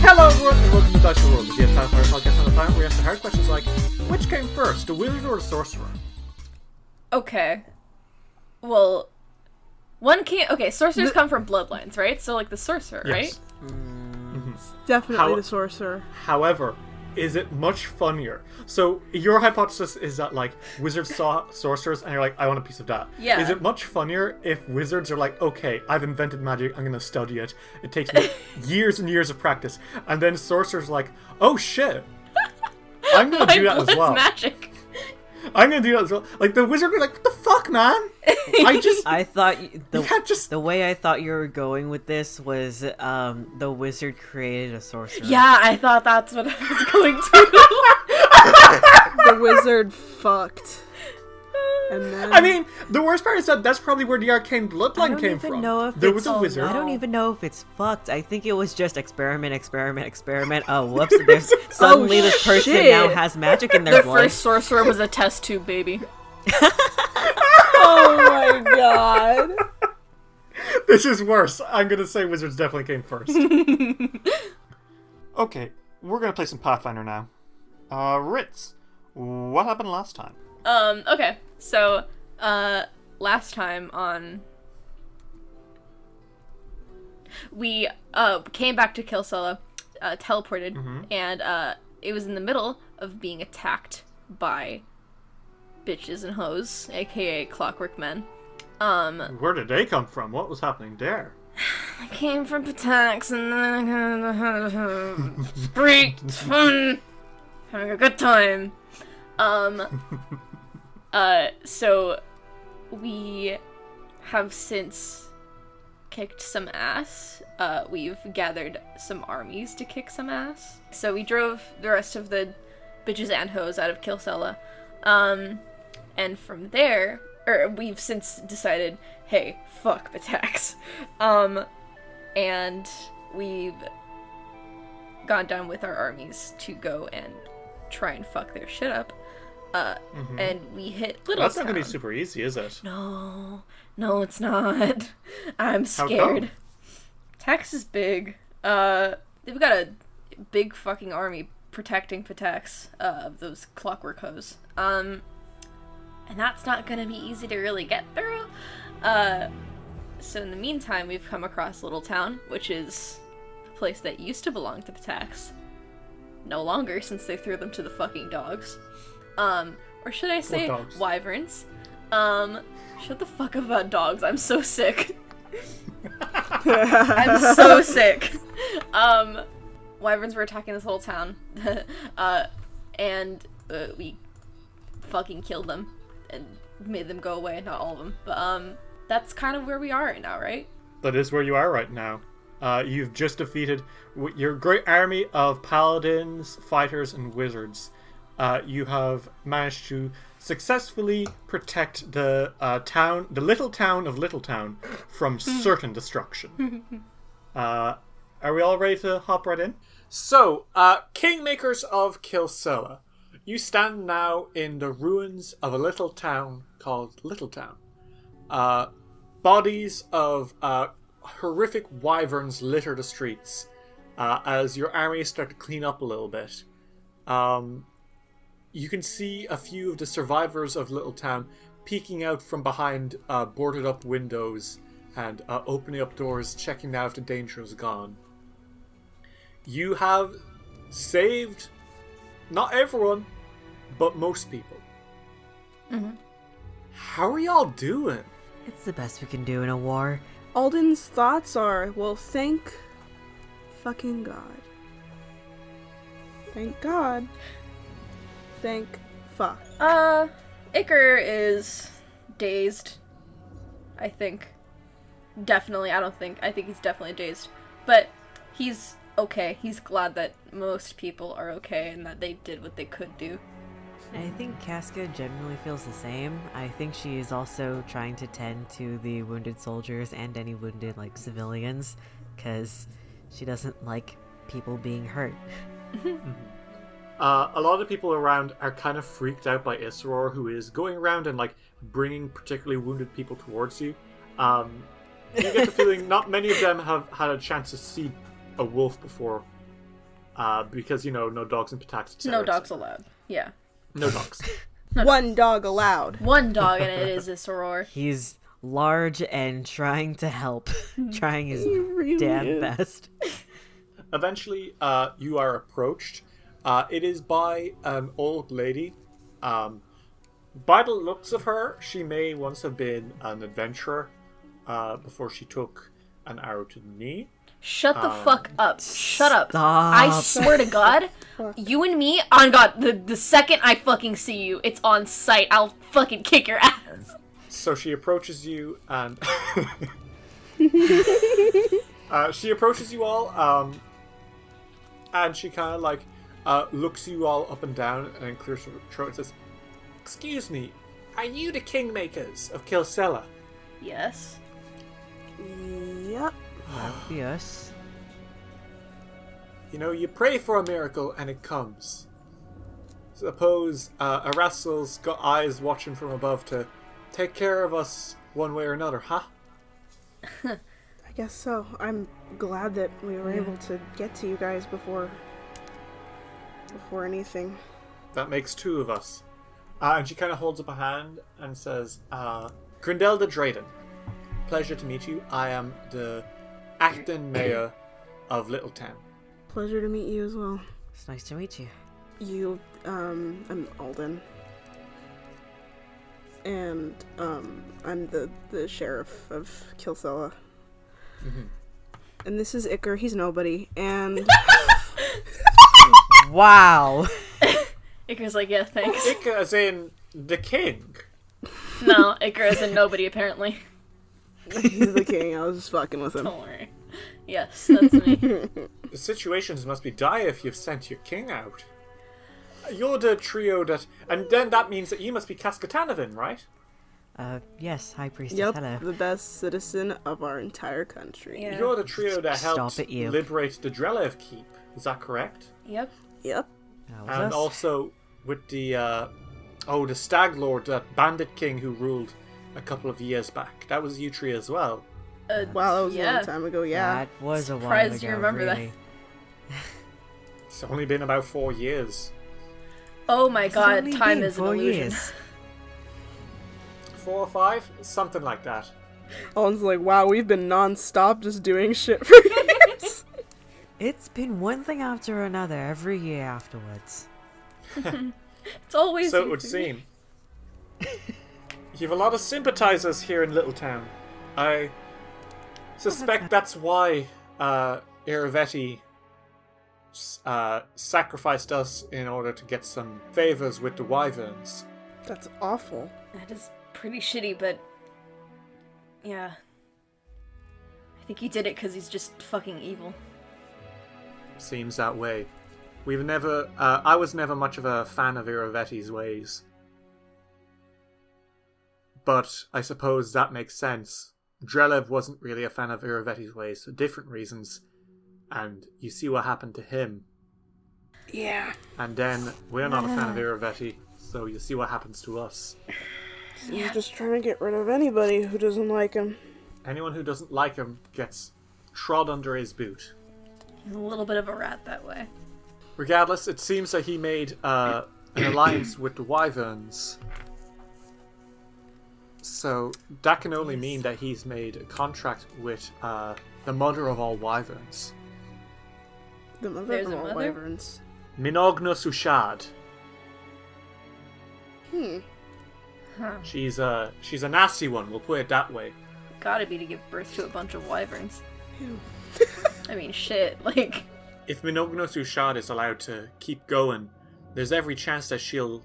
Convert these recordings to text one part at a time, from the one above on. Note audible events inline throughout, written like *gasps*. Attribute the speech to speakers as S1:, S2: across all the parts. S1: Hello everyone, and welcome to Dice World, the Empire podcast on the planet where we ask the hard questions like, which came first, the wizard or the sorcerer?
S2: Okay. Well, one can't. Okay, sorcerers come from bloodlines, right? So, like, the sorcerer, right?
S3: Definitely
S1: How-
S3: the sorcerer.
S1: However, is it much funnier? So your hypothesis is that like wizards saw sorcerers and you're like, I want a piece of that.
S2: Yeah.
S1: Is it much funnier if wizards are like, okay, I've invented magic, I'm gonna study it. It takes
S2: *laughs*
S1: me years and years of practice, and then sorcerers are like, oh
S2: *laughs*
S1: shit. I'm gonna Oh, do that as
S2: blood's
S1: well.
S2: magic.
S1: I'm gonna do that as well. Like the wizard would be like, what the fuck,
S2: *laughs*
S1: man? *laughs* I just
S4: I thought y- the
S1: you can't just
S4: the way I thought you were going with this was um the wizard created a
S2: *laughs*
S4: sorcerer.
S2: Yeah, I thought that's what I was going *laughs* to.
S1: *laughs*
S3: The wizard fucked. And then
S1: I mean, the worst part is that that's probably where the arcane
S4: Mm. I
S1: bloodline
S4: don't
S1: came
S4: even
S1: from.
S4: know if
S1: there was
S4: it's-
S1: a wizard.
S4: I don't even know if it's fucked. I think it was just experiment, experiment, experiment. *laughs* Oh, whoops! There's suddenly this person now
S3: shit.
S4: has
S1: *laughs*
S4: magic in their
S2: Their
S4: blood.
S2: first sorcerer was a test tube baby.
S3: Oh my god.
S1: *laughs* This is worse. I'm gonna say wizards definitely came
S4: *laughs*
S1: first. okay, we're gonna play some Pathfinder now. Uh, Ritz, what happened last time?
S2: Um, okay. So, uh, last time on. We, uh, came back to Kilsella, uh, teleported, and, uh, it was in the middle of being attacked by bitches and hoes, aka clockwork men. Um,
S1: Where did they come from? What was happening there?
S2: came from Patax and then great fun, having a good time. Um, uh, so we have since kicked some ass. Uh, we've gathered some armies to kick some ass. So we drove the rest of the bitches and hoes out of Kilsella. Um, and from there, or we've since decided, hey, fuck Patax. *laughs* Um, and we've gone down with our armies to go and try and fuck their shit up. Uh, and we hit Little
S1: Mm-hmm. That's not gonna be super easy, is it?
S2: No, no, it's not. *laughs* I'm
S1: come?
S2: scared. Tex is big. Uh, they've got a big fucking army protecting Patex uh, of those clockwork hoes. Um, and that's not gonna be easy to really get through. Uh, so in the meantime, we've come across Little Town, which is a place that used to belong to Patex. No longer, since they threw them to the fucking dogs. Um, or should I say
S1: dogs?
S2: wyverns? Um, shut the fuck up about dogs. I'm so sick. I'm so sick. Um, wyverns were attacking this whole town, *laughs* uh, and uh, we fucking killed them and made them go away. Not all of them, but um, that's kind of where we are right now, right?
S1: That is where you are right now. Uh, you've just defeated w- your great army of paladins, fighters, and wizards. Uh, you have managed to successfully protect the uh, town, the little town of Little Town, from certain destruction. *laughs* uh, are we all ready to hop right in? So, uh, Kingmakers of Kilsella, you stand now in the ruins of a little town called Little Town. Uh, bodies of uh, horrific wyverns litter the streets uh, as your armies start to clean up a little bit. Um, you can see a few of the survivors of Little Town peeking out from behind uh, boarded up windows and uh, opening up doors, checking out if the danger is gone. You have saved not everyone, but most people. How are y'all doing?
S4: It's the best we can do in a war.
S3: Alden's thoughts are, well, thank fucking God. Thank God. Thank fuck.
S2: Uh, Iker is dazed. I think. Definitely, I don't think. I think he's definitely dazed. But he's okay. He's glad that most people are okay and that they did what they could do.
S4: I think Casca generally feels the same. I think she is also trying to tend to the wounded soldiers and any wounded like civilians cuz she doesn't like people being hurt.
S1: uh, a lot of people around are kind of freaked out by Isror, who is going around and like bringing particularly wounded people towards you. Um,
S2: *laughs*
S1: you get the feeling not many of them have had a chance to see a wolf before, uh, because you know no dogs and patax. et cetera,
S2: No
S1: et cetera.
S2: dogs allowed. Yeah.
S1: No
S2: *laughs*
S1: dogs.
S3: One dog allowed.
S2: One dog and it is a soror.
S4: He's large and trying to help, *laughs* trying his
S3: really
S4: damn
S3: is.
S4: best.
S1: Eventually, uh, you are approached. Uh, it is by an old lady. Um, by the looks of her, she may once have been an adventurer uh, before she took an arrow to the knee.
S2: Shut the
S3: Um,
S2: fuck up. Shut up.
S4: Stop.
S2: I swear to
S3: *laughs*
S2: God, you and me, on God, the, the second I fucking see you, it's on site. I'll fucking kick your ass.
S1: So she approaches you and. uh, she approaches you all, um, and she kind of like uh, looks you all up and down and then clears her throat and says, Excuse me, are you the Kingmakers of Kilsella?
S2: Yes.
S3: Yep.
S4: That would be us.
S1: You know, you pray for a miracle and it comes. Suppose uh, Arasel's got eyes watching from above to take care of us one way or another, huh?
S3: I guess so. I'm glad that we were able to get to you guys before before anything.
S1: That makes two of us. Uh, and she kind of holds up a hand and says, uh, Grindelda Drayden, pleasure to meet you. I am the acting mayor of Littletown.
S3: Pleasure to meet you as well.
S4: It's nice to meet you.
S3: You um I'm Alden. And um I'm the the sheriff of Kilsella. And this is Icker, he's nobody. And
S4: Wow. *laughs*
S2: Icar's like, yeah, thanks.
S1: Ica as in the king.
S2: no, Icar isn't nobody, apparently. *laughs*
S3: he's the king. I was just fucking with him.
S2: Don't worry. Yes, that's
S4: *laughs*
S2: me.
S1: The situations must be dire if you've sent your king out. You're the trio that. And then that means that you must be Cascatanovin, right?
S4: Uh, yes, High Priestess,
S3: Yep,
S4: hello.
S3: the best citizen of our entire country.
S2: Yeah.
S1: You're the trio that
S4: Stop
S1: helped
S4: it, you.
S1: liberate the Drelev Keep. Is that correct?
S2: Yep.
S3: Yep.
S4: That was
S1: and
S4: us.
S1: also with the uh, oh the stag lord that bandit king who ruled a couple of years back that was you three as well
S2: Uh,
S3: Wow, that was a
S2: Yeah.
S3: long time ago. Yeah.
S4: That was a while
S2: Surprised
S4: ago,
S2: you remember that.
S4: really.
S1: it's only been about four years
S2: oh my
S4: It's
S2: God,
S4: only
S2: time
S4: been
S2: is an
S4: four
S2: illusion.
S4: years.
S1: four or five something like that
S3: Alden's like, wow, we've been non-stop just doing shit
S2: *laughs*
S3: for years.
S4: *laughs* It's been one thing after another every year afterwards.
S2: It's always.
S1: so it would
S2: easy.
S1: seem you've a lot of sympathizers here in little town i suspect that's why uh Iravetti s- uh, sacrificed us in order to get some favors with the wyverns
S3: That's awful.
S2: That is pretty shitty, but. Yeah. I think he did it because he's just fucking evil.
S1: seems that way. We've never. Uh, I was never much of a fan of Iravetti's ways. But I suppose that makes sense. Drelev wasn't really a fan of Iravetti's ways for different reasons, and you see what happened to him.
S3: Yeah.
S1: And then we're not a fan of Iravetti, so you see what happens to us.
S3: He's just trying to get rid of anybody who doesn't like him.
S1: Anyone who doesn't like him gets trod under his boot.
S2: He's a little bit of a rat that way.
S1: Regardless, it seems that he made uh, an alliance with the Wyverns. So that can only mean that he's made a contract with uh, the mother of all Wyverns,
S3: The mother
S2: There's
S3: of
S2: a
S3: all
S2: mother?
S3: wyverns.
S1: Minogna Sushad.
S3: Hmm.
S2: Huh.
S1: She's a she's a nasty one. We'll put it that way.
S2: Gotta be to give birth to a bunch of wyverns. I mean, shit. *laughs* Like,
S1: If Minogna Sushad is allowed to keep going, there's every chance that she'll,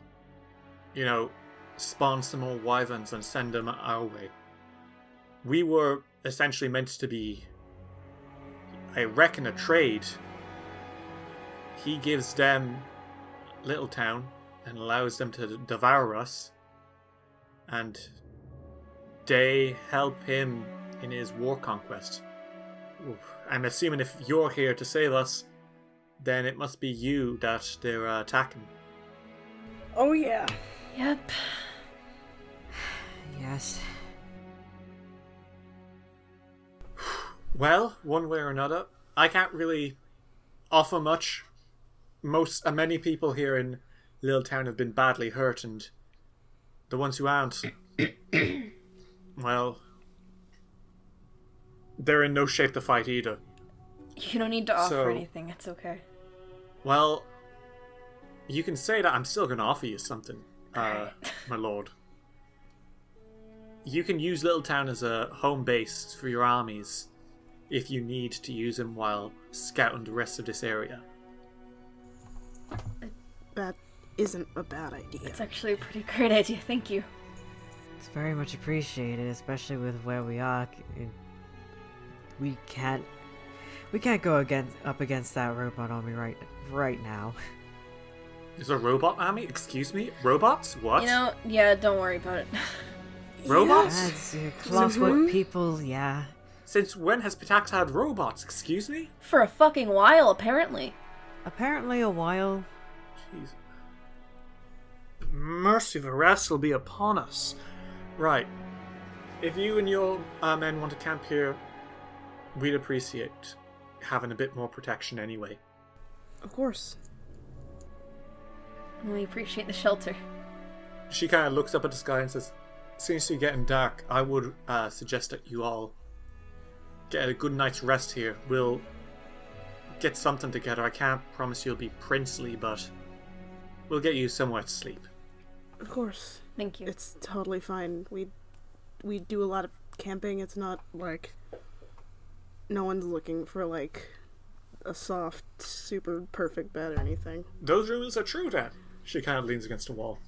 S1: you know, spawn some more Wyverns and send them our way. We were essentially meant to be, I reckon, a trade. He gives them Little Town and allows them to devour us, and they help him in his war conquest. I'm assuming if you're here to save us, then it must be you that they're uh, attacking.
S3: Oh yeah.
S2: yep.
S4: Yes.
S1: Well, one way or another, I can't really offer much most uh, many people here in Little Town have been badly hurt, and the ones who aren't, *coughs* well, they're in no shape to fight either.
S2: You don't need to offer
S1: So-
S2: anything. It's okay.
S1: Well, you can say that I'm still going to offer you something, uh, my lord. You can use Little Town as a home base for your armies if you need to use them while scouting the rest of this area.
S3: That isn't a bad idea.
S2: It's actually a pretty great idea. Thank you.
S4: It's very much appreciated, especially with where we are. c- and We can't, we can't go against up against that robot army right right now.
S1: Is a robot army? Excuse me? Robots? What?
S2: You know, yeah, don't worry about it. *laughs*
S1: robots?
S4: That's uh,
S2: Mm-hmm.
S4: clockwork people, yeah.
S1: Since when has Pitax had robots? Excuse me?
S2: For a fucking while, apparently.
S4: Apparently, a while.
S1: Jeez. Mercy, the rest will be upon us. Right. If you and your uh, men want to camp here, we'd appreciate having a bit more protection anyway.
S3: Of course.
S2: We appreciate the shelter.
S1: She kind of looks up at the sky and says, Since you're getting dark, I would uh, suggest that you all get a good night's rest here. We'll get something together. I can't promise you'll be princely, but we'll get you somewhere to sleep.
S3: Of course.
S2: Thank you.
S3: It's totally fine. We we do a lot of camping. It's not like no one's looking for like a soft, super perfect bed or anything.
S1: Those rumors are true, Dad. She kind of leans against a wall.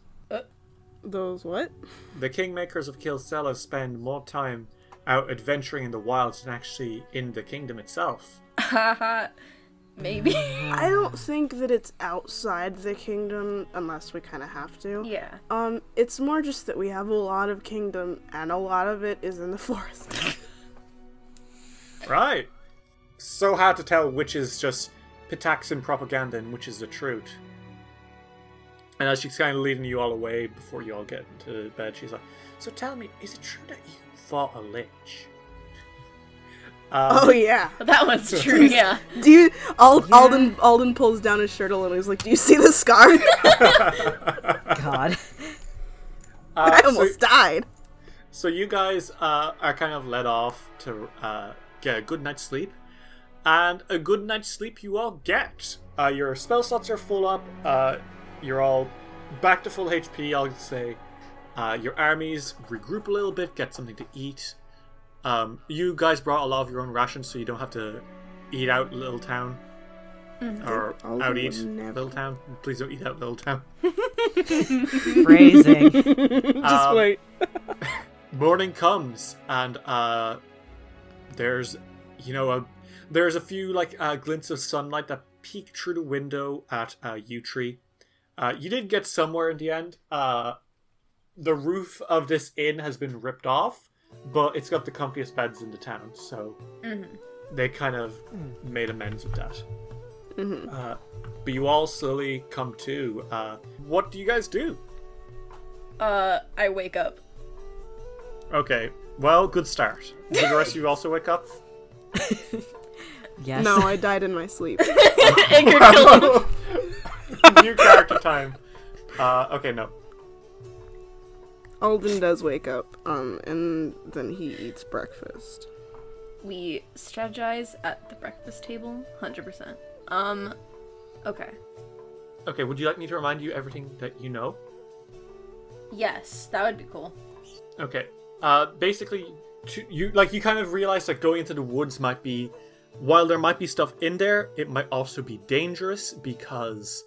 S3: Those what?
S1: The Kingmakers of Kilsella spend more time out adventuring in the wilds than actually in the kingdom itself.
S2: Haha.
S1: *laughs*
S2: Maybe. *laughs*
S3: I don't think that it's outside the kingdom unless we kind of have to.
S2: yeah.
S3: Um, it's more just that we have a lot of kingdom and a lot of it is in the *laughs* forest.
S1: Right. So hard to tell which is just Pitaxin propaganda and which is the truth. And as she's kind of leading you all away before you all get into bed, she's like, So tell me, is it true that you fought a lich? Um,
S3: oh yeah.
S2: But that one's true, yeah.
S3: Do you Al- Alden Alden pulls down his shirt a little. He's like, "Do you see
S1: *laughs*
S3: the scar?
S4: God,
S1: uh,
S3: *laughs* I
S1: so-
S3: almost died."
S1: So you guys uh, are kind of let off to uh, get a good night's sleep, and a good night's sleep you all get. Uh, your spell slots are full up. Uh, you're all back to full HP. I'll say. Uh, your armies regroup a little bit, get something to eat. Um, you guys brought a lot of your own rations, so you don't have to eat out Little Town or
S3: Alden
S1: out eat
S3: would never.
S1: Little Town. Please don't eat out Little Town.
S4: phrasing.
S1: Just Um,
S3: wait.
S1: morning comes and uh there's you know a there's a few like uh glints of sunlight that peek through the window at uh yew tree uh you did get somewhere in the end uh the roof of this inn has been ripped off but it's got the comfiest beds in the town so they kind of made amends with that uh, but you all slowly come to uh what do you guys do
S2: Uh, I wake up.
S1: okay well good start do the rest of you also wake up
S4: Yes.
S1: *laughs*
S3: No, I died in my sleep.
S2: Anchor kill him.
S1: New character time. Uh, okay, no.
S3: Alden does wake up, um, and then he eats breakfast.
S2: We strategize at the breakfast table, 100%. Um, okay.
S1: Okay, would you like me to remind you everything that you know?
S2: Yes, that would be cool.
S1: Okay. Uh, basically, to, you like you kind of realize that going into the woods might be, while there might be stuff in there, it might also be dangerous because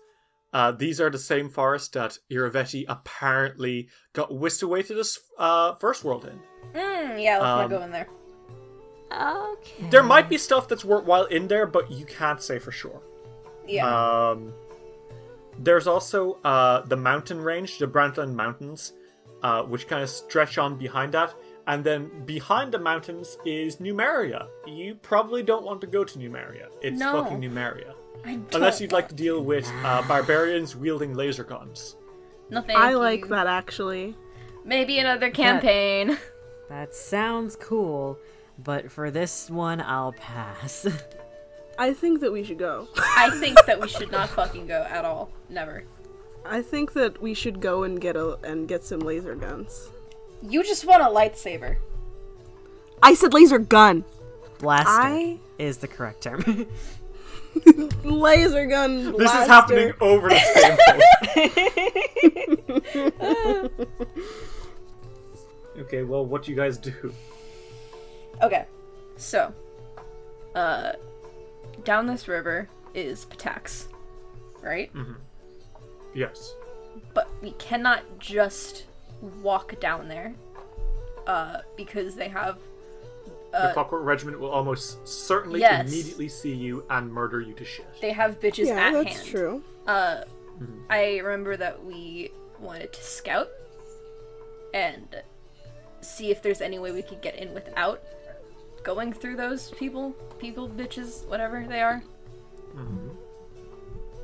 S1: uh, these are the same forests that Iravetti apparently got whisked away to this uh, first world in.
S2: Mm, yeah, let's
S1: Um,
S2: not go in there.
S4: Okay.
S1: There might be stuff that's worthwhile in there, but you can't say for sure.
S2: Yeah.
S1: Um, there's also uh, the mountain range, the Brantland Mountains, uh, which kind of stretch on behind that. And then behind the mountains is Numeria. You probably don't want to go to Numeria. It's
S2: No.
S1: fucking Numeria.
S2: I don't
S1: Unless you'd like to deal with uh, barbarians wielding laser guns.
S2: No, thank
S3: I like
S2: you.
S3: that actually.
S2: Maybe another campaign.
S3: *laughs*
S4: That sounds cool, but for this one, I'll pass. *laughs*
S3: I think that we should go.
S2: I think that we should not fucking go at all. Never.
S3: I think that we should go and get a and get some laser guns.
S2: You just want a lightsaber.
S3: I said laser gun.
S4: Blaster
S3: I-
S4: is the correct term. *laughs*
S3: Laser gun.
S1: This is
S3: blaster.
S1: happening over the table.
S2: *laughs*
S1: *laughs* okay, well, what do you guys do?
S2: Okay, so, uh, down this river is Patax, right?
S3: Mm.
S1: Yes.
S2: But we cannot just walk down there, uh, because they have
S1: the Clockwork Regiment will almost certainly
S2: Uh, Yes.
S1: immediately see you and murder you to shit.
S2: they have bitches
S3: Yeah,
S2: at
S3: that's
S2: hand.
S3: true.
S2: Uh, I remember that we wanted to scout and see if there's any way we could get in without going through those people, people, bitches, whatever they are.
S3: Mm-hmm.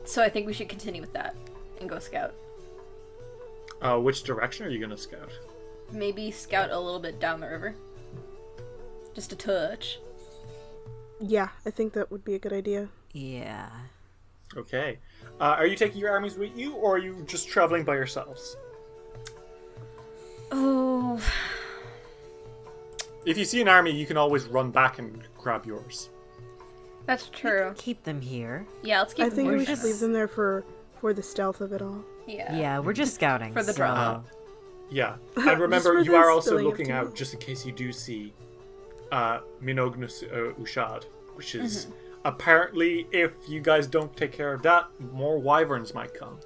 S2: So I think we should continue with that and go scout.
S1: Uh, which direction are you gonna scout?
S2: Maybe scout a little bit down the river. Just a touch.
S3: Yeah, I think that would be a good idea.
S4: yeah.
S1: Okay. Uh, are you taking your armies with you, or are you just traveling by yourselves?
S2: Oh,
S1: If you see an army, you can always run back and grab yours.
S2: that's true.
S4: Keep them here.
S2: Yeah, let's keep
S3: I think
S2: them
S3: we
S2: moving.
S3: should leave them there for for the stealth of it all.
S2: Yeah.
S4: Yeah, we're just scouting.
S2: For the
S4: so-
S2: drama. *laughs*
S1: Yeah, and remember,
S3: for
S1: you
S3: the
S1: are also
S3: spilling of
S1: looking
S3: tea.
S1: out just in case you do see uh, Minognus uh, Ushad, which is
S2: Mm-hmm.
S1: apparently if you guys don't take care of that, more wyverns might come.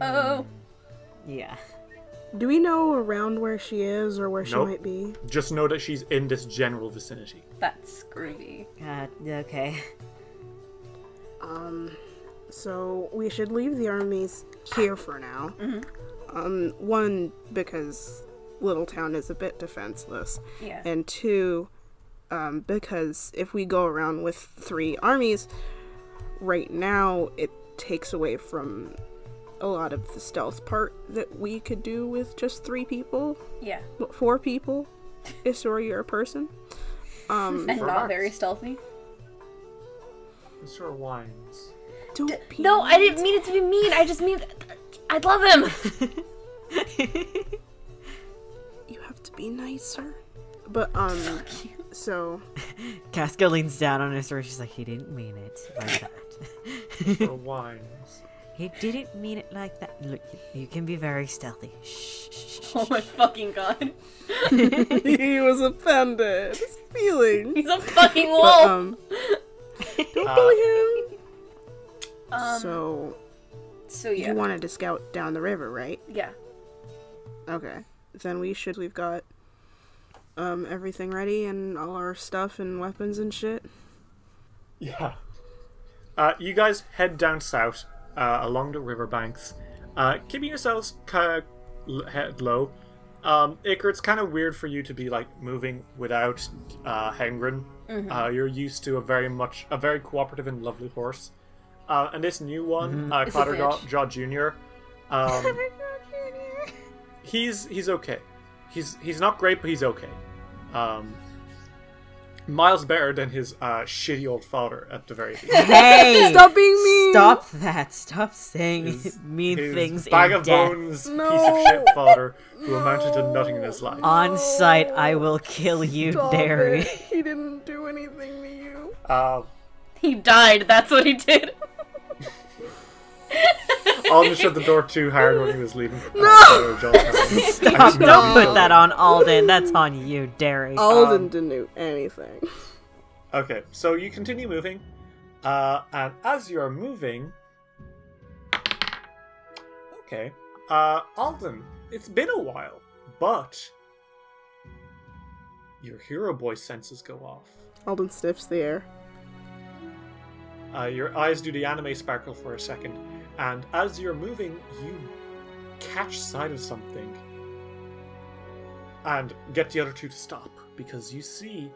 S2: Oh,
S4: Yeah.
S3: Do we know around where she is or where she
S1: Nope.
S3: might be?
S1: Just know that she's in this general vicinity.
S2: that's groovy.
S4: God, okay. *laughs*
S3: So we should leave the armies here for now.
S2: Mm-hmm.
S3: Um, one because Little Town is a bit defenseless,
S2: Yeah.
S3: and two, um, because if we go around with three armies, right now it takes away from a lot of the stealth part that we could do with just three people,
S2: Yeah.
S3: well,
S2: *laughs*
S3: four people, if or you're a person.
S2: And not
S1: Remarks.
S2: very stealthy.
S1: Mr. Wines.
S3: Don't be
S2: No, I didn't mean it to be mean. I just mean I love him.
S3: You have to be nicer. But um, so
S2: *laughs*
S3: *laughs*
S4: Casca leans down on her sword. She's like, he didn't mean it like that. *laughs*
S1: Mr. Wines.
S4: he didn't mean it like that. Look, you can be very stealthy. Shh, shh, shh.
S2: *laughs* Oh my fucking god.
S3: he was offended. His feelings.
S2: He's a fucking
S3: But,
S2: wolf. *laughs*
S3: um,
S1: Uh,
S3: bully him.
S2: Um,
S3: so
S2: so yeah.
S3: you wanted to scout down the river, right?
S2: yeah.
S3: Okay. Then we should. We've got um everything ready and all our stuff and weapons and shit.
S1: Yeah. Uh, you guys head down south uh, along the riverbanks, uh, keeping yourselves kind of head low. Um, Iker, it's kind of weird for you to be like moving without uh, Hengrin.
S2: Mm-hmm.
S1: Uh, you're used to a very much a very cooperative and lovely horse, uh, and this new one, uh,
S2: It's a bitch.
S1: Clatterjaw Junior.
S2: *laughs*
S1: Um, he's he's okay. He's he's not great, but he's okay. Um, miles better than his uh, shitty old father at the very least.
S4: Hey!
S3: *laughs* Stop being mean.
S4: Stop that. Stop saying
S1: His-
S4: *laughs* mean
S1: his
S4: things
S1: bag
S4: in
S1: of
S4: death.
S1: bones, piece
S3: No.
S1: of shit father who amounted to nothing in his life.
S4: On sight, I will kill you, Derry.
S3: He didn't do anything to you.
S1: Uh,
S2: He died. That's what he did.
S1: Alden shut the door too hard when he was leaving. Uh, No!
S4: *laughs* Stop. Don't put that on Alden. That's on you,
S2: Um,
S4: Derry.
S3: Alden didn't do anything.
S1: okay, so you continue moving, uh, and as you are moving, okay, uh, Alden, it's been a while, but your hero boy senses go off.
S3: Alden sniffs the air.
S1: Uh, your eyes do the anime sparkle for a second, and as you're moving, you catch sight of something and get the other two to stop because you see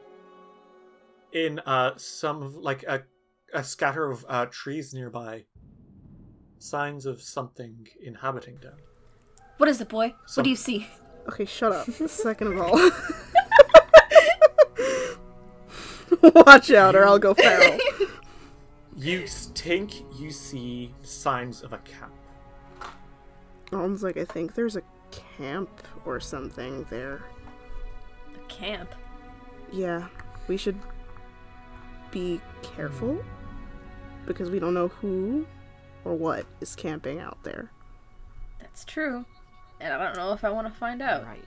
S1: in uh, some of like a, a scatter of uh, trees nearby signs of something inhabiting them.
S2: What is it, boy?
S1: Some-
S2: What do you see?
S3: Okay,
S2: *laughs*
S3: shut up. Second of all. *laughs* Watch out or I'll go feral.
S1: You s- think you see signs of a camp.
S3: Alm's like, I think there's a camp or something there.
S2: A camp.
S3: Yeah, we should be careful because we don't know who or what is camping out there.
S2: That's true. And I don't know if I want to find out.
S4: Right.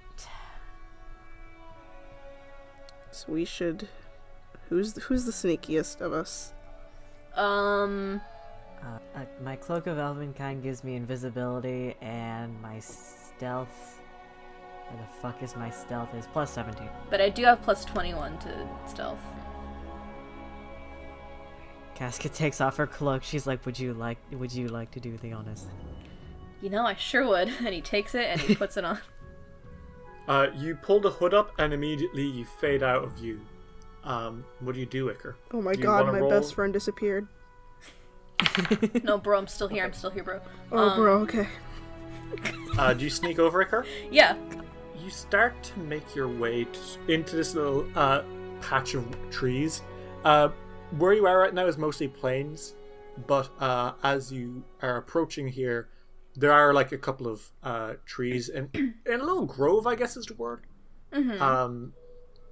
S3: So we should. Who's who's the sneakiest of us?
S2: Um,
S4: Uh, uh, my cloak of elvenkind gives me invisibility, and my stealth. Where the fuck is my stealth? Is plus seventeen.
S2: but I do have plus 21 to stealth.
S4: Casca takes off her cloak. She's like, "Would you like? Would you like to do the honors?"
S2: You know, I sure would. *laughs* And he takes it and he puts it *laughs* on.
S1: Uh, you pull the hood up and immediately you fade out of view. Um, what do you do, Icker?
S3: Oh my
S1: Do you
S3: god,
S1: wanna
S3: my
S1: roll?
S3: best friend disappeared.
S2: No, bro, I'm still here. I'm still here, bro.
S3: Oh, bro, okay.
S1: Uh, do you sneak over, Icker?
S2: Yeah.
S1: You start to make your way t- into this little uh, patch of trees. Uh, where you are right now is mostly plains, but uh, as you are approaching here, there are like a couple of uh, trees and, *clears throat* and a little grove, I guess is the word. Um,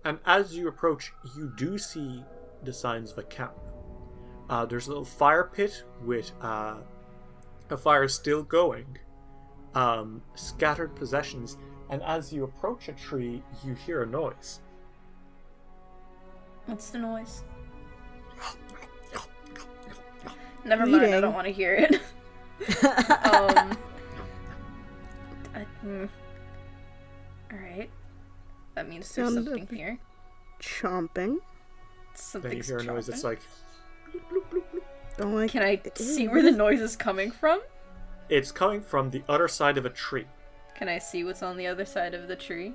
S1: and as you approach, you do see the signs of a camp. Uh, there's a little fire pit with uh, a fire still going um, scattered possessions, and as you approach a tree, you hear a noise.
S2: What's the
S3: *laughs*
S2: noise? Never mind. I
S3: Eating.
S2: don't want to hear
S3: *laughs*
S2: it. um. All right. That means there's
S3: Sound
S2: something
S3: of-
S2: here.
S3: Chomping.
S1: Then you
S2: Something's
S1: hear a noise that's
S2: chomping.
S1: like
S3: Don't like.
S2: Can I
S3: It
S2: see
S3: is.
S2: where the noise is coming from?
S1: it's coming from the other side of a tree.
S2: Can I see what's on the other side of the tree?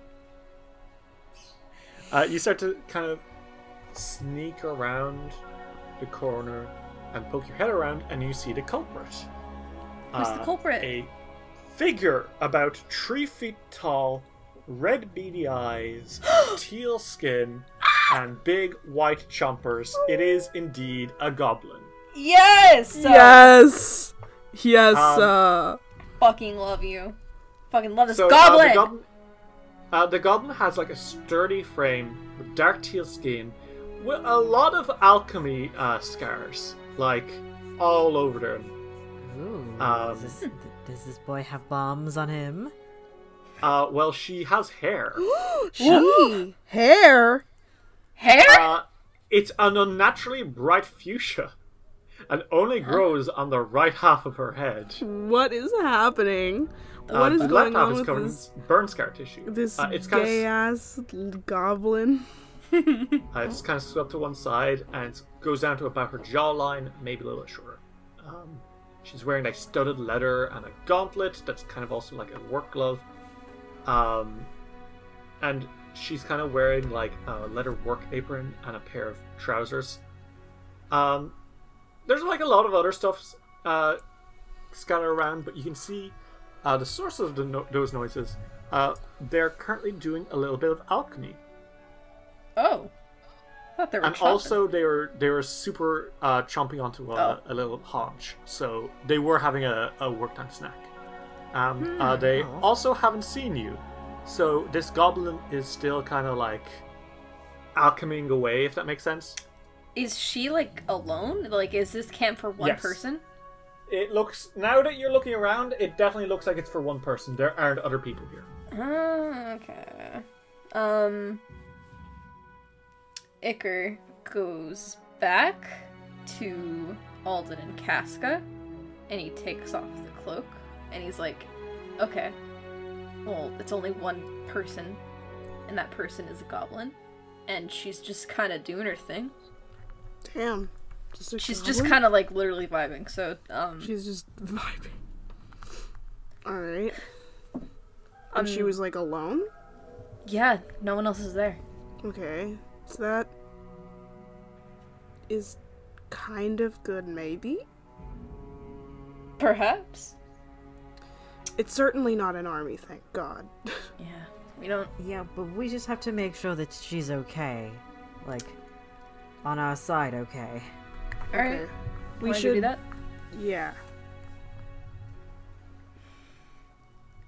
S1: Uh, you start to kind of sneak around the corner and poke your head around, and you see the culprit. Uh,
S2: Who's the culprit?
S1: A figure about three feet tall, red beady
S2: *gasps*
S1: eyes, teal skin, and big white chompers. It is indeed a goblin.
S2: Yes.
S3: Yes! Yes,
S1: Um,
S3: uh.
S2: Fucking love you. Fucking love this
S1: So, uh,
S2: goblin.
S1: the goblin, uh, the goblin has like a sturdy frame with dark teal skin, with a lot of alchemy uh, scars, like all over them.
S4: Ooh.
S1: Um.
S4: does, this, does this boy have bombs on him?
S1: Uh, well, she has hair.
S3: She! *gasps* Hair!
S2: Hair?
S1: Uh, it's an unnaturally bright fuchsia, and only grows on the right half of her head.
S3: What is happening?
S1: Uh,
S3: What is
S1: the
S3: going
S1: left half
S3: on
S1: is
S3: with
S1: covered
S3: this,
S1: in burn scar tissue.
S3: this
S1: uh, it's kind
S3: gay
S1: of
S3: ass goblin?
S1: uh, it's kind of swept to one side and goes down to about her jawline, maybe a little shorter. Um, she's wearing like studded leather and a gauntlet that's kind of also like a work glove. Um, and she's kind of wearing like a leather work apron and a pair of trousers. Um, there's like a lot of other stuff uh, scattered around, but you can see uh, the source of the no- those noises. Uh, they're currently doing a little bit of alchemy
S2: Oh.
S1: *laughs*
S2: I thought they were
S1: and
S2: chomping.
S1: also they were they were super uh, chomping onto a, a little hodge, so they were having a, a work time snack. Um, uh, they
S4: Oh.
S1: also haven't seen you, so this goblin is still kind of like alchemying away, if that makes sense.
S2: Is she like alone? Like, is this camp for one
S1: Yes.
S2: person?
S1: It looks now that you're looking around, it definitely looks like it's for one person. There aren't other people here.
S2: Oh, okay. Um. Icker goes back to Alden and Casca, and he takes off the cloak, and he's like, okay, well, it's only one person, and that person is a goblin, and she's just kind of doing her thing.
S3: Damn. Just a
S2: She's just
S3: goblin?
S2: kind of like literally vibing, so, um.
S3: She's just vibing. Alright. And she was like alone?
S2: Yeah, no one else is there.
S3: Okay. So that is kind of good, maybe?
S2: Perhaps?
S3: It's certainly not an army, thank god.
S2: Yeah. We don't.
S4: Yeah, but we just have to make sure that she's okay. Like, on our side, okay.
S2: Alright.
S3: We
S2: wanted to do
S3: should-
S2: that?
S3: Yeah.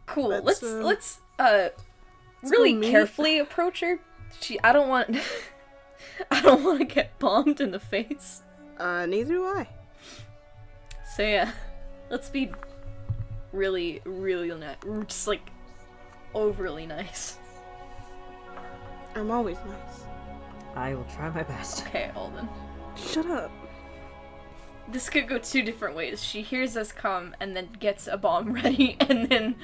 S2: Cool. Let's
S3: Let's, um,
S2: let's uh
S3: go
S2: really
S3: meet.
S2: carefully approach her. She I don't want *laughs* I don't want to get bombed in the face.
S3: Uh, neither do I.
S2: So yeah, let's be really really nice. Just like overly nice.
S3: I'm always nice.
S4: I will try my best. *laughs*
S2: Okay, Alden.
S3: Shut up.
S2: This could go two different ways. She hears us come and then gets a bomb *laughs* ready, and then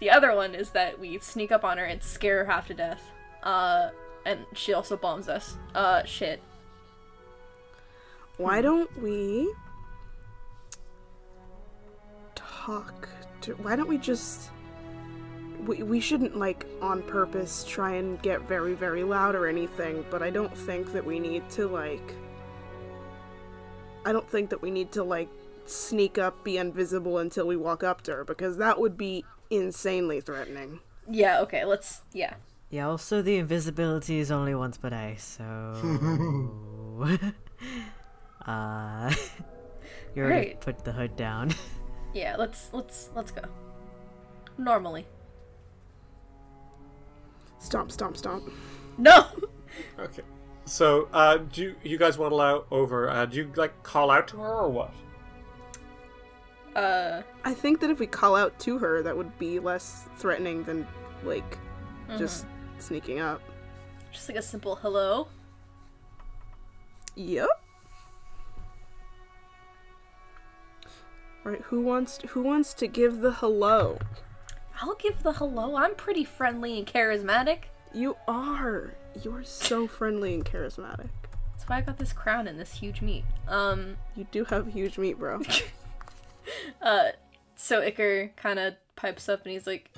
S2: the other one is that we sneak up on her and scare her half to death. Uh, and she also bombs us. Uh, shit.
S3: Why don't we talk to why don't we just we, we shouldn't like on purpose try and get very very loud or anything but i don't think that we need to like i don't think that we need to like sneak up be invisible until we walk up to her because that would be insanely threatening
S2: Yeah. Okay. Let's. Yeah.
S4: Yeah, also the invisibility is only once per day,
S3: *laughs*
S4: so *laughs* uh *laughs* you already
S2: Great.
S4: put the hood down. *laughs*
S2: Yeah. Let's. Let's. Let's go. Normally. *laughs*
S3: stomp stomp stomp
S2: No.
S1: Okay. So, uh, do you, you guys waddle out over? Uh, do you like call out to her or what?
S2: Uh.
S3: i think that if we call out to her that would be less threatening than like just sneaking up
S2: Just like a simple hello.
S3: Yep. Right, who wants who wants to give the hello?
S2: I'll give the hello. I'm pretty friendly and charismatic.
S3: You are. You are so friendly and charismatic.
S2: That's why I got this crown and this huge meat. Um.
S3: You do have huge meat, *laughs* bro.
S2: Uh, so Iker kind of pipes up and he's like,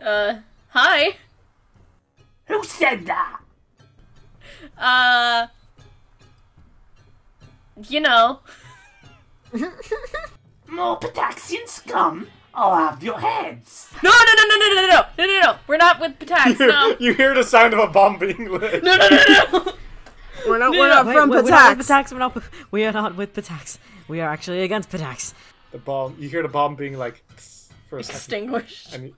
S2: uh, hi.
S5: Who said that?
S2: Uh, you know,
S5: More Pataxian scum? I'll have your heads.
S2: no, no, no, no, no, no, no, no, no, no, no. We're not with
S5: *laughs*
S2: Patax. No,
S1: *laughs* you hear the sound of a bomb being lit.
S2: no, no, no, no. *laughs*
S3: We're not we're not
S4: Wait,
S3: from
S4: we're not with
S3: Patax.
S4: Patax, we're not with, *laughs* we are not with Patax. We are actually against Patax.
S1: The bomb. You hear the bomb being like "Tss," for a second.
S2: Extinguished.
S1: And you-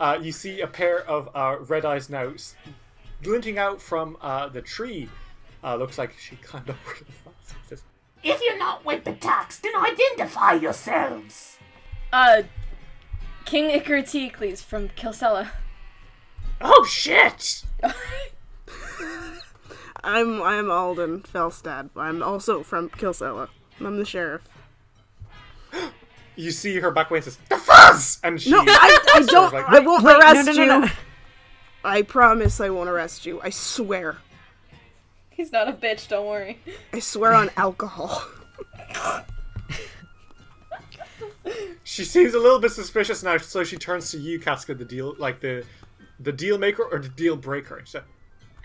S1: uh, you see a pair of uh, red eyes now s- glinting out from uh, the tree. Uh, looks like she climbed *laughs* up really fast. It says,
S5: If you're not with Patax, then identify yourselves.
S2: Uh, King Iker Teocles from Kilsella.
S5: Oh shit!
S3: I'm I'm Alden Felstad. I'm also from Kilsella. I'm the sheriff.
S1: You see her back way and says, The fuzz! And she.
S3: No, I,
S1: *laughs*
S4: *laughs*
S3: I don't
S1: like,
S3: I won't arrest
S4: no, no, no,
S3: you.
S4: no.
S3: I promise I won't arrest you. I swear.
S2: He's not a bitch. Don't worry. *laughs*
S3: I swear on alcohol.
S1: She seems a little bit suspicious now, so she turns to you, Casca, the deal, like the the deal maker or the deal breaker. And she said,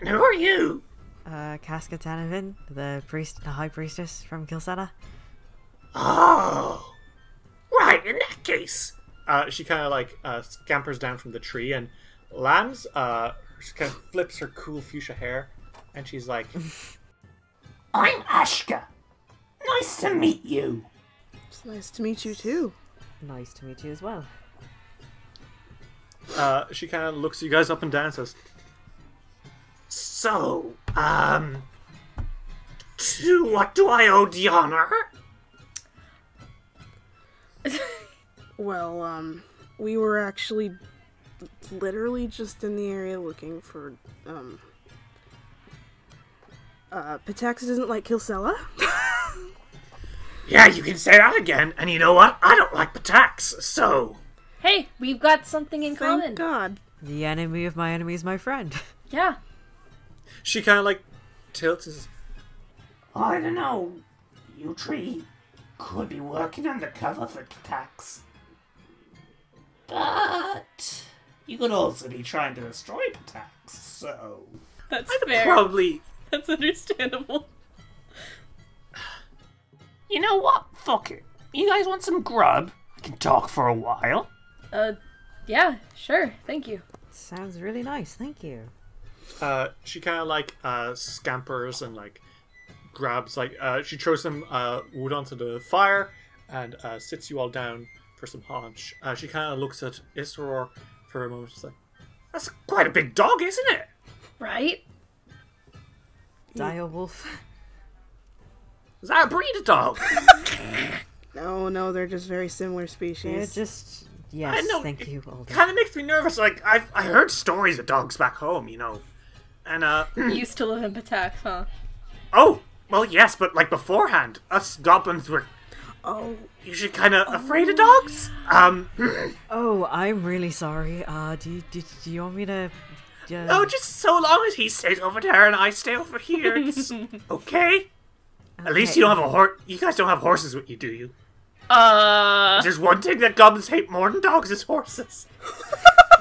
S5: And who are you?
S4: Uh Casca Tanavin, the priest the high priestess from Kilsada.
S5: Oh. Right, in that case.
S1: uh, she kind of like uh, scampers down from the tree and lands. Uh, she kind of flips her cool fuchsia hair, and she's like,
S5: *laughs* I'm Ashka. Nice to meet you.
S3: it's nice to meet you too.
S4: Nice to meet you as well.
S1: uh, she kind of looks you guys up and down, and says,
S5: So, um. To what do I owe the honor?
S3: Well, um, we were actually literally just in the area looking for, um, uh, Patax doesn't like Kilsella.
S5: Yeah, you can say that again. And you know what? I don't like Patax, so.
S2: hey, we've got something in common.
S3: Thank God.
S4: The enemy of my enemy is my friend. *laughs*
S2: Yeah.
S1: She kind of like tilts. And says,
S5: I don't know. You three could be working undercover for Patax. But. You could also be trying to destroy Patax, so.
S2: That's fair.
S5: Probably.
S2: That's understandable.
S5: You know what? Fuck it. You guys want some grub? I can talk for a while.
S2: Uh, yeah, sure. Thank you.
S4: Sounds really nice, thank you.
S1: uh, she kind of like uh, scampers and like
S6: grabs like uh, she throws some uh, wood onto the fire and uh, sits you all down for some haunch. Uh, she kind of looks at Isror for a moment. She's like, "That's quite a big dog, isn't it?"
S2: Right?
S6: Mm. *laughs*
S4: Dire wolf.
S6: Is that a breed of dog?
S3: No, no, they're just very similar
S4: They're
S3: species.
S4: just yes.
S6: know,
S4: Thank
S6: it *laughs*
S4: you, Alden.
S6: kind of makes me nervous. Like I've I heard stories of dogs back home, you know, and uh, *clears throat*
S2: Used to live in Patak, huh?
S6: oh well, yes, but like beforehand, us goblins were
S3: Oh,
S6: usually kind of afraid of dogs. Um, *clears throat*
S4: Oh, I'm really sorry. Uh, do you, do, do you want me to? Uh,
S6: oh, just so long as he stays over there and I stay over here, it's okay. At least you don't have a horse. You guys don't have horses with you, do you?
S2: Uh,
S6: There's one thing that goblins hate more than dogs is horses.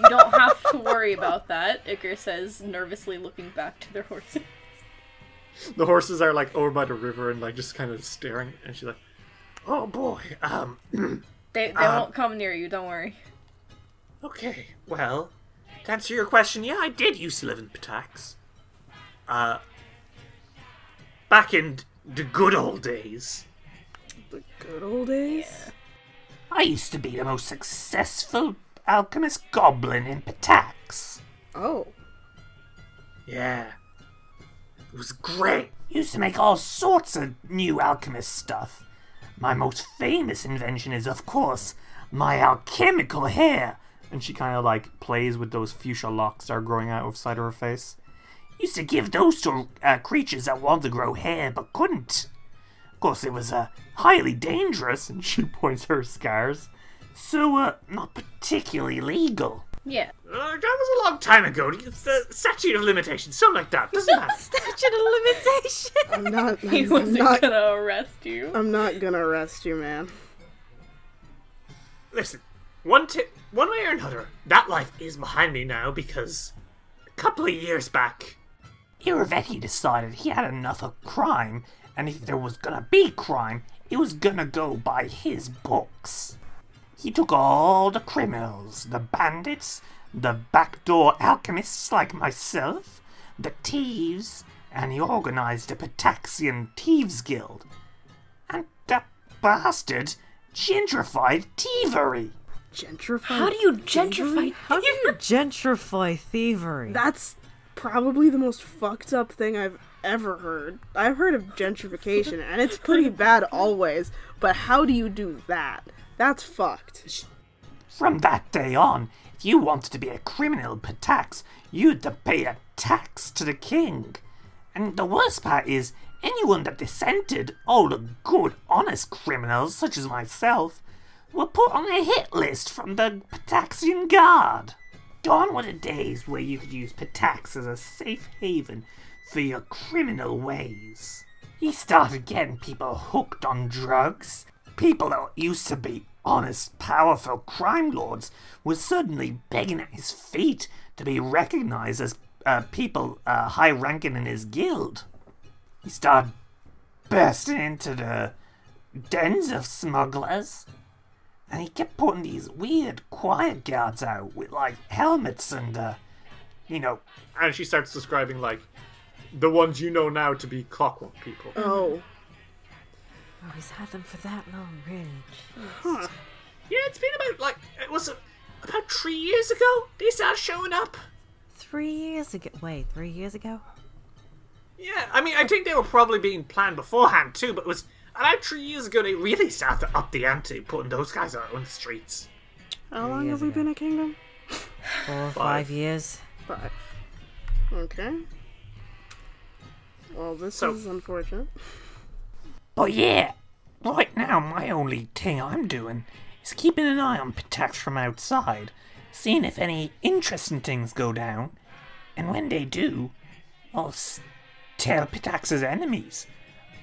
S2: you don't have to worry about that, Icar says, nervously looking back to their horse.
S6: The horses are like over by the river and like just kind of staring, and she's like, "Oh boy, um, *clears throat*
S2: They, they
S3: Uh,
S2: won't come near you, don't worry.
S6: Okay, well, to answer your question, yeah, I did used to live in Patax. Uh, back in the good old days.
S3: the good old days.
S1: I used to be the most successful alchemist goblin in Patax.
S3: Oh,
S6: Yeah. It was great.
S1: Used to make all sorts of new alchemist stuff. My most famous invention is, of course, my alchemical hair.
S6: And she kind of like plays with those fuchsia locks that are growing out of side of her face.
S1: Used to give those to uh, creatures that wanted to grow hair but couldn't. Of course, it was uh, highly dangerous,
S6: And
S1: *laughs*
S6: she points her scars.
S1: so uh, not particularly legal.
S2: Yeah.
S6: Uh, that was a long time ago. The statute of limitations, something like that. Doesn't
S2: *laughs*
S6: matter.
S4: Statute of limitation.
S3: I'm not. I'm,
S2: He wasn't
S3: not.
S2: gonna arrest you.
S3: I'm not gonna arrest you, man.
S6: Listen, one ti one way or another, that life is behind me now because a couple of years back,
S1: Iravetti decided he had enough of crime, and if there was gonna be crime, it was gonna go by his books. He took all the criminals, the bandits, the backdoor alchemists like myself, the thieves, and he organized a Pataxian Thieves Guild. And that bastard gentrified thievery.
S3: Gentrified.
S2: How do you gentrify?
S4: How do you gentrify thievery?
S3: That's probably the most fucked up thing I've ever heard. I've heard of gentrification, and it's
S4: *laughs*
S3: pretty bad always. But how do you do that? That's fucked.
S1: From that day on, if you wanted to be a criminal per tax, you had to pay a tax to the king. And the worst part is, anyone that dissented, all the good, honest criminals such as myself, were put on a hit list from the Pataxian Guard. Gone were the days where you could use Patax as a safe haven for your criminal ways. He started getting people hooked on drugs. People that used to be honest, powerful crime lords were suddenly begging at his feet to be recognized as uh, people uh, high ranking in his guild. He started bursting into the dens of smugglers. And he kept putting these weird quiet guards out with like helmets and, uh, you know,
S6: and she starts describing like the ones you know now to be clockwork people.
S3: Oh,
S4: oh, he's had them for that long, really.
S6: Yeah, it's been about like it was about three years ago. They started showing up.
S4: Three years ago. Wait, three years ago?
S6: Yeah, I mean, I think they were probably being planned beforehand too, but it was about three years ago they really started to up the ante, putting those guys out on the streets.
S3: how long have
S4: years
S3: we
S4: ago.
S3: been a kingdom?
S4: Four or five, years.
S3: Five. Okay. Well, this
S6: So-
S3: is unfortunate.
S1: But yeah, right now my only thing I'm doing is keeping an eye on Patax from outside, seeing if any interesting things go down, and when they do, I'll s- tell Patax's enemies.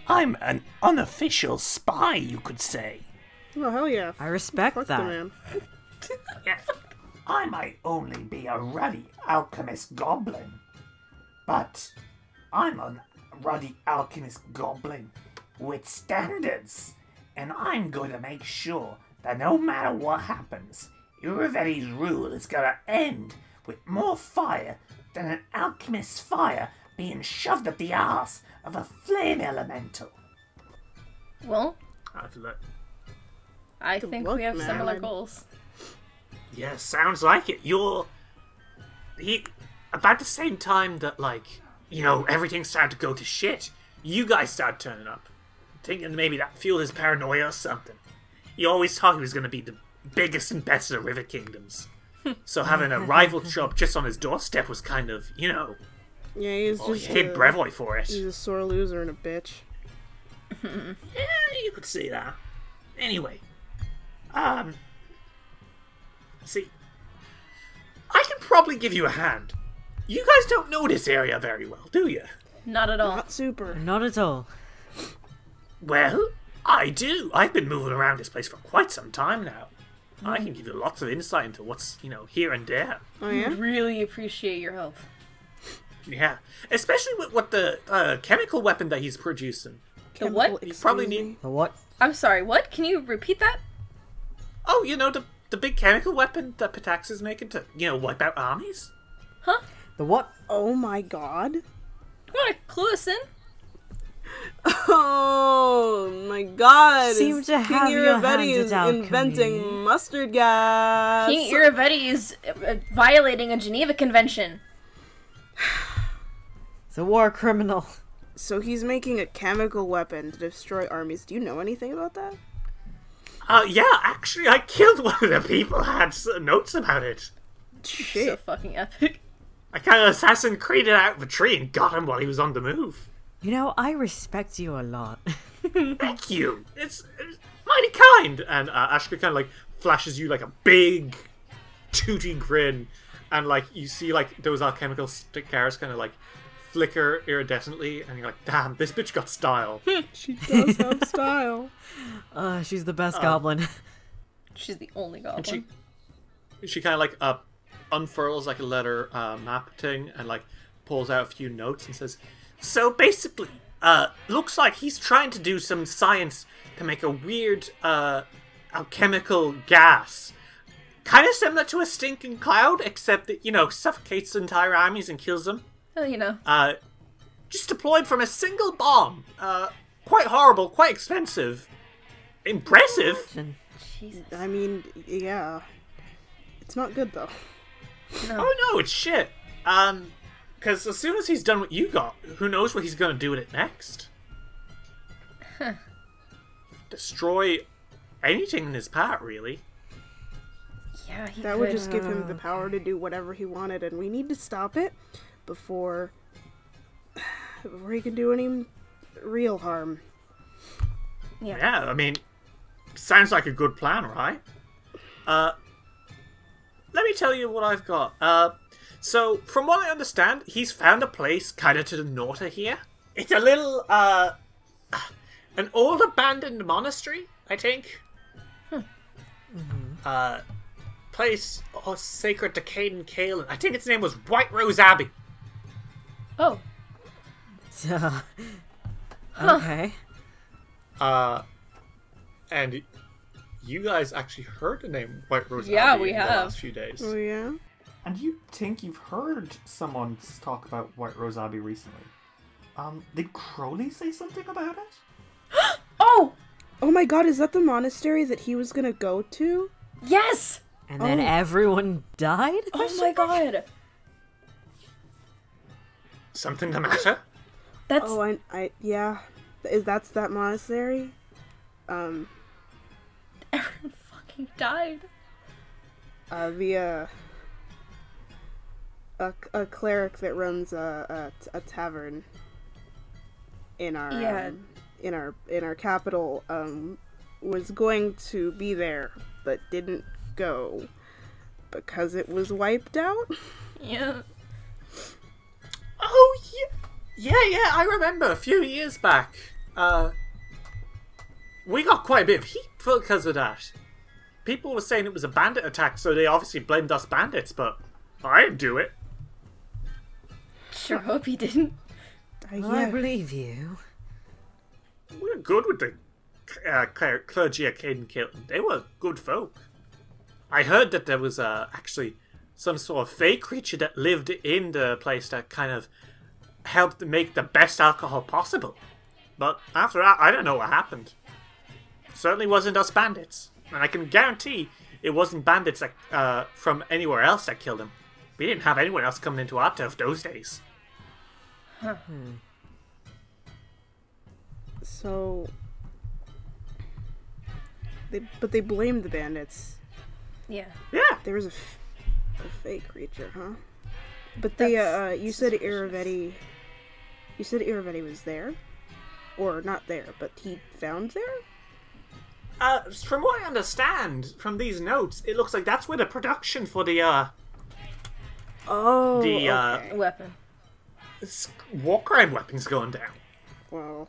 S1: I'm an unofficial spy, you could say.
S3: Oh hell yeah!
S4: I respect
S3: Fuck the
S4: that.
S3: man.
S1: Yes, I might only be a ruddy alchemist goblin, but I'm a ruddy alchemist goblin with standards, and I'm going to make sure that no matter what happens, Uravetti's rule is going to end with more fire than an alchemist's fire
S7: being shoved up the arse of a flame elemental.
S2: Well,
S1: I feel like.
S2: I think
S3: luck,
S2: we have similar
S3: man.
S2: goals.
S1: Yeah, sounds like it. You're. He, about the same time that, like, you know, everything started to go to shit, you guys started turning up. Thinking maybe that fueled his paranoia or something. You always thought he was going to be the biggest and best of the River Kingdoms. so having a rival job just on his doorstep was kind of, you know,
S3: Oh, Yeah, he's just
S1: hit
S3: a,
S1: Brevoy for it.
S3: he's a sore loser and a bitch.
S1: Yeah, Eh, you could see that. Anyway, um, see, I can probably give you a hand. You guys don't know this area very well, do you?
S2: Not at all.
S3: Not super.
S4: Not at all.
S1: Well, I do. I've been moving around this place for quite some time now. I can give you lots of insight into what's, you know, here and there.
S3: Oh yeah.
S2: Really appreciate your help.
S1: Yeah, especially with what the uh, chemical weapon that he's producing.
S2: The what?
S3: Chemical,
S1: Probably
S3: excuse
S1: need-
S3: me.
S4: The what?
S2: I'm sorry. What? Can you repeat that?
S1: Oh, you know, the the big chemical weapon that Patax is making to, you know, wipe out armies.
S4: The what?
S3: Oh my god.
S2: You want to clue us in?
S3: Oh my god.
S4: Seem
S3: is
S4: to have
S3: King
S4: your
S3: Irivetti
S4: hand
S3: is
S4: out,
S3: inventing
S4: Camille.
S3: mustard gas.
S2: King Iravetti is uh, uh, violating a Geneva Convention.
S4: It's a war criminal.
S3: so he's making a chemical weapon to destroy armies. Do you know anything about that?
S1: Uh, yeah, actually, I killed one of the people. I had s- notes about it.
S3: Shit.
S2: So fucking epic.
S1: I kind of assassin created out of a tree and got him while he was on the move.
S4: You know, I respect you a lot. *laughs*
S1: Thank you. It's, it's mighty kind. And uh, Ashka kind of like flashes you like a big, tooty grin, and like you see like those alchemical stick arrows kind of like flicker iridescently, and you're like, damn, this bitch got style.
S3: she does *laughs* have style.
S4: uh, she's the
S6: Oh.
S4: best goblin. *laughs*
S2: She's the only goblin.
S1: she she kind of like uh, unfurls like a letter uh, map thing and like pulls out a few notes and says so basically uh looks like he's trying to do some science to make a weird uh alchemical gas kind of similar to a stinking cloud except that you know suffocates entire armies and kills them
S2: Well, you know.
S1: uh just deployed from a single bomb uh quite horrible quite expensive impressive
S2: Jesus.
S3: I mean, yeah. It's not good though.
S1: Oh no, it's shit. Um, because as soon as he's done what you got, who knows what he's gonna do with it next? Destroy anything in his path, really.
S2: Yeah, he
S3: That
S2: could.
S3: would just give him the power to do whatever he wanted, and we need to stop it before before he can do any real harm.
S1: Yeah, I mean, sounds like a good plan, right? Uh, let me tell you what I've got. Uh, so from what I understand, he's found a place kind of to the north of here. It's a little uh, an old abandoned monastery, I think. Uh, place or sacred to Caden Kalen. I think its name was White Rose Abbey.
S2: Oh,
S4: So, *laughs* okay.
S8: Uh, and you guys actually heard the name White Rose
S2: Yeah,
S8: Abbey
S2: we
S8: in the
S2: have.
S8: last few days.
S3: Oh yeah.
S8: And you think you've heard someone s- talk about White Rose Abbey recently. Um, did Crowley say something about it?
S2: oh,
S3: Oh my god, is that the monastery that he was gonna go to?
S2: yes.
S4: And then everyone died?
S2: Oh my god.
S1: Something the matter?
S2: That's
S3: Oh, I, I yeah. Is that's that monastery? Um,
S2: everyone *laughs* fucking died.
S3: uh, the uh, a, a cleric that runs a, a, a tavern in our
S2: Yeah.
S3: um, in our in our capital um was going to be there but didn't go because it was wiped out.
S2: Yeah.
S1: Oh yeah, yeah, yeah. I remember a few years back. Uh, we got quite a bit of heat because of that. People were saying it was a bandit attack, so they obviously blamed us bandits. But I didn't do it.
S2: Sure hope he didn't.
S3: Uh,
S4: Well,
S3: *laughs*
S4: I
S3: yeah.
S4: believe you.
S1: We were good with the uh, cler- clergy at Caden Kilton. They were good folk. I heard that there was uh, actually some sort of fey creature that lived in the place that kind of helped make the best alcohol possible. But after that, I don't know what happened. Certainly wasn't us bandits, and I can guarantee it wasn't bandits that, uh, from anywhere else that killed him. We didn't have anyone else coming into our turf those days.
S3: So. They, but they blamed the bandits.
S2: Yeah.
S1: Yeah,
S3: There was a, f- a fake creature, huh? But they, uh,
S2: That's
S3: you said Iravetti. You said Iravetti was there? Or not there, but he found there?
S1: Uh, from what I understand from these notes, it looks like that's where the production for the uh,
S3: Oh,
S1: The, uh,
S3: okay.
S2: Weapon.
S1: s- war crime weapons going down.
S3: Well.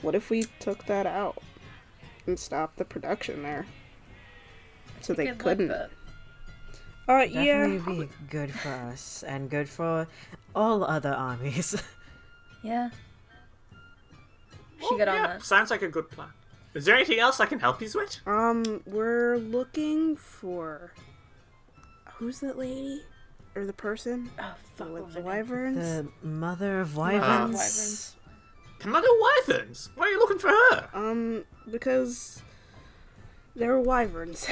S3: What if we took that out and stopped the production there? So they
S2: Good luck,
S3: couldn't.
S2: but-
S3: uh,
S4: Definitely
S3: yeah.
S4: be good for us and good for all other armies. *laughs*
S2: Yeah. She got on
S1: Oh, Yeah,
S2: that.
S1: sounds like a good plan. Is there anything else I can help you with?
S3: Um, we're looking for. Who's that lady? Or the person?
S2: Oh, fuck. what
S3: With
S2: was her
S3: the
S2: name?
S3: wyverns?
S4: the mother of wyverns.
S1: Mother Wyverns? Why are you looking for her?
S3: Um, because there were wyverns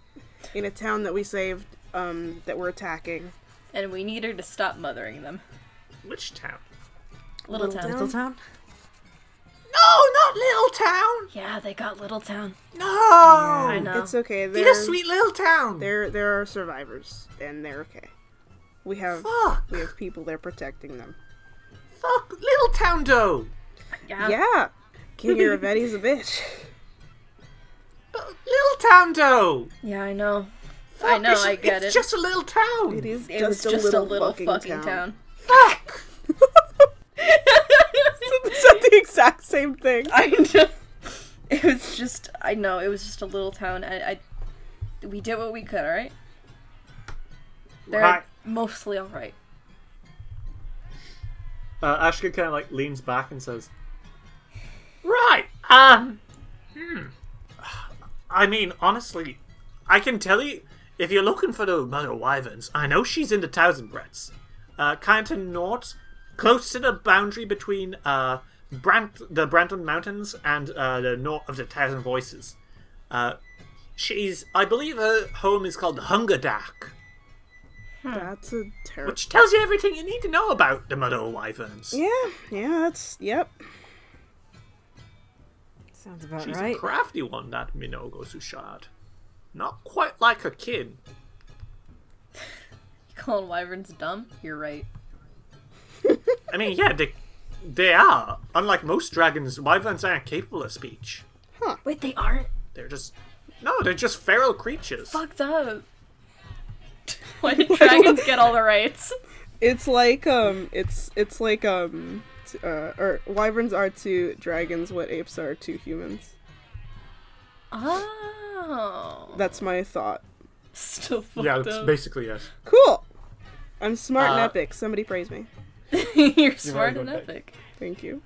S3: *laughs* in a town that we saved, um, that we're attacking.
S2: And we need her to stop mothering them.
S1: Which town?
S2: Little,
S3: Little
S2: town.
S4: Little town.
S1: No, not Little Town!
S2: Yeah, they got Little Town.
S1: No!
S2: I know.
S3: It's okay. They're,
S1: Dear sweet Little Town!
S3: There, there are survivors, and they're okay. We have
S1: Fuck!
S3: we have people there protecting them.
S1: Fuck Little Town, though!
S2: Yeah.
S3: yeah,
S2: *laughs*
S3: King Iravetti's a bitch.
S1: But Little Town, though!
S2: Yeah, I know.
S1: Fuck,
S2: I know,
S1: it's-
S2: I get
S1: It's
S2: it.
S1: just a little town!
S3: It is
S2: It
S3: just,
S2: was
S3: a,
S2: just
S3: little
S2: a little
S3: fucking, town.
S1: Fuck!
S3: *laughs* It's not the exact same thing.
S2: *laughs* I know. It was just. I know. It was just a little town. I. I we did what we could. All right. They're
S1: Right.
S2: mostly all right.
S9: Uh, Ashka kind of like leans back and says,
S1: Right. Um. Hmm. I mean, honestly, I can tell you if you're looking for the Mother Wyverns, I know she's in the Thousandbreds, uh, kind of north, close to the boundary between uh, Brant- the Branton Mountains and uh, the north of the Thousand Voices. Uh, she's, I believe, her home is called Hungerdark,
S3: That's a terrible.
S1: which tells you everything you need to know about the Mother Wyverns.
S3: Yeah, yeah. That's yep.
S4: Sounds about
S1: She's
S4: right.
S1: a crafty one, that Minogo Sushard. Not quite like her kin.
S2: You calling wyverns dumb? You're right.
S1: I mean, yeah, they, they are. Unlike most dragons, wyverns aren't capable of speech.
S2: Wait, they aren't.
S1: They're just. No, they're just feral creatures.
S2: Fucked up. *laughs* Why did dragons get all the rights?
S3: It's like um, it's it's like um, t- uh, or wyverns are to dragons what apes are to humans.
S2: *laughs* Oh.
S3: That's my thought.
S2: Still fucked
S9: Yeah, that's
S2: up.
S9: basically it.
S3: Cool. I'm smart and
S1: Uh,
S3: epic. Somebody praise me.
S2: *laughs* You're smart
S9: good
S2: and
S9: day.
S2: epic.
S1: *laughs*
S3: Thank you.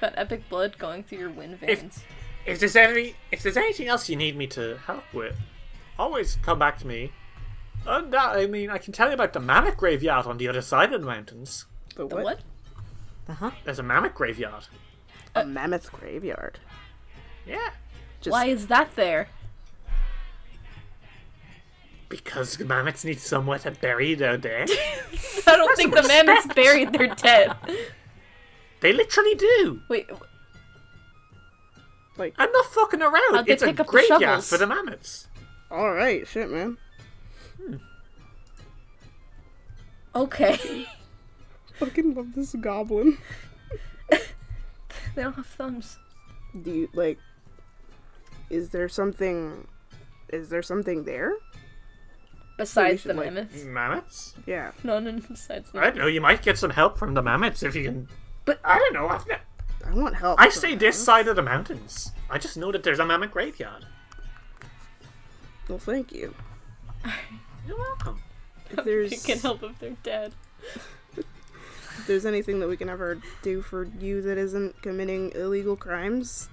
S2: Got epic blood going through your wind veins.
S1: If there's any, if there's anything else you need me to help with, always come back to me. And that, I mean, I can tell you about the mammoth graveyard on the other side of the mountains.
S3: The
S2: The what?
S4: Uh huh.
S1: There's a mammoth graveyard. Uh,
S3: A mammoth graveyard.
S1: Yeah,
S3: Just
S2: Why is that there? *laughs*
S1: because the mammoths need somewhere to bury their dead.
S2: I don't think the mammoths buried their dead. *laughs*
S1: they literally do.
S2: Wait,
S1: I'm not fucking around.
S2: How'd they
S1: it's a
S2: pick up the
S1: graveyard
S2: shovels?
S1: for the mammoths.
S3: all right, shit, man.
S2: okay. *laughs*
S3: Fucking love this goblin.
S2: They don't have thumbs.
S3: Do you like? Is there something? Is there something there?
S2: Besides the
S3: should, like-
S2: mammoths.
S1: Mammoths?
S3: Yeah.
S2: No, no, no, besides the
S1: I don't know. You might get some help from the mammoths if you can. But I don't know. I've ne-
S3: I want help.
S1: I
S3: from
S1: say
S3: that.
S1: this side of the mountains. I just know that there's a mammoth graveyard.
S3: Well, thank you.
S1: You're welcome.
S3: *laughs* If
S2: You
S3: there's
S2: *laughs* can help if they're dead.
S3: if there's anything that we *laughs* can ever do for you that isn't committing illegal crimes,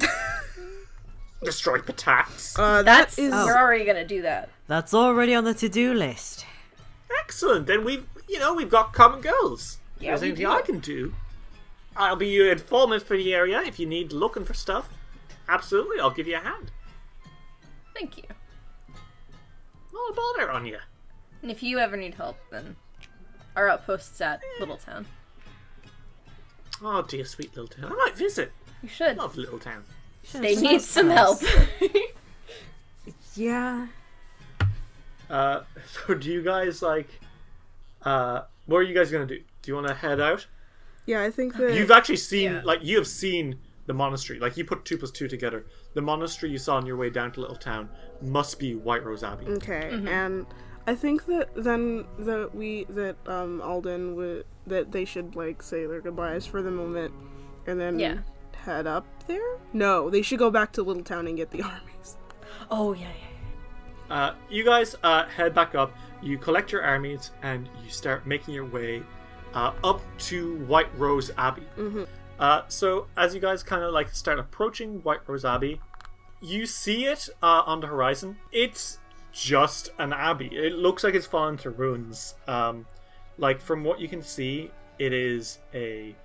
S10: destroy Patax.
S3: Uh,
S2: That's
S3: that is
S2: we're already gonna do that.
S4: That's already on the to-do list.
S10: Excellent. Then we've, you know, we've got common goals.
S2: Yeah,
S10: if
S2: we
S10: there's anything
S2: do.
S10: I can do, I'll be your informant for the area if you need looking for stuff. Absolutely, I'll give you a hand.
S2: Thank you.
S10: Not a bother on you.
S2: And if you ever need help, then our outpost's at Little Town.
S10: Oh dear, sweet little town. I might visit.
S2: You should.
S10: Love little town.
S2: They need some help.
S4: Yeah.
S1: Uh, *laughs* so do you guys like? Uh, what are you guys gonna do? Do you want to head out?
S3: yeah. I think that
S1: You've actually seen
S2: Yeah.
S1: like you have seen the monastery. Like you put two plus two together. The monastery you saw on your way down to Little Town must be White Rose Abbey.
S3: okay, and I think that then that we that um Alden would that they should like say their goodbyes for the moment, and then
S2: Yeah.
S3: head up there. No, they should go back to Little Town and get the *laughs* armies.
S2: *laughs* oh yeah, yeah.
S1: Uh, you guys uh, head back up. You collect your armies and you start making your way uh, up to White Rose Abbey. Uh, so as you guys kind of like start approaching White Rose Abbey, you see it uh, on the horizon. It's just an abbey. It looks like it's fallen to ruins. Um, like from what you can see, it is a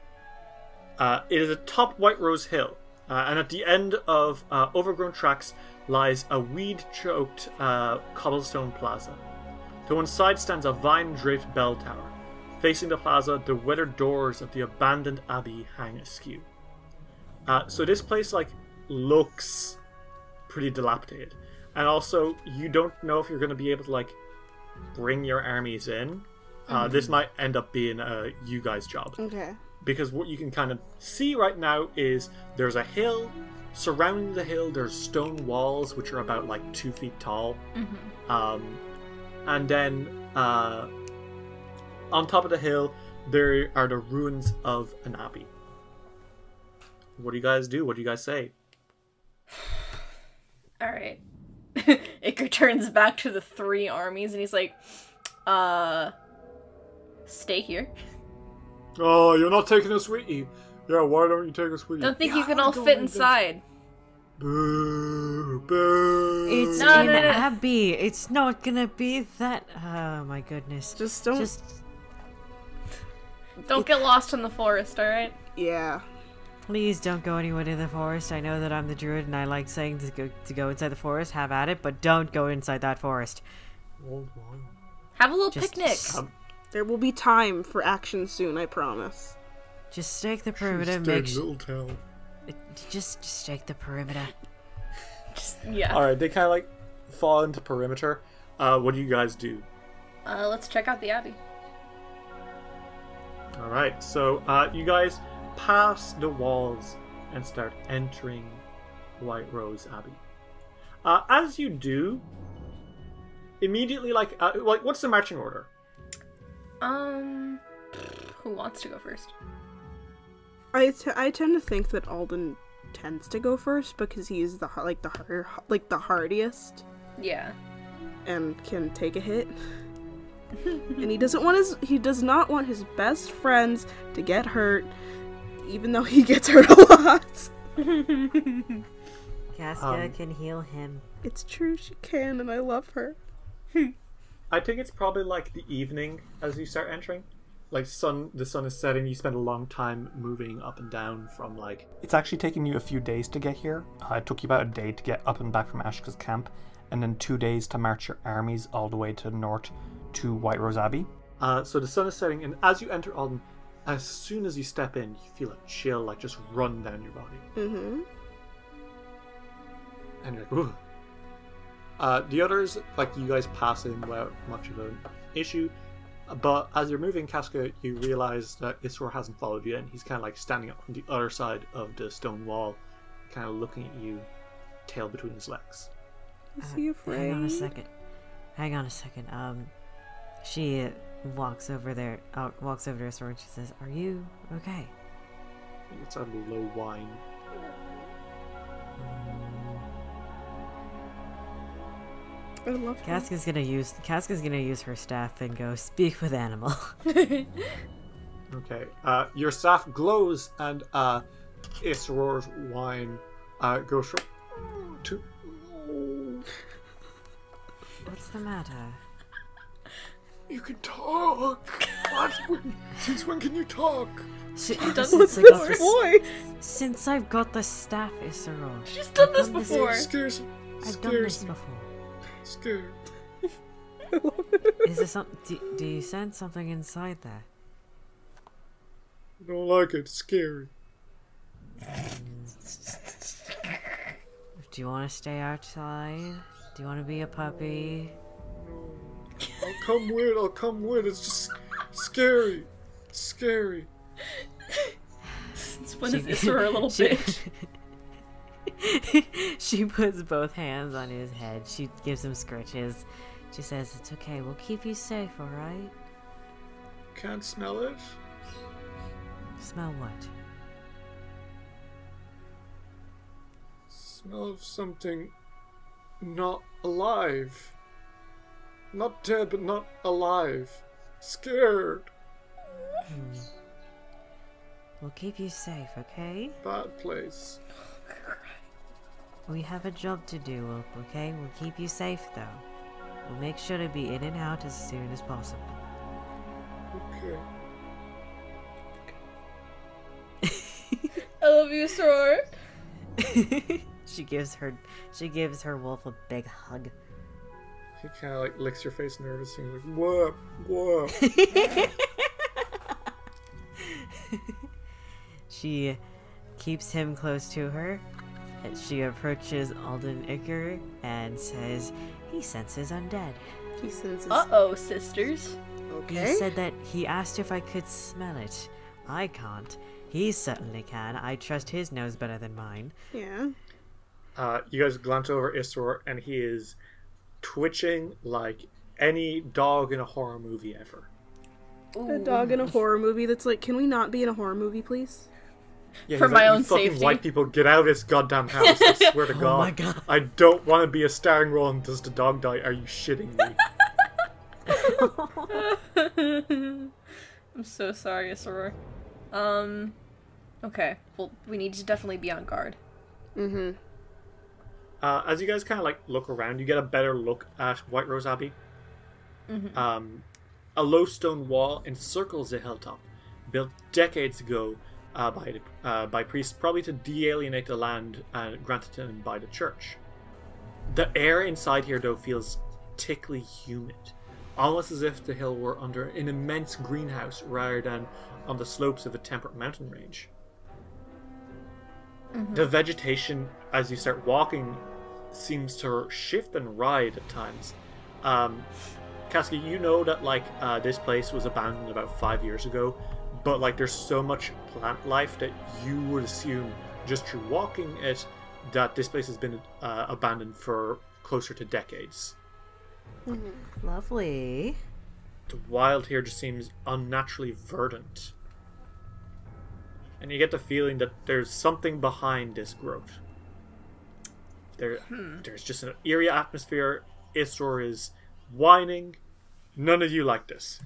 S1: uh, it is atop White Rose Hill, uh, and at the end of uh, overgrown tracks lies a weed choked uh, cobblestone plaza. To one side stands a vine draped bell tower. Facing the plaza, the weathered doors of the abandoned abbey hang askew. Uh, so this place, like, looks pretty dilapidated. And also, you don't know if you're going to be able to, like, bring your armies in. Uh, This might end up being uh, you guys' job
S3: Okay.
S1: because what you can kind of see right now is there's a hill surrounding the hill there's stone walls which are about like two feet tall
S2: Mm-hmm.
S1: um, and then uh, on top of the hill there are the ruins of an abbey what do you guys do what do you guys say
S2: All right. *laughs* Iker turns back to the three armies and he's like, uh, stay here.
S1: oh you're not taking us with you yeah why don't you take us with
S2: Don't think you can all fit inside.
S1: boo boo
S4: It's
S2: No,
S4: an
S2: no, no.
S4: abbey. It's not gonna be that. Oh my goodness.
S3: Just don't.
S4: Just
S2: Don't get lost in the forest, all right?
S3: Yeah.
S4: please don't go anywhere near the forest. I know that I'm the druid and I like saying to go to go inside the forest. Have at it, but don't go inside that forest.
S2: Have a little
S4: Just
S2: picnic.
S4: s-
S3: There will be time for action soon, I promise.
S4: Just stake the perimeter. Make sh- just just stake the perimeter.
S2: Just, yeah.
S1: all right they kind of like fall into perimeter uh, what do you guys do
S2: Uh, let's check out the abbey.
S1: All right, so uh, you guys pass the walls and start entering White Rose Abbey. Uh, as you do, immediately, like, uh, like, what's the marching order?
S2: Um, who wants to go first?
S3: I, t- I tend to think that Alden tends to go first because he's the har- like the har- like the hardiest
S2: Yeah.
S3: and can take a hit. and he doesn't want his he does not want his best friends to get hurt, even though he *laughs* gets hurt a lot.
S4: Casca
S1: Um,
S4: can heal him.
S3: It's true, she can, and I love her.
S1: I think it's probably like the evening as you start entering. Like sun, the sun is setting. You spend a long time moving up and down from like.
S5: It's actually taken you a few days to get here. Uh, it took you about a day to get up and back from Ashka's camp, and then two days to march your armies all the way to the north to White Rose Abbey.
S1: Uh, so the sun is setting, and as you enter Alden, as soon as you step in, you feel a chill like just run down your body.
S3: Mm-hmm.
S1: And you're like, ooh. Uh, the others, like, you guys pass in without much of an issue. But as you're moving Casca, you realize that Isor hasn't followed you, and he's kind of like standing on the other side of the stone wall, kind of looking at you, tail between his legs.
S3: Is he
S4: Uh, Hang on a
S3: afraid?
S4: second. Hang on a second. Um, she uh, walks over there. Uh, walks over to her sword and she says, "Are you okay?"
S1: It's a low whine.
S3: I love her.
S4: Casca's gonna use Casca's gonna use her staff and go speak with animal. *laughs*
S1: Okay. Uh, your staff glows, and uh, Isor's whine uh, goes from to "Oh,
S4: What's the matter?
S1: you can talk. What? When, since when can you talk?
S4: Since,
S2: What's
S4: *laughs* I got
S2: this
S4: the-
S3: Voice.
S4: since I've got the staff, Isserol.
S2: She's done this
S4: I've done this-
S2: before.
S1: Scares,
S4: I've done this
S1: scares,
S4: before.
S1: scares.
S4: Is there some? Do, do you sense something inside there?
S1: I don't like it. Scary.
S4: Do you want to stay outside? Do you want to be a puppy?
S1: I'll come with. I'll come with. It's just scary. Scary.
S2: Since when *laughs* is *laughs* this for a
S4: *laughs*
S2: little bitch?
S4: she puts both hands on his head. She gives him scratches. She says, "It's okay. We'll keep you safe. All right."
S1: Can't smell it.
S4: Smell what?
S1: Smell of something not alive. Not dead, but not alive. Scared.
S4: Hmm. We'll keep you safe, okay?
S1: Bad place.
S4: We have a job to do, okay? We'll keep you safe, though. We'll make sure to be in and out as soon as possible.
S1: Okay.
S2: I love you, Soror.
S4: she gives her she gives her wolf a big hug.
S1: He kind of like licks your face nervously. He's like, whoop, whoop.
S4: She keeps him close to her. And she approaches Alden Icker and says, "He senses undead."
S3: He senses.
S2: Uh oh, sisters. *laughs*
S3: okay.
S4: He said that he asked if I could smell it. I can't. He certainly can. I trust his nose better than mine.
S3: yeah.
S1: Uh, you guys glance over Isror, and he is twitching like any dog in a horror movie ever.
S3: A dog in a horror movie that's like, can we not be in a horror movie, please?
S1: Yeah,
S2: For
S1: he's
S2: my
S1: like,
S2: own
S1: you fucking
S2: safety."
S1: White people, get out of this goddamn house! I
S2: *laughs*
S1: swear to God,
S4: Oh my God.
S1: I don't want to be a starring role in Does the Dog Die? Are you shitting me?
S2: I'm so sorry, Soror. Um, okay. Well, we need to definitely be on guard.
S1: Uh, as you guys kind of like look around, you get a better look at White Rose Abbey. Um, a low stone wall encircles the hilltop, built decades ago uh, by the, uh, by priests, probably to de-alienate the land uh, granted to them by the church. The air inside here, though, feels tickly humid, almost as if the hill were under an immense greenhouse rather than on the slopes of a temperate mountain range. The vegetation, as you start walking, seems to shift and ride at times. Um, Casca, you know that like uh, this place was abandoned about five years ago, but like there's so much plant life that you would assume just through walking it that this place has been uh, abandoned for closer to decades.
S4: Lovely.
S1: The wild here just seems unnaturally verdant, and you get the feeling that there's something behind this growth. There, there's just an eerie atmosphere. Isor is whining. None of you like this.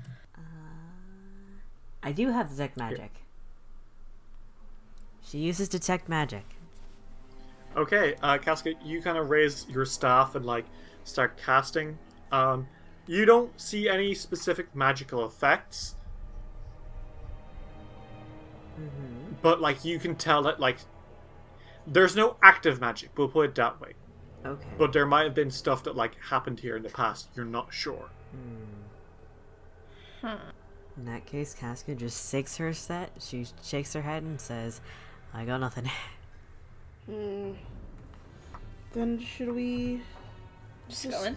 S4: I do have detect magic. She uses detect magic.
S1: Okay, uh, Casca, you kind of raise your staff and like start casting. Um, you don't see any specific magical effects, but like you can tell that like there's no active magic. We'll put it that way.
S4: Okay.
S1: But there might have been stuff that like happened here in the past. You're not sure.
S4: In that case, Casca just shakes her set. She shakes her head and says, "I got nothing." *laughs*
S3: Mm. Then should we?
S2: Just going.
S3: I mean,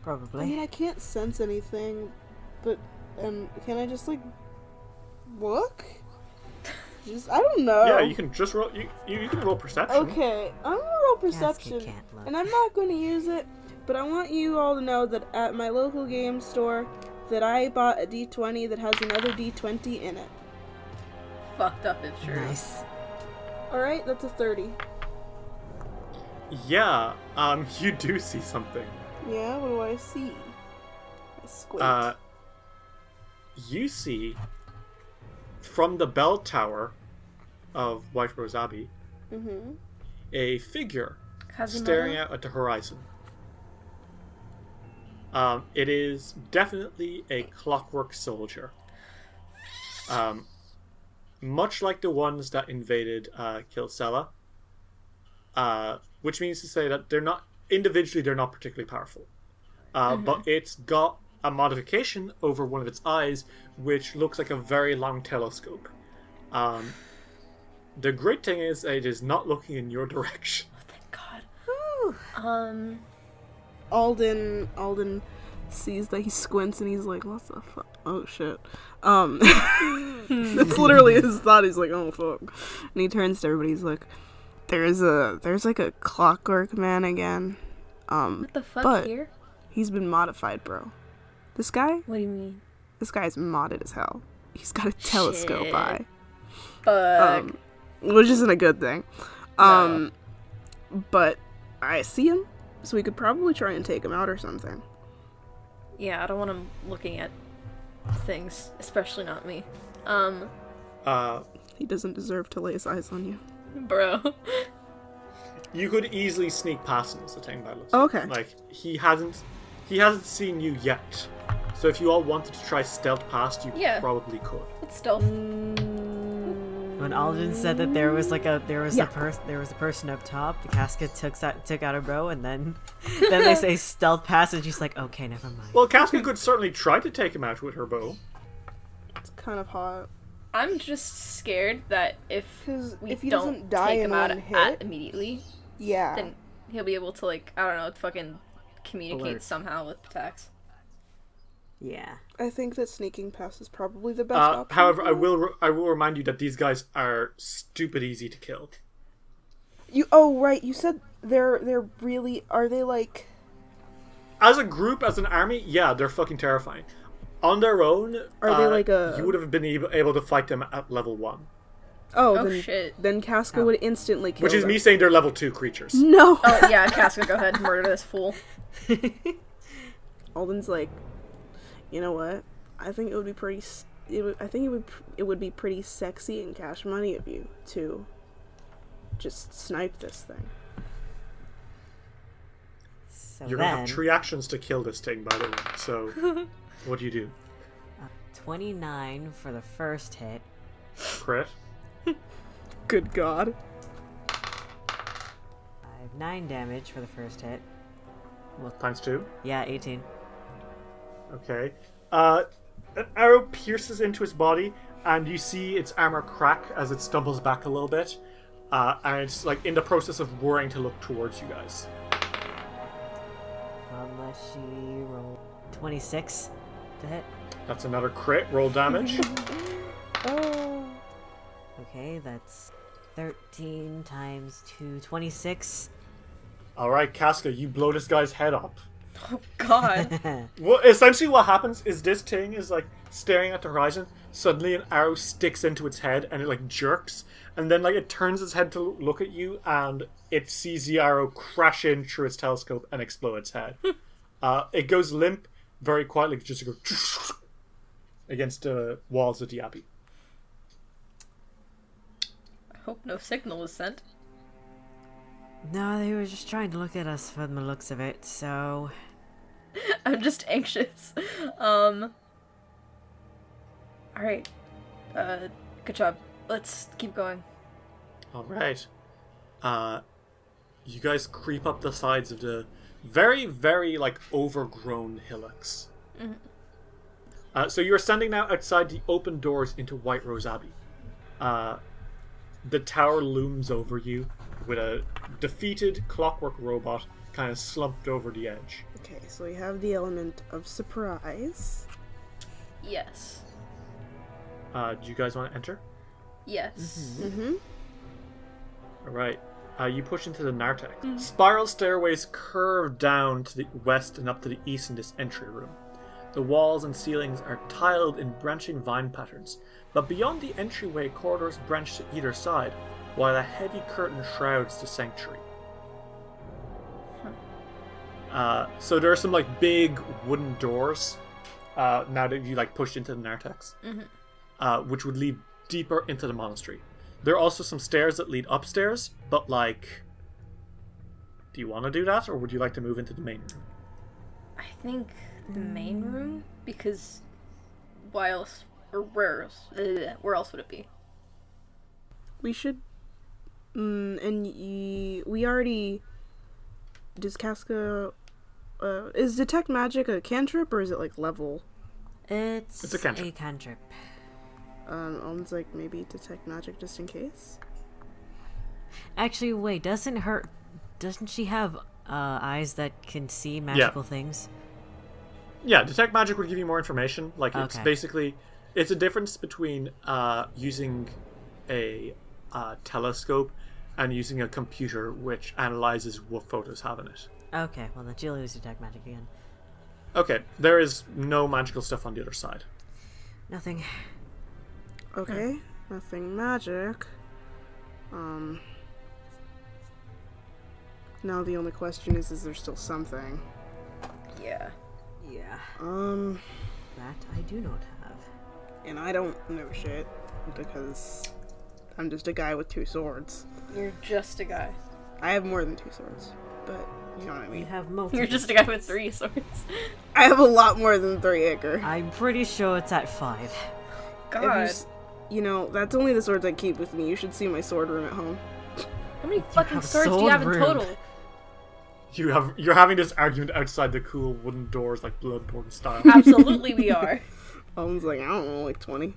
S4: Probably.
S3: I can't sense anything, but um, can I just like look? Just I don't know.
S1: Yeah, you can just roll. You, you, you can roll perception.
S3: Oh. Okay, I'm gonna roll perception,
S4: can't look.
S3: and I'm not gonna use it, but I want you all to know that at my local game store, that I bought a D20 that has another D20 in it.
S2: Fucked up if true.
S4: Nice.
S3: All right, that's a 30.
S1: Yeah. Um, *laughs* you do see something.
S3: Yeah, what do I see? I squint.
S1: Uh, you see from the bell tower of White Rose Abbey a figure
S2: Kazuma.
S1: staring out at the horizon. Um, it is definitely a clockwork soldier. Um, much like the ones that invaded uh, Kilsella, uh, which means to say that they're not individually they're not particularly powerful, uh, but it's got a modification over one of its eyes, which looks like a very long telescope. Um, the great thing is it is not looking in your *laughs* direction.
S2: Thank God. Um.
S3: Alden Alden sees that he squints and he's like, "What the fuck? Oh shit!" Um, *laughs* that's literally his thought. He's like, "Oh fuck," and he turns to everybody. He's like, "There's a there's like a clockwork man again. Um,
S2: What the fuck
S3: But-
S2: here?
S3: he's been modified, bro. This guy,
S2: What do you mean?
S3: this guy's modded as hell. He's got a telescope
S2: Shit.
S3: eye."
S2: Fuck.
S3: um, which isn't a good thing. Um, but I see him, so we could probably try and take him out or something.
S2: yeah, I don't want him looking at things, especially not me. Um,
S1: Uh,
S3: He doesn't deserve to lay his eyes on you.
S2: bro. *laughs*
S1: You could easily sneak past him. Is the thing that looks.
S3: Oh, okay.
S1: Like he hasn't, he hasn't seen you yet. So if you all wanted to try stealth past, you
S2: Yeah.
S1: probably could.
S2: It's stealth.
S4: When Alden said that there was like a there was
S3: Yeah.
S4: a person there was a person up top, the Casca took out took out a bro, and then *laughs* then they say stealth pass, and she's like, okay, never mind.
S1: Well, Casca could certainly try to take him out with her bow.
S3: It's kind of hot.
S2: I'm just scared that if
S3: 'Cause
S2: we
S3: if he
S2: don't
S3: doesn't die
S2: take
S3: in
S2: him out
S3: one hit-
S2: at immediately,
S3: Yeah.
S2: then he'll be able to like I don't know, fucking communicate
S4: Alert.
S2: somehow with Patax.
S4: yeah,
S3: I think that sneaking past is probably the best
S1: Uh,
S3: option.
S1: however, I
S3: here.
S1: will re- I will remind you that these guys are stupid easy to kill.
S3: You oh right, you said they're they're really are they like
S1: As a group, as an army, yeah, they're fucking terrifying. On their own, uh,
S3: Are they like a-
S1: You would have been able, able to fight them at level one,
S3: oh,
S2: Oh,
S3: then,
S2: shit.
S3: then Casca would instantly kill
S1: which is
S3: them.
S1: me saying they're level two creatures.
S3: *laughs* No.
S2: *laughs* Oh yeah, Casca, go ahead, murder this fool.
S3: Alden's like, you know what? I think it would be pretty. s- It would, I think it would. pr- It would be pretty sexy and cash money of you to just snipe this thing.
S4: so
S1: You're gonna
S4: then
S1: have three actions to kill this thing, by the way. So, what do you do?
S4: twenty nine for the first hit,
S1: Crit.
S3: Good God!
S4: I have nine damage for the first hit.
S1: times two.
S4: Yeah, eighteen.
S1: Okay. Uh, an arrow pierces into its body, and you see its armor crack as it stumbles back a little bit, uh, and it's like in the process of whirring to look towards you guys.
S4: Unless she rolled twenty six to hit.
S1: That's another crit. Roll damage.
S3: Oh,
S4: Okay, that's thirteen times two, 26.
S1: All right, Casca, you blow this guy's head up.
S2: *laughs* God.
S1: Well, essentially, what happens is this thing is like staring at the horizon. Suddenly, an arrow sticks into its head, and it like jerks, and then like it turns its head to look at you, and it sees the arrow crash in through its telescope and explode its head. uh, it goes limp very quietly, just go *laughs* against the walls of the abbey.
S2: I hope no signal was sent. *laughs*
S4: No, they were just trying to look at us from the looks of it, so.
S2: I'm just anxious. Um. All right. Uh, good job. Let's keep going.
S1: All right. Uh, you guys creep up the sides of the very, very like overgrown hillocks. Uh, so you're standing now outside the open doors into White Rose Abbey. Uh, the tower looms over you with a defeated clockwork robot kind of slumped over the edge.
S3: okay. So we have the element of surprise.
S2: Yes.
S1: Uh, do you guys want to enter?
S2: Yes.
S1: All right. Uh, you push into the narthex. Spiral stairways curve down to the west and up to the east in this entry room. The walls and ceilings are tiled in branching vine patterns, but beyond the entryway, corridors branch to either side, while a heavy curtain shrouds the sanctuary. Uh, so there are some like big wooden doors. Uh, now that you like pushed into the narthex, uh, which would lead deeper into the monastery. There are also some stairs that lead upstairs, but like, do you want to do that, or would you like to move into the main room?
S2: I think the main room because why else or where else? uh, Where else would it be?
S3: We should. Mm, and y- we already. Does Casca. Uh, is detect magic a cantrip or is it like level?
S4: It's,
S1: a cantrip.
S4: cantrip.
S3: Um, Ellen's like maybe detect magic just in case.
S4: Actually, wait, doesn't her. Doesn't she have uh, eyes that can see magical things?
S1: Yeah, detect magic would give you more information. Like it's
S4: Okay.
S1: basically it's a difference between uh, using a uh, telescope and using a computer which analyzes what photos have in it.
S4: Okay, well, then she lose detect magic again.
S1: Okay, there is no magical stuff on the other side.
S4: Nothing.
S3: Okay, nothing magic. Um. Now the only question is: Is there still something?
S2: Yeah.
S4: Yeah.
S3: Um,
S4: That I do not have.
S3: and I don't know shit because I'm just a guy with two swords.
S2: You're just a guy.
S3: I have more than two swords, but you know what I
S4: You
S3: mean.
S4: have multiple.
S2: You're just a guy with three swords.
S3: I have a lot more than three acre.
S4: I'm pretty sure it's at five.
S3: If you,
S2: God.
S3: s- you know, that's only the swords I keep with me. You should see my sword room at home.
S2: How many fucking
S4: have a
S2: swords do you
S4: sword
S2: have in
S4: room.
S2: total?
S1: You have you're having this argument outside the cool wooden doors like Bloodborne style.
S2: Absolutely, we are.
S3: Ellen's like, I don't know, like *laughs* 20.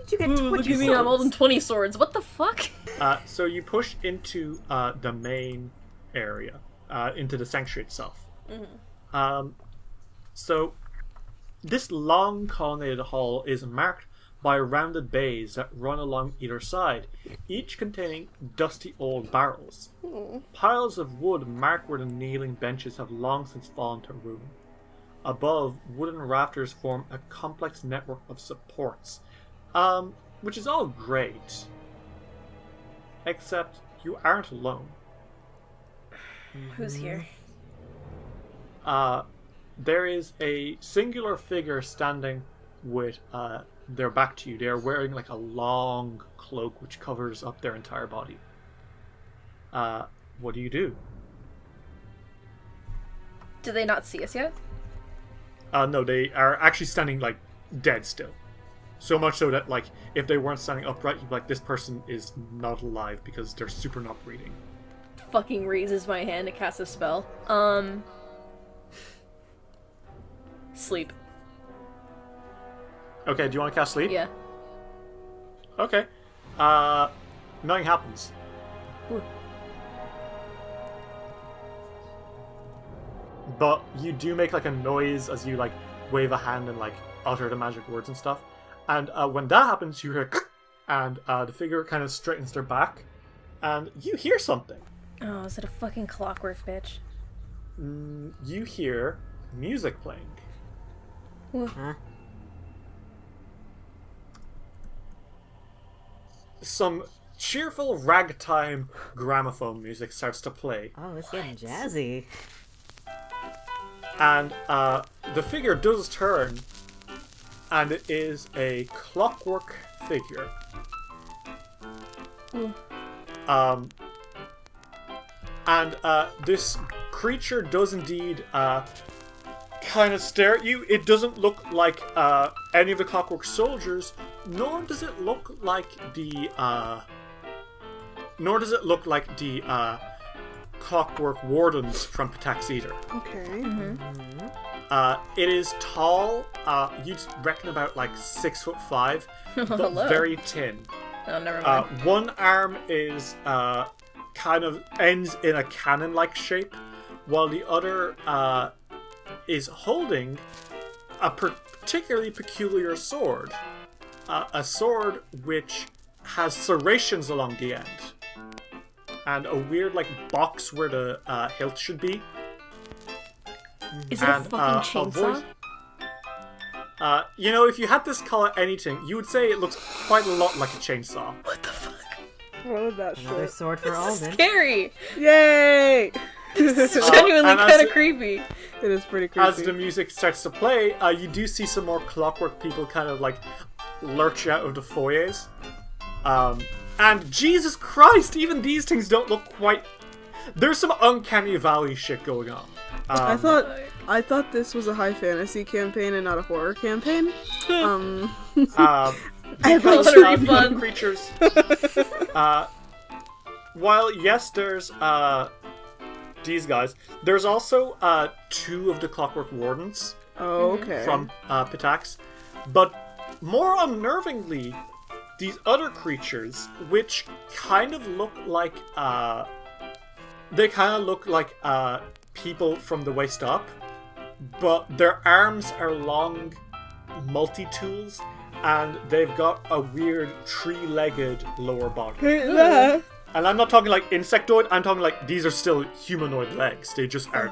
S4: Did you get
S2: Ooh, look at me, I'm holding 20 swords. What the fuck?
S1: Uh, so you push into uh, the main area, uh, into the sanctuary itself. Um, so this long colonnaded hall is marked by rounded bays that run along either side, each containing dusty old barrels. Piles of wood mark where the kneeling benches have long since fallen to ruin. Above, wooden rafters form a complex network of supports, um, which is all great except you aren't alone.
S2: Who's here?
S1: Uh, there is a singular figure standing with uh, their back to you. They are wearing like a long cloak which covers up their entire body. Uh, what do you do?
S2: Do they not see us yet?
S1: Uh, no, they are actually standing like dead still. So much so that like if they weren't standing upright, you'd be like, this person is not alive because they're super not breathing.
S2: Fucking raises my hand to cast a spell. Um. Sleep.
S1: Okay, do you want to cast sleep?
S2: Yeah.
S1: Okay. Uh, nothing happens. But you do make like a noise as you like wave a hand and like utter the magic words and stuff. And uh, when that happens, you hear and uh, the figure kind of straightens their back, and you hear something.
S2: Oh, is it a fucking clockwork, bitch?
S1: Mm, You hear music playing.
S4: Huh?
S1: Some cheerful ragtime gramophone music starts to play.
S4: Oh, it's getting jazzy.
S1: and uh, the figure does turn, and it is a clockwork figure. Um, and uh, this creature does indeed uh, kind of stare at you. It doesn't look like uh, any of the clockwork soldiers, nor does it look like the. Uh, nor does it look like the uh, clockwork wardens from Patax either.
S3: Okay.
S1: Uh, it is tall. Uh, you'd reckon about like six foot five, but
S2: Hello.
S1: very thin.
S2: Oh, never
S1: Uh,
S2: mind.
S1: one arm is uh, kind of ends in a cannon-like shape, while the other uh, is holding a particularly peculiar sword. Uh, a sword which has serrations along the end, and a weird like box where the uh, hilt should be.
S2: is it a
S1: and,
S2: fucking
S1: uh, a
S2: chainsaw?
S1: voice- Uh, you know, if you had this color anything, you would say it looks quite a lot like a chainsaw.
S2: what the fuck?
S3: What was that
S4: Another
S3: shit?
S4: sword for
S2: This
S4: Alden.
S2: is scary.
S3: Yay! *laughs*
S2: This is
S1: Uh,
S2: genuinely
S1: and as
S2: kind of
S1: it-
S2: creepy.
S3: It is pretty creepy.
S1: As the music starts to play, uh, you do see some more clockwork people kind of like lurch out of the foyers. Um, and Jesus Christ, even these things don't look quite. There's some uncanny valley shit going on.
S3: I thought I thought this was a high fantasy campaign and not a horror campaign.
S2: *laughs*
S3: Um,
S1: Um,
S3: *laughs* I thought
S2: That'll be
S1: Not fun
S2: fun.
S1: creatures. Uh, while yes, there's uh, these guys. There's also uh, two of the Clockwork Wardens
S3: oh, okay.
S1: from uh, Pitax, but more unnervingly, these other creatures, which kind of look like uh, they kind of look like uh, people from the waist up, but their arms are long multi tools, and they've got a weird tree-legged lower body. *laughs* And I'm not talking like insectoid. I'm talking like these are still humanoid legs. They just are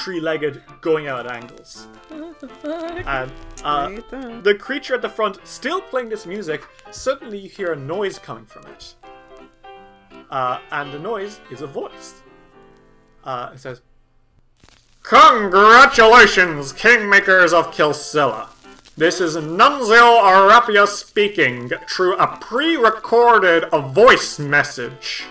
S1: tree-legged, going out at angles.
S2: What the
S3: *laughs*
S2: fuck?
S1: And uh,
S3: Right there.
S1: the creature at the front, still playing this music, suddenly you hear a noise coming from it. Uh, and the noise is a voice. Uh, it says, Congratulations, Kingmakers of Kilsilla. This is Nunzio Arapia speaking through a pre recorded voice message.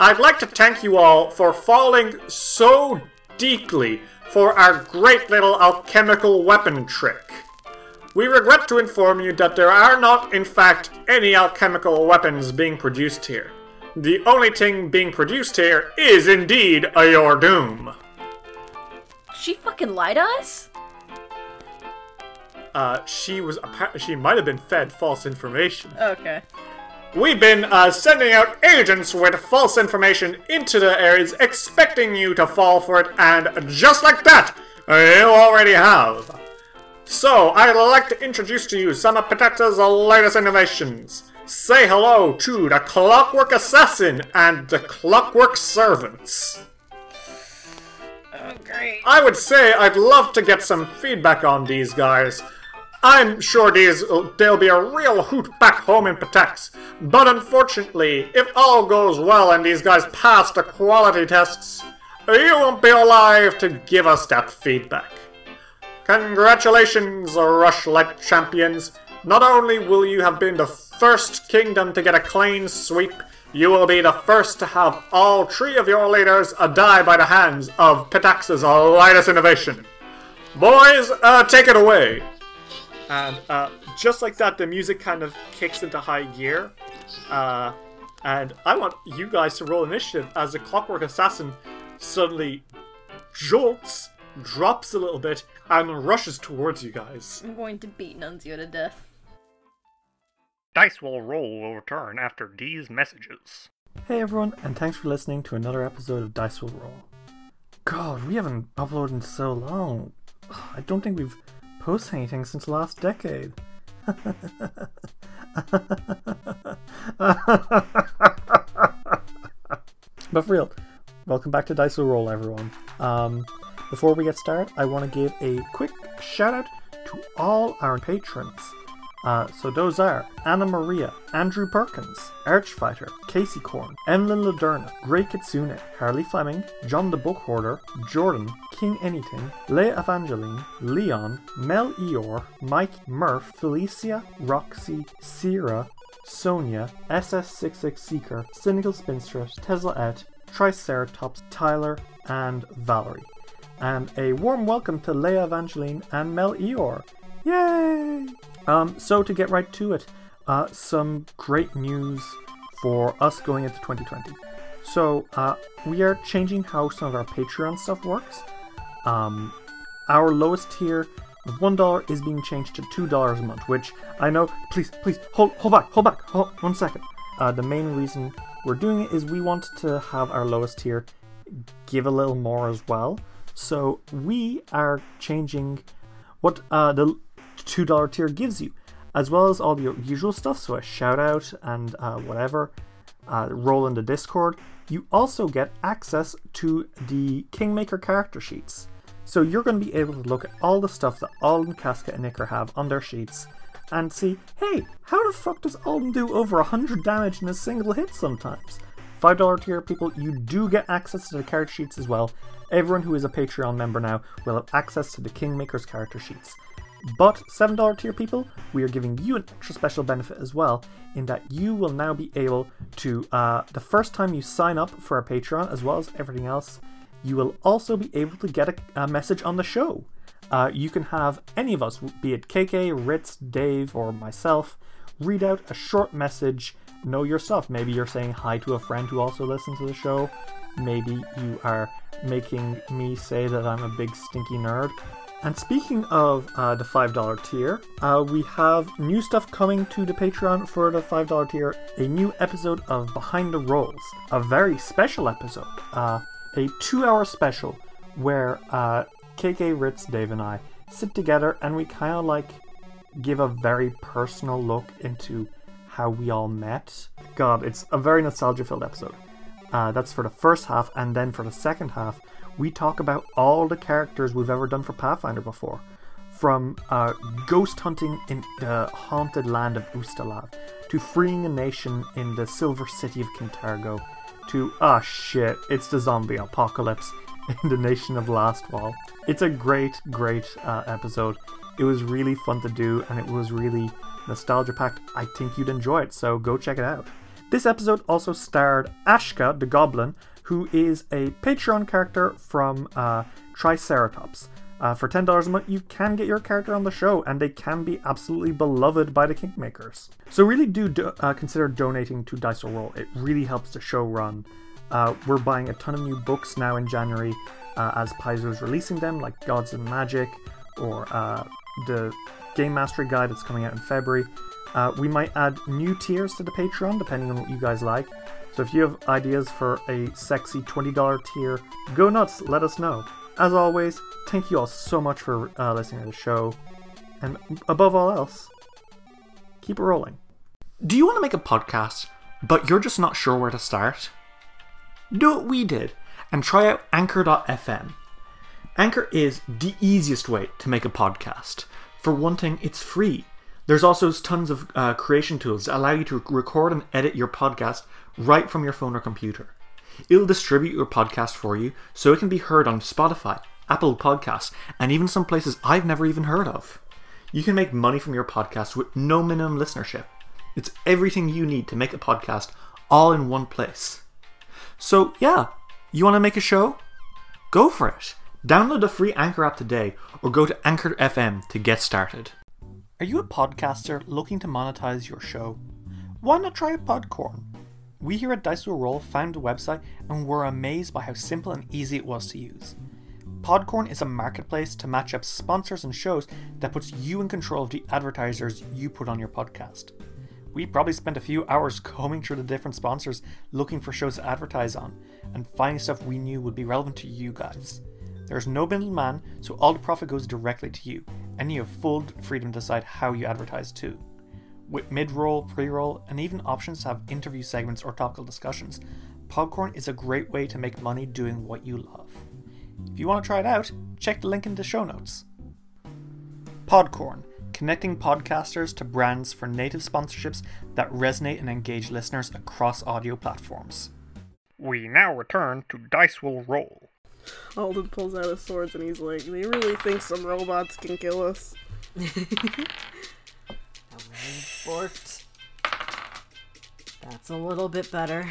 S1: I'd like to thank you all for falling so deeply for our great little alchemical weapon trick. We regret to inform you that there are not, in fact, any alchemical weapons being produced here. The only thing being produced here is indeed a your doom.
S2: She fucking lied to us?
S1: Uh, she was appa- she might have been fed false information.
S2: Okay.
S1: We've been uh, sending out agents with false information into the areas, expecting you to fall for it, and just like that, you already have. So, I'd like to introduce to you some of Pateta's latest innovations. Say hello to the Clockwork Assassin and the Clockwork Servants.
S2: Oh, great.
S1: I would say I'd love to get some feedback on these guys. I'm sure these they'll be a real hoot back home in Patex. But unfortunately, if all goes well and these guys pass the quality tests, you won't be alive to give us that feedback. Congratulations, Rushlight champions! Not only will you have been the first kingdom to get a clean sweep, you will be the first to have all three of your leaders uh, die by the hands of Pitax's lightest innovation. Boys, uh, take it away! And uh, just like that, the music kind of kicks into high gear. Uh, and I want you guys to roll initiative as the Clockwork Assassin suddenly jolts, drops a little bit, and rushes towards you guys.
S2: I'm going to beat Nunzio to death.
S1: Dice will roll will return after these messages. Hey everyone, and thanks for listening to another episode of Dice Will Roll. God, we haven't uploaded in so long. I don't think we've posted anything since last decade. *laughs* but for real, welcome back to Dice Will Roll, everyone. Um, before we get started, I want to give a quick shout out to all our patrons. Uh, so those are Anna Maria, Andrew Perkins, Archfighter, Casey Korn, Emlyn Laderna, Grey Kitsune, Harley Fleming, John the Book Hoarder, Jordan, King Anything, Leia Evangeline, Leon, Mel Eor, Mike Murph, Felicia, Roxy, Sierra, Sonia, SS66 Seeker, Cynical Spinstress, Tesla Et, Triceratops, Tyler, and Valerie. And a warm welcome to Leia Evangeline and Mel Eor. Yay! Um, so to get right to it, uh, some great news for us going into 2020. So uh, we are changing how some of our Patreon stuff works. Um, our lowest tier of one dollar is being changed to two dollars a month, which I know. Please, please hold, hold back, hold back, hold one second. Uh, the main reason we're doing it is we want to have our lowest tier give a little more as well. So we are changing what uh, the two dollar tier gives you, as well as all the usual stuff. So a shout out and uh, whatever. Uh, roll in the Discord. You also get access to the Kingmaker character sheets. So you're going to be able to look at all the stuff that Alden, Casca, and Icar have on their sheets and see, hey, how the fuck does Alden do over 100 damage in a single hit sometimes? $5 tier people, you do get access to the character sheets as well. Everyone who is a Patreon member now will have access to the Kingmaker's character sheets. But $7 tier people, we are giving you an extra special benefit as well, in that you will now be able to, uh, the first time you sign up for our Patreon, as well as everything else, you will also be able to get a, a message on the show. Uh, you can have any of us, be it KK, Ritz, Dave, or myself, read out a short message. Know your stuff. Maybe you're saying hi to a friend who also listens to the show. Maybe you are making me say that I'm a big stinky nerd. And speaking of uh, the $5 tier, uh, we have new stuff coming to the Patreon for the $5 tier. A new episode of Behind the Rolls, a very special episode, uh, a two hour special where uh, KK, Ritz, Dave, and I sit together and we kind of like give a very personal look into how we all met. God, it's a very nostalgia filled episode. Uh, that's for the first half, and then for the second half, we talk about all the characters we've ever done for Pathfinder before. From uh, ghost hunting in the haunted land of Ustalav, to freeing a nation in the silver city of Kintargo, to, ah shit, it's the zombie apocalypse *laughs* in the nation of Last Wall. It's a great, great uh, episode. It was really fun to do, and it was really nostalgia packed. I think you'd enjoy it, so go check it out. This episode also starred Ashka the Goblin, who is a Patreon character from uh, Triceratops. Uh, for $10 a month, you can get your character on the show, and they can be absolutely beloved by the Kingmakers. So, really do, do uh, consider donating to Dice Will Roll. It really helps the show run. Uh, we're buying a ton of new books now in January uh, as Paizo is releasing them, like Gods and Magic or uh, the Game Mastery Guide that's coming out in February. Uh, we might add new tiers to the Patreon depending on what you guys like. So if you have ideas for a sexy $20 tier, go nuts, let us know. As always, thank you all so much for uh, listening to the show. And above all else, keep it rolling.
S11: Do you want to make a podcast, but you're just not sure where to start? Do what we did and try out Anchor.fm. Anchor is the easiest way to make a podcast. For one thing, it's free. There's also tons of uh, creation tools that allow you to record and edit your podcast right from your phone or computer. It'll distribute your podcast for you so it can be heard on Spotify, Apple Podcasts, and even some places I've never even heard of. You can make money from your podcast with no minimum listenership. It's everything you need to make a podcast all in one place. So, yeah, you want to make a show? Go for it. Download the free Anchor app today or go to Anchor FM to get started. Are you a podcaster looking to monetize your show? Why not try Podcorn? We here at Dice Will Roll found the website and were amazed by how simple and easy it was to use. Podcorn is a marketplace to match up sponsors and shows that puts you in control of the advertisers you put on your podcast. We probably spent a few hours *laughs* combing through the different sponsors looking for shows to advertise on and finding stuff we knew would be relevant to you guys. There's no middleman, so all the profit goes directly to you, and you have full freedom to decide how you advertise too. With mid roll, pre roll, and even options to have interview segments or topical discussions, Podcorn is a great way to make money doing what you love. If you want to try it out, check the link in the show notes. Podcorn, connecting podcasters to brands for native sponsorships that resonate and engage listeners across audio platforms.
S12: We now return to Dice Will Roll.
S3: Alden pulls out his swords and he's like, they really think some robots can kill us.
S4: Borked. That's a little bit better.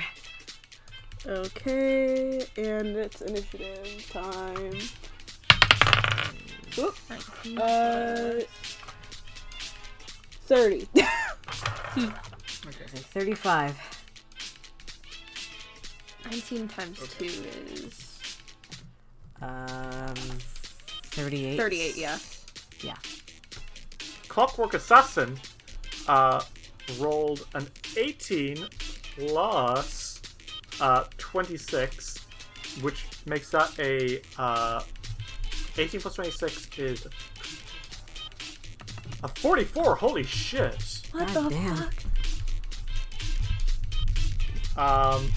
S3: Okay, and it's initiative time. Oop. Uh, 30.
S4: What did I say? 35.
S2: 19 times 2 is
S4: Um, 38.
S2: 38, yeah.
S4: Yeah.
S13: Clockwork Assassin uh, rolled an 18 plus uh, 26, which makes that a uh, 18 plus 26 is a 44. Holy shit!
S4: God damn.
S13: Um,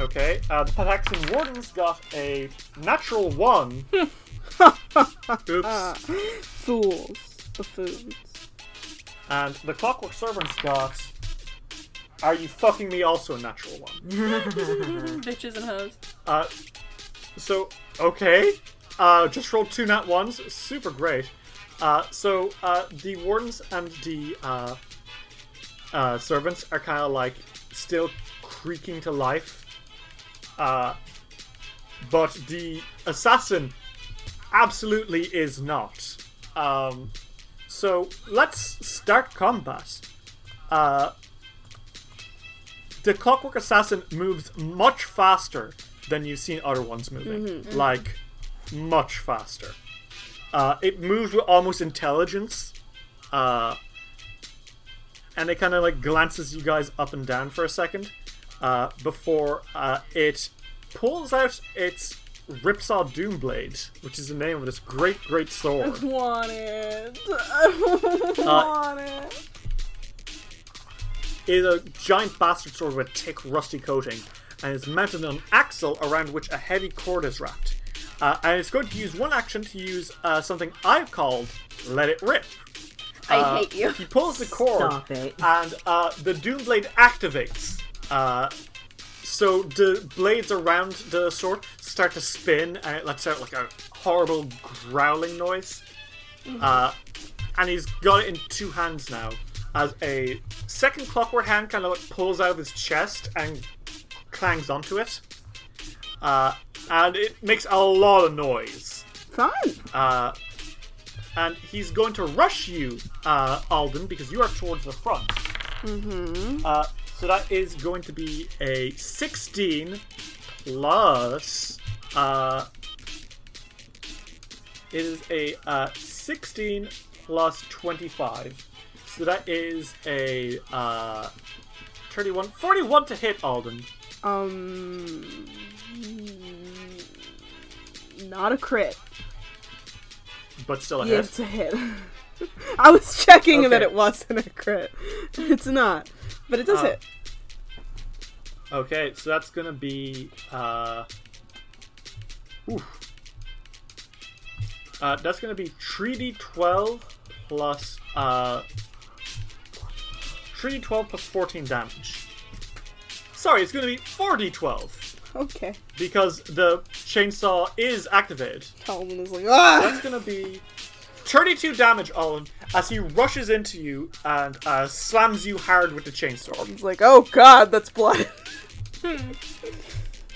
S13: okay, uh, the Pataxian Warden's got a natural one. Oops.
S3: *laughs* Fools. Buffoons.
S13: And the Clockwork Servant's got. Are you fucking me? Also a natural one.
S2: Bitches and hoes.
S13: Uh, so okay, uh, just rolled two nat ones, super great.
S1: Uh, so uh, the wardens and the uh, uh, servants are kind of like still creaking to life. Uh, but the assassin absolutely is not. Um, so let's start combat. Uh, the Clockwork Assassin moves much faster than you've seen other ones moving. Like, much faster. Uh, it moves with almost intelligence. Uh, and it kind of like glances you guys up and down for a second uh, before uh, it pulls out its Ripsaw Doomblade, which is the name of this great, great sword.
S3: want it. *laughs* Uh, I want it.
S1: is a giant bastard sword with a thick, rusty coating, and is mounted on an axle around which a heavy cord is wrapped. Uh, and it's going to use one action to use uh, something I've called "Let It Rip." Uh,
S2: I hate you. *laughs*
S1: He pulls the cord,
S4: Stop it.
S1: and uh, the Doomblade activates. Uh, so the blades around the sword start to spin, and it lets out like a horrible growling noise.
S2: Mm-hmm.
S1: Uh, and he's got it in two hands now. As a second clockwork hand kind of like pulls out of his chest and clangs onto it, uh, and it makes a lot of noise.
S3: Fun.
S1: Uh, and he's going to rush you, uh, Alden, because you are towards the front. Mm-hmm. Uh, so that is going to be a 16 plus. Uh, it is a uh, 16 plus 25. So that is a uh, 31. 41 to hit, Alden.
S3: Um, not a crit.
S1: But still a
S3: Yeah,
S1: hit.
S3: it's a hit. *laughs* I was checking that
S1: Okay.
S3: it wasn't a crit. *laughs* It's not, but it does
S1: Uh,
S3: hit.
S1: Okay, so that's gonna be uh, oof. uh that's gonna be three d twelve plus uh three d twelve plus fourteen damage. Sorry, it's gonna be four d twelve
S3: Okay.
S1: because the chainsaw is activated.
S3: Calvin is like, ah.
S1: That's gonna be thirty-two damage, Olin, as he rushes into you and uh, slams you hard with the chainsaw.
S3: He's like, oh god, that's blood. *laughs*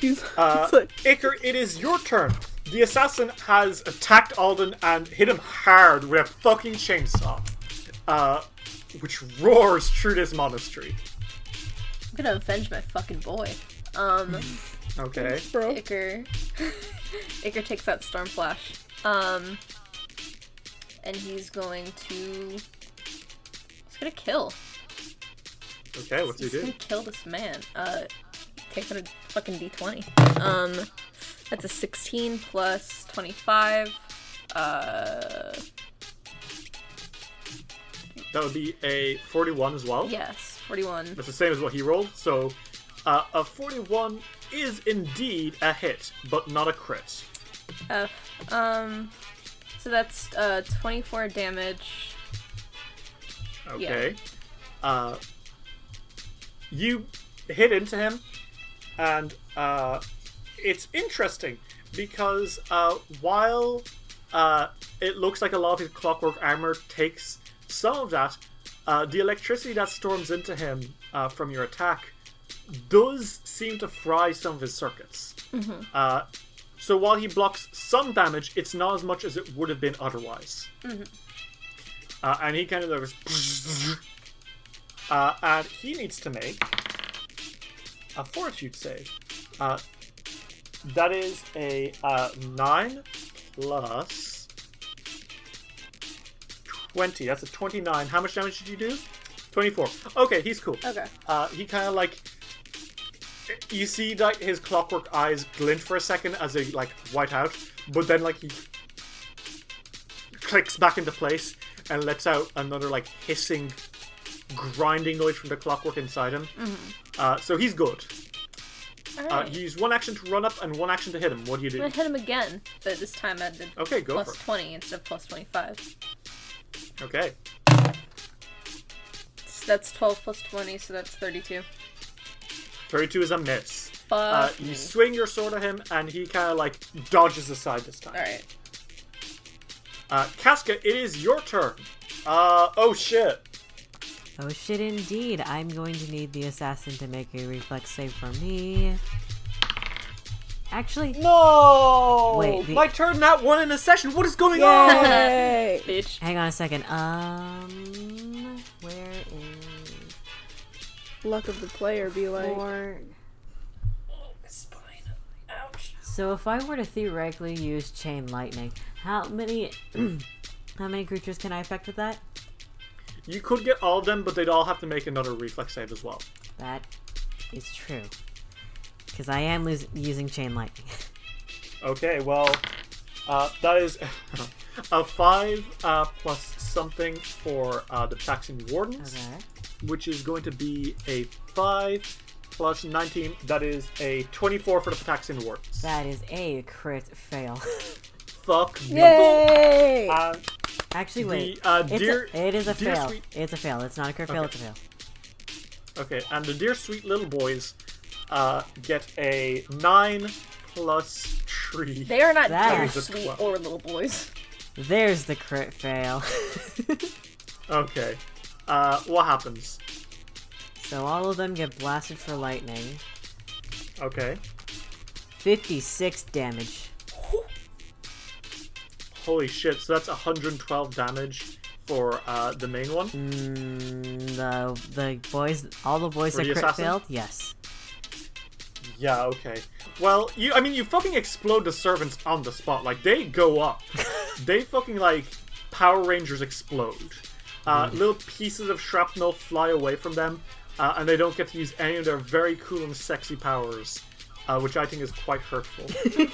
S3: He's
S1: Uh,
S3: it's *laughs* like,
S1: Iker, it is your turn. The assassin has attacked Alden and hit him hard with a fucking chainsaw, uh, which roars through this monastery.
S2: I'm gonna avenge my fucking boy. Um,
S1: Okay.
S3: *laughs* bro.
S2: Iker. *laughs* Iker takes out Storm Flash. Um, and he's going to. He's gonna kill.
S1: Okay, what's he
S2: He's gonna
S1: do?
S2: kill this man. Uh, take out a fucking d20. Um, that's a 16 plus 25. Uh,
S1: That would be a 41 as well.
S2: yes,
S1: *laughs*
S2: 41.
S1: That's the same as what he rolled. So, uh, a 41 is indeed a hit, but not a crit.
S2: F. Um, so that's uh 24 damage.
S1: Okay. Uh, you hit into him, and uh, it's interesting because uh, while uh, it looks like a lot of his clockwork armor takes some of that, uh, the electricity that storms into him uh, from your attack does seem to fry some of his circuits. Uh, so while he blocks some damage, it's not as much as it would have been otherwise. Uh, and he kind of goes. *laughs* Uh, and he needs to make a fortitude save. Uh, that is a uh, 9 plus 20. That's a 29. How much damage did you do? 24. Okay, he's cool.
S2: Okay.
S1: Uh, he kind of like. You see, like his clockwork eyes glint for a second as they like white out, but then like he clicks back into place and lets out another like hissing, grinding noise from the clockwork inside him. Uh, so he's good. Uh,
S2: Alright.
S1: you use one action to run up and one action to hit him. What do you
S2: I'm *laughs*
S1: do?
S2: gonna hit him again, but this time I did
S1: Okay, go
S2: plus
S1: for it.
S2: 20 instead of plus 25.
S1: Okay,
S2: So that's 12 plus 20, so that's 32.
S1: thirty-two is a miss.
S2: Fuck.
S1: Uh, you swing your sword at him, and he kind of like dodges aside this time.
S2: Alright.
S1: Uh, Casca, it is your turn. Uh, oh shit.
S4: Oh shit, indeed. I'm going to need the assassin to make a reflex save for me. Actually,
S1: No!
S4: Wait, the-
S1: My turn, not one in a session. What is going
S2: *laughs*
S3: Hey.
S2: Bitch.
S4: hang on a second. Um, where is
S3: Luck of the player be like.
S4: four? So if I were to theoretically use chain lightning, how many, *clears throat* how many creatures can I affect with that?
S1: on? You could get all of them, but they'd all have to make another reflex save as well.
S4: That is true. Because I am losing, using chain lightning. *laughs*
S1: Okay, well, uh, that is *laughs* a five uh, plus something for uh, the Saxon Wardens,
S4: okay.
S1: which is going to be a five plus 19. That is a 24 for the Pataxian Wardens.
S4: That is a crit fail. *laughs*
S1: Fuck me.
S3: Yay!
S1: Uh,
S4: Actually, wait.
S1: uh,
S4: It's a-
S1: dear-
S4: it is a
S1: dear
S4: fail.
S1: sweet-
S4: It's a fail. It's not a crit fail. It's a fail.
S1: okay, and the dear sweet little boys uh, get a nine plus three.
S2: They are not
S4: That
S2: dear
S4: is
S1: a
S2: sweet
S1: twelve.
S2: or little boys. *laughs*
S4: There's the crit fail. *laughs*
S1: Okay. Uh, what happens?
S4: so all of them get blasted for lightning.
S1: Okay.
S4: 56 damage.
S1: Holy shit, so that's 112 damage for uh, the main one.
S4: The Mm, uh, the boys, all the boys
S1: For
S4: that
S1: the
S4: crit
S1: assassin?
S4: failed. Yes.
S1: Yeah, okay. Well, you I mean you fucking explode the servants on the spot. Like they go up. they fucking like Power Rangers explode. Uh, little pieces of shrapnel fly away from them, uh, and they don't get to use any of their very cool and sexy powers, uh, which I think is quite hurtful.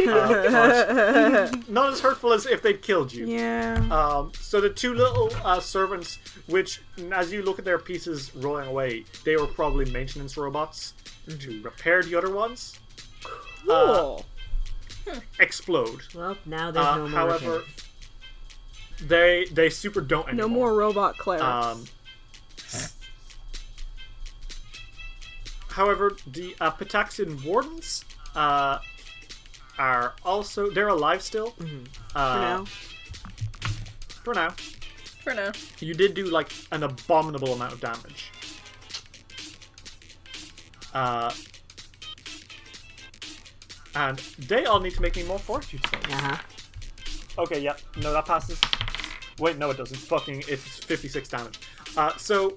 S1: Uh, but not as hurtful as if they'd killed you.
S3: yeah.
S1: Um, so the two little uh, servants, which as you look at their pieces rolling away, they were probably maintenance robots to repair the other ones.
S3: cool.
S1: Explode.
S4: Well, now there's
S1: Uh,
S4: no more.
S1: however,
S4: return.
S1: they they super don't
S3: no
S1: anymore.
S3: more robot clerics.
S1: Um, however, the uh, Pataxian wardens uh, are also they're alive still
S3: Mm-hmm.
S1: Uh, for
S3: for now.
S1: now.
S2: For now.
S1: You did do like an abominable amount of damage. Uh, and they all need to make me more fortitude saves.
S4: Uh-huh.
S1: Okay, yep. No, that passes. Wait, no, it doesn't. Fucking, it's 56 damage. Uh, so,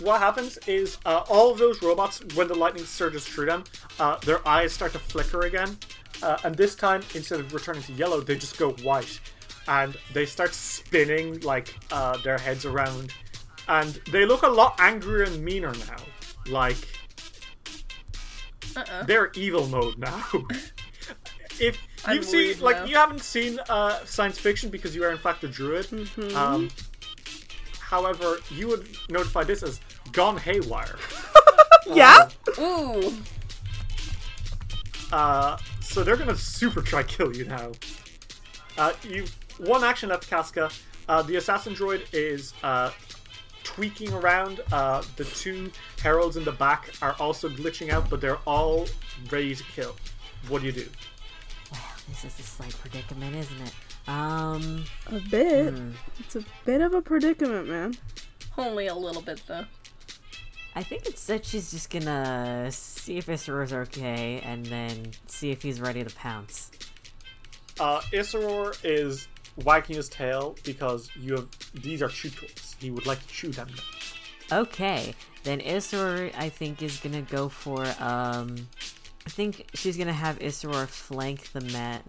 S1: what happens is uh, all of those robots, when the lightning surges through them, uh, their eyes start to flicker again. Uh, and this time, instead of returning to yellow, they just go white. And they start spinning, like, uh, their heads around. And they look a lot angrier and meaner now. Like, they're evil mode now. *laughs* if
S2: I'm
S1: you've seen,
S2: worried
S1: like,
S2: now.
S1: you haven't seen uh, science fiction because you are in fact a druid.
S2: Mm-hmm.
S1: Um, however, you would notify this as gone haywire.
S3: yeah.
S2: Ooh.
S1: Uh, so they're gonna super try kill you now. Uh, you one action left, Casca. Uh, the assassin droid is uh, tweaking around. Uh, the two heralds in the back are also glitching out, but they're all ready to kill. What do you do?
S4: This is a slight predicament, isn't it? Um,
S3: A bit. It's a bit of a predicament, man.
S2: Only a little bit though.
S4: I think it said she's just gonna see if Issaro's okay, and then see if he's ready to pounce.
S1: Uh, Isseror is wagging his tail because you have these are chew tools. He would like to chew them.
S4: Okay, then Isror, I think, is gonna go for. um I think she's gonna have Isror flank the man,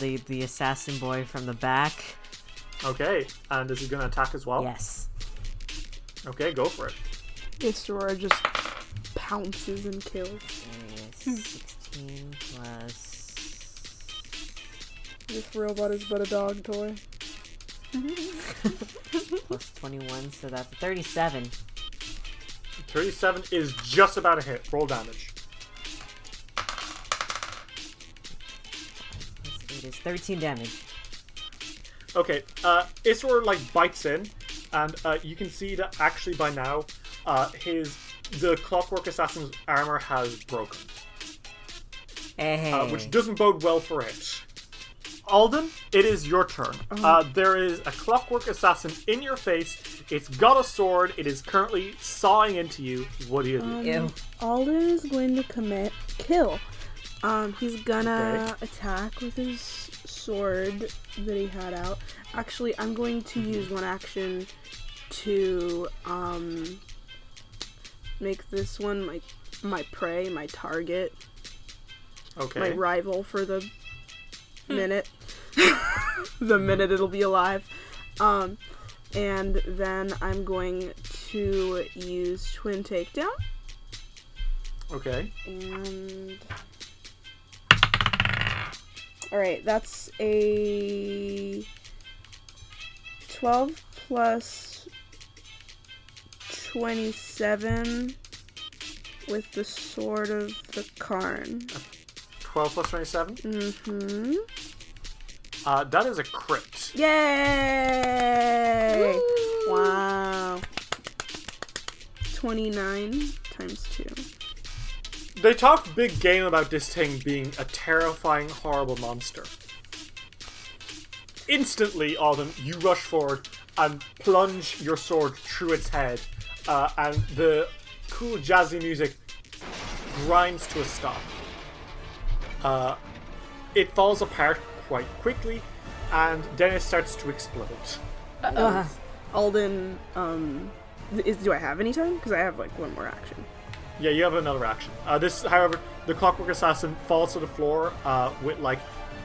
S4: the the assassin boy from the back.
S1: Okay, and is he gonna attack as well?
S4: Yes.
S1: Okay, go for it.
S3: Istora just pounces and kills.
S4: Sixteen plus.
S3: This robot is but a dog toy.
S4: Plus 21, so that's 37.
S1: 37 is just about a hit. Roll damage.
S4: Plus 8 is 13 damage.
S1: Okay, uh, Isror like bites in, and uh, you can see that actually by now, uh, his the Clockwork Assassin's armor has broken,
S4: Hey. Oh.
S1: uh, which doesn't bode well for it. Alden, it is your turn. Uh, there is a clockwork assassin in your face. It's got a sword. It is currently sawing into you. What do you do?
S4: Ew.
S3: Alden is going to commit kill. Um, he's gonna attack with his sword that he had out. Actually, I'm going to use one action to um make this one my my prey, my target,
S1: okay.
S3: my rival for the minute. *laughs* the minute it'll be alive. Um, and then I'm going to use twin takedown.
S1: Okay.
S3: And all right, that's a twelve plus twenty-seven with the sword of the Karn.
S1: 12 plus 27.
S3: Mm-hmm.
S1: Uh, that is a crit.
S3: Yay! Wow. Twenty-nine times two.
S1: They talked big game about this thing being a terrifying, horrible monster. Instantly, Alden, you rush forward and plunge your sword through its head, uh, and the cool jazzy music grinds to a stop. Uh, it falls apart quite quickly, and then it starts to explode.
S3: Alden, um, th- is, do I have any time? Because I have like one more action.
S1: Yeah, you have another action. Uh, this, however, the Clockwork Assassin falls to the floor uh, with like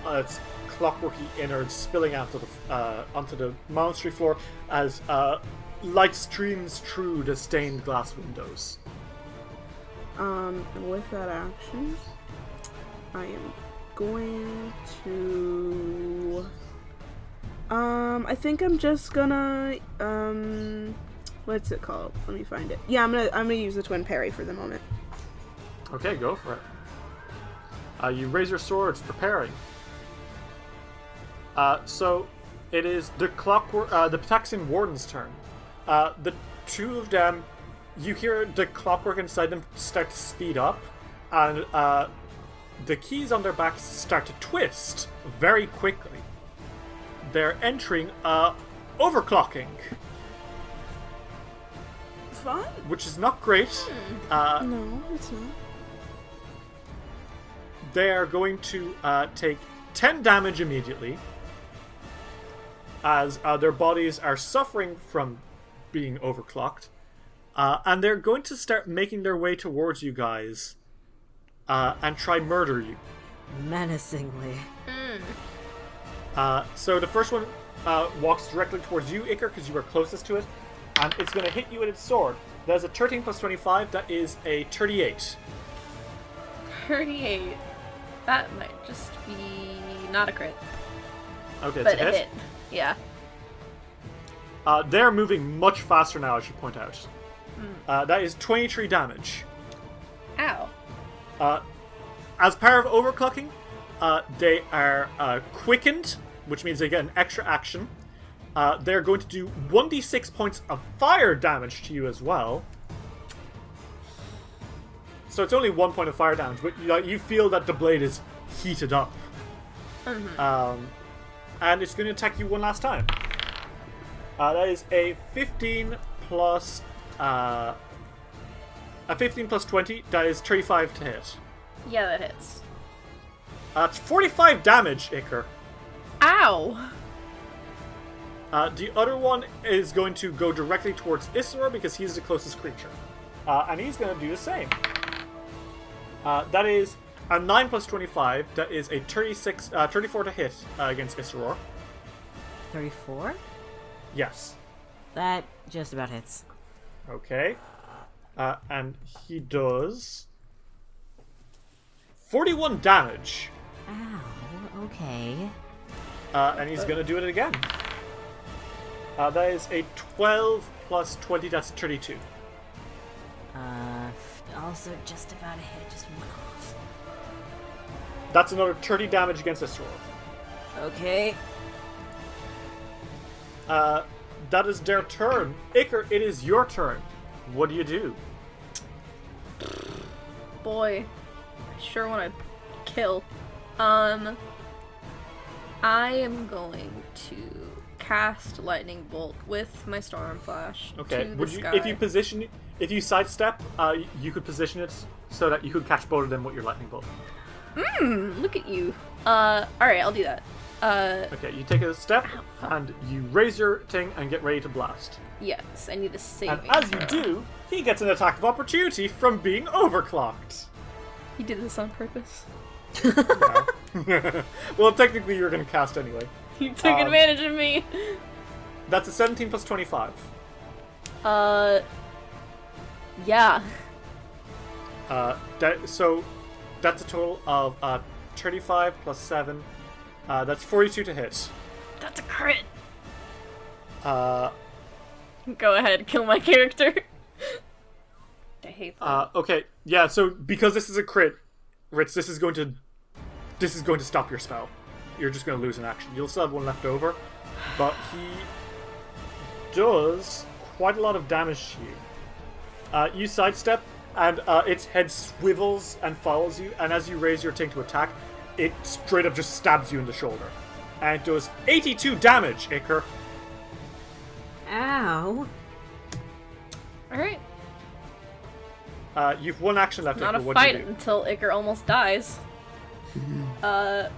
S1: uh, its clockworky innards spilling out to the uh, onto the monastery floor as uh, light streams through the stained glass windows.
S3: Um, and with that action, I am going to. Um, I think I'm just gonna um, what's it called? Let me find it. Yeah, I'm gonna I'm gonna use the twin parry for the moment.
S1: Okay, go for it. Uh, you raise your swords, preparing. Uh, so it is the clockwork, uh, the Petaxian warden's turn. Uh, the two of them, you hear the clockwork inside them start to speed up, and uh, the keys on their backs start to twist very quickly. They're entering uh, overclocking,
S3: Fun?
S1: which is not great. Uh,
S3: No, it's not.
S1: They are going to uh, take 10 damage immediately as uh, their bodies are suffering from being overclocked. Uh, and they're going to start making their way towards you guys uh, and try murder you.
S4: Menacingly.
S1: Uh, so the first one uh, walks directly towards you, Iker, because you are closest to it. And it's going to hit you with its sword. That's a 13 plus 25. That is a 38.
S2: 38. That might just be not a crit,
S1: Okay, it's
S2: but
S1: a hit.
S2: hit. Yeah.
S1: Uh, they're moving much faster now, I should point out. Uh, that is 23 damage.
S2: Ow.
S1: As part of overclocking, uh, they are uh, quickened, which means they get an extra action. Uh, they're going to do 1d6 points of fire damage to you as well. So it's only one point of fire damage, but you, you feel that the blade is heated up. Um, and it's going to attack you one last time. Uh, that is a 15 plus uh, a 15 plus 20. That is 35 to hit.
S2: Yeah, that hits.
S1: Uh, it's 45 damage, Iker.
S2: Ow.
S1: Uh, the other one is going to go directly towards Isra because he's the closest creature. Uh, and he's going to do the same. Uh, that is a 9 plus 25. That is a 36, uh, 34 to hit uh, against Isra.
S4: 34?
S1: Yes.
S4: That just about hits.
S1: Okay. Uh, and he does 41 damage.
S4: Ow, okay.
S1: Uh, and he's going to do it again. Uh, that is a 12 plus 20. That's 32.
S4: Uh, also just about a hit, just one off.
S1: That's another 30 damage against Isra.
S4: Okay.
S1: Uh, that is their turn. Iker, it is your turn. What do you do?
S2: Boy. I sure want to kill. Um. I am going to cast lightning bolt with my storm flash.
S1: Okay.
S2: To the
S1: Would you,
S2: sky.
S1: if you position, it- if you sidestep, uh, you could position it so that you could catch both of them with your lightning bolt.
S2: Mm, look at you. Uh, all right, I'll do that. Uh,
S1: Okay. You take a step and you raise your thing and get ready to blast.
S2: yes, I need a
S1: And
S2: saving.
S1: as you do, he gets an attack of opportunity from being overclocked. *laughs*
S2: He did this on purpose.
S1: well, technically, you're going to cast anyway.
S2: You took
S1: Um,
S2: advantage of me.
S1: That's a 17 plus 25.
S2: Uh, yeah.
S1: Uh, that, so that's a total of uh, 35 plus 7. Uh, that's 42 to hit.
S2: That's a crit.
S1: Uh,
S2: Go ahead, kill my character. *laughs* I hate that.
S1: uh, okay, yeah. So because this is a crit, Ritz, this is going to this is going to stop your spell. You're just going to lose an action. You'll still have one left over, but he does quite a lot of damage to you. Uh, you sidestep, and uh, its head swivels and follows you. And as you raise your ting to attack, it straight up just stabs you in the shoulder, and it does 82 damage, Iker.
S4: Ow.
S2: All right,
S1: Uh, you've one action left.
S2: not
S1: Iker.
S2: a
S1: what
S2: fight
S1: do you do?
S2: until Iker almost dies. uh,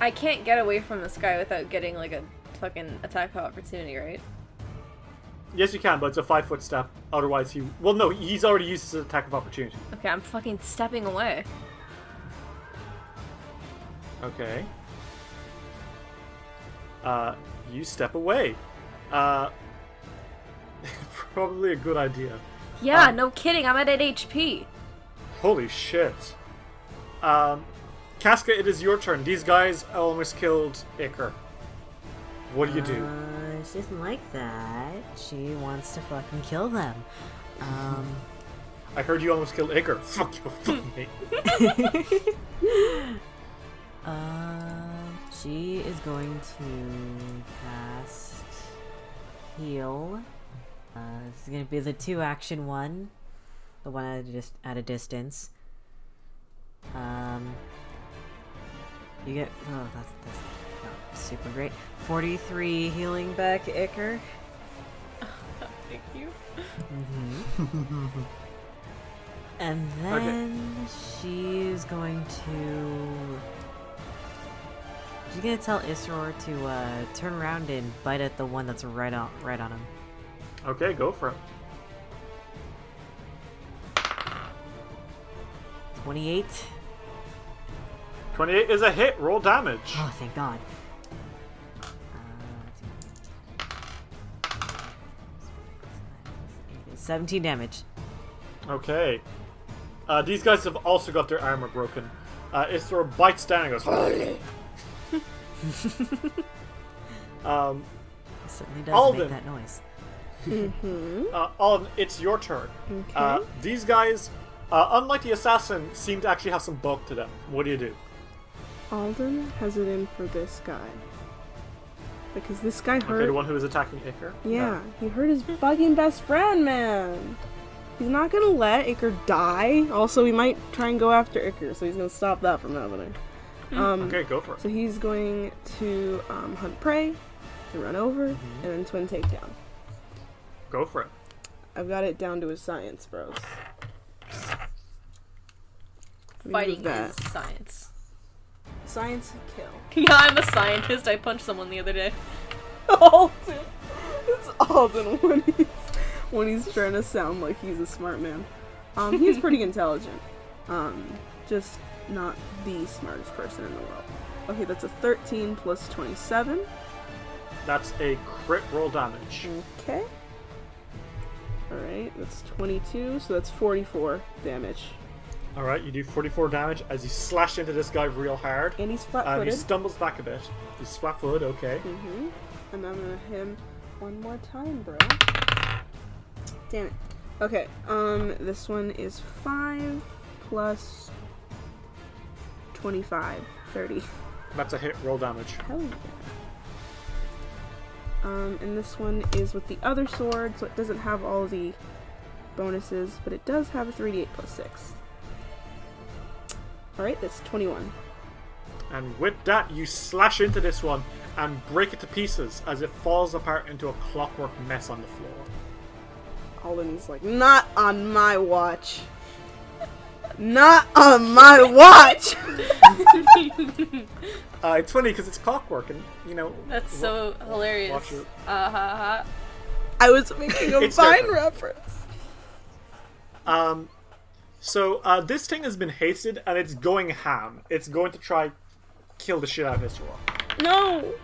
S2: I can't get away from this guy without getting like a fucking attack of opportunity, right?
S1: Yes, you can, but it's a five foot step. Otherwise, he. Well, no, he's already used his attack of opportunity.
S2: Okay, I'm fucking stepping away.
S1: Okay. Uh, you step away. Uh, *laughs* probably a good idea.
S2: Yeah, no kidding. I'm at 8 HP.
S1: Holy shit. Um, Casca, it is your turn. These guys almost killed Iker. What do you do?
S4: Uh, she doesn't like that. She wants to fucking kill them. Um,
S1: I heard you almost killed Iker. *laughs* Fuck you, fuck me.
S4: uh, she is going to cast heal. Uh, this is gonna be the two action one, the one at a, dis- at a distance. Um, you get oh that's that's not super great. Forty three healing back, Icker.
S2: Thank you.
S4: And then she's going to. She's gonna tell Isror to uh, turn around and bite at the one that's right on right on him.
S1: Okay, go for it.
S4: Twenty-eight.
S1: 28 is a hit. Roll damage.
S4: Oh, thank God. Uh, Seventeen damage.
S1: Okay. Uh, these guys have also got their armor broken. Uh, Isthor bites down and
S3: *laughs*
S1: goes. um,
S4: It certainly does
S1: Alden.
S4: make that noise.
S1: uh, Alden, it's your turn. Uh, these guys, uh, unlike the assassin, seem to actually have some bulk to them. What do you do?
S3: Alden has it in for this guy. Because this guy
S1: Okay,
S3: hurt.
S1: the one who is attacking Iker.
S3: yeah, he hurt his fucking best friend, man. He's not gonna let Iker die. Also, we might try and go after Iker, so he's gonna stop that from happening. Um,
S1: Okay, go for it.
S3: So he's going to um, hunt prey, to run over, and then twin takedown.
S1: Go for it.
S3: I've got it down to a science, bros. Remove
S2: Fighting
S3: that.
S2: is science. *laughs*
S3: Science and kill. *laughs*
S2: Yeah, I'm a scientist. I punched someone the other day.
S3: Alden. It's Alden when he's when he's trying to sound like he's a smart man. Um, he's pretty intelligent. Um, just not the smartest person in the world. Okay, that's a 13 plus 27.
S1: That's a crit roll damage.
S3: Okay. All right, that's 22, so that's 44 damage.
S1: All right, you do 44 damage as you slash into this guy real hard.
S3: And he's
S1: Um, he
S3: flat-footed.
S1: stumbles back a bit. He's flat-footed. Okay.
S3: hmm And I'm gonna hit him one more time, bro. Damn it. Okay, um, this one is 5 plus 25, *laughs* 30.
S1: That's a hit. Roll damage.
S3: Hell yeah. Um, and this one is with the other sword, so it doesn't have all the bonuses, but it does have a 3d8 plus 6. Alright, that's 21.
S1: And with that, you slash into this one and break it to pieces as it falls apart into a clockwork mess on the floor.
S3: Alden's like, not on my watch. *laughs* Not on my watch.
S1: Uh, it's funny because it's clockwork, and you know
S2: That's so hilarious.
S1: watch it.
S2: Uh, ha, ha.
S3: *laughs* I was making a
S1: It's
S3: Vine
S1: different.
S3: reference.
S1: So uh, this thing has been hasted and it's going ham. It's going to try kill the shit out of Historok.
S3: No. *laughs*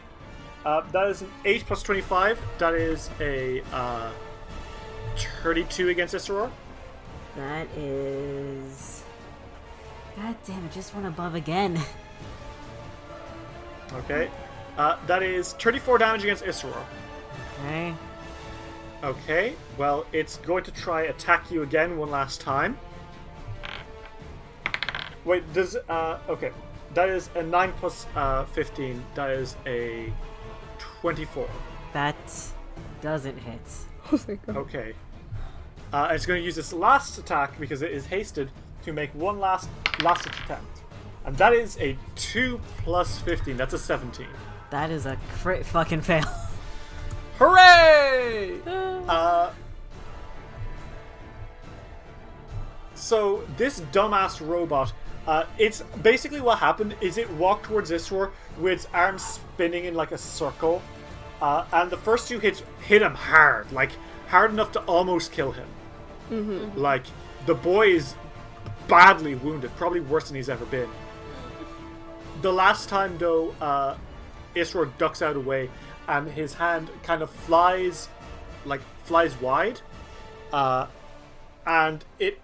S1: Uh, that is an 8 plus 25. That is a uh, 32 against Isseror.
S4: That is. God damn it, just one above again. *laughs*
S1: Okay. Uh, that is 34 damage against Isseror.
S4: Okay.
S1: Okay. Well, it's going to try attack you again one last time. Wait, does. Uh, okay. That is a 9 plus uh, 15. That is a 24.
S4: That doesn't hit.
S1: Okay. Uh, it's going to use its last attack because it is hasted to make one last last attempt, and that is a two plus fifteen. That's a seventeen.
S4: That is a crit fucking
S3: *laughs*
S4: fail.
S1: Hooray! Uh, so this dumbass robot, uh, it's basically what happened is it walked towards Isror with its arms spinning in like a circle, uh, and the first two hits hit him hard, like hard enough to almost kill him. Like the boy is badly wounded, probably worse than he's ever been. The last time though, uh, Isror ducks out away, and his hand kind of flies, like flies wide, uh, and it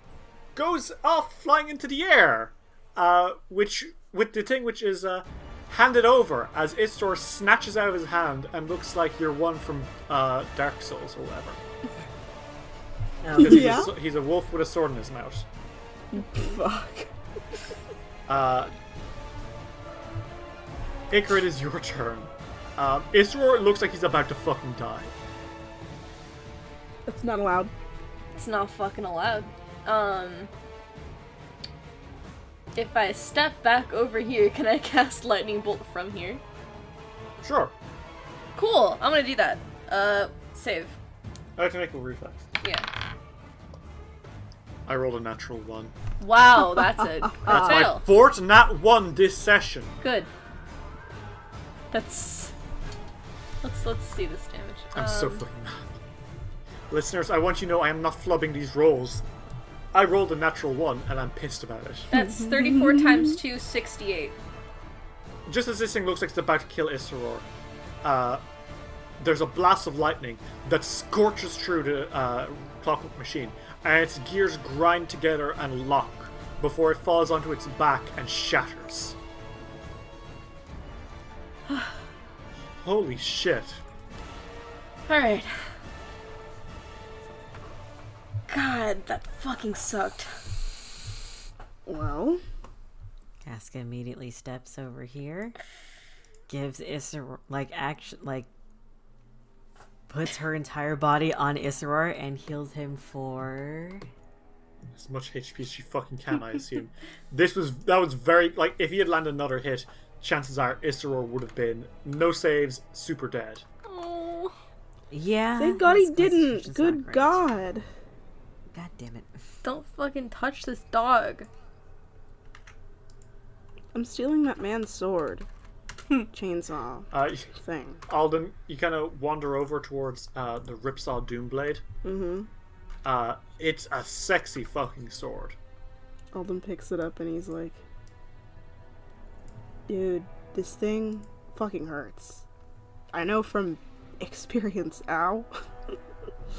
S1: goes off flying into the air, uh, which with the thing which is uh, handed over as Isror snatches out of his hand and looks like you're one from uh, Dark Souls or whatever.
S4: *laughs*
S1: 'Cause he's a
S3: Yeah.
S1: s- he's a wolf with a sword in his mouth.
S3: Fuck.
S1: Icar, it is your turn. Um, Isror looks like he's about to fucking die.
S3: That's not allowed.
S2: It's not fucking allowed. Um. If I step back over here, can I *laughs* cast lightning bolt from here?
S1: Sure.
S2: Cool. I'm gonna do that. Uh, save.
S1: I have to make a reflex.
S2: Yeah.
S1: I rolled a natural one.
S2: Wow, that's *laughs* a
S1: That's
S2: fail.
S1: my fourth nat one this session.
S2: Good. That's. Let's let's see this damage.
S1: I'm so
S2: Um,
S1: fucking mad. Listeners, I want you to know I am not flubbing these rolls. I rolled a natural one and I'm pissed about it.
S2: *laughs* That's 34 times 2, 68.
S1: Just as this thing looks like it's about to kill Isseror, uh, there's a blast of lightning that scorches through the uh, clockwork machine, and its gears grind together and lock before it falls onto its back and
S2: *sighs*
S1: shatters. Holy shit.
S2: Alright. God, that fucking sucked.
S3: Well,
S4: Casca immediately steps over here, gives Isseror, like, action, like, puts her entire body on Isseror and heals him for.
S1: as much HP as she fucking can, I assume. this was that was very like if he had landed another hit, chances are Isseror would have been no saves, super dead.
S2: Oh.
S4: Yeah.
S3: thank God he
S4: his constitution's
S3: didn't.
S4: not
S3: Good
S4: great.
S3: God.
S4: God damn it.
S2: Don't fucking touch this dog.
S3: I'm stealing that man's sword. Hmm. Chainsaw
S1: Uh, *laughs*
S3: thing.
S1: Alden, you kind of wander over towards uh, the Ripsaw Doomblade. Mm-hmm. Uh, it's a sexy fucking sword.
S3: Alden picks it up and he's like, Dude, this thing fucking hurts. I know from *laughs* experience, ow. *laughs*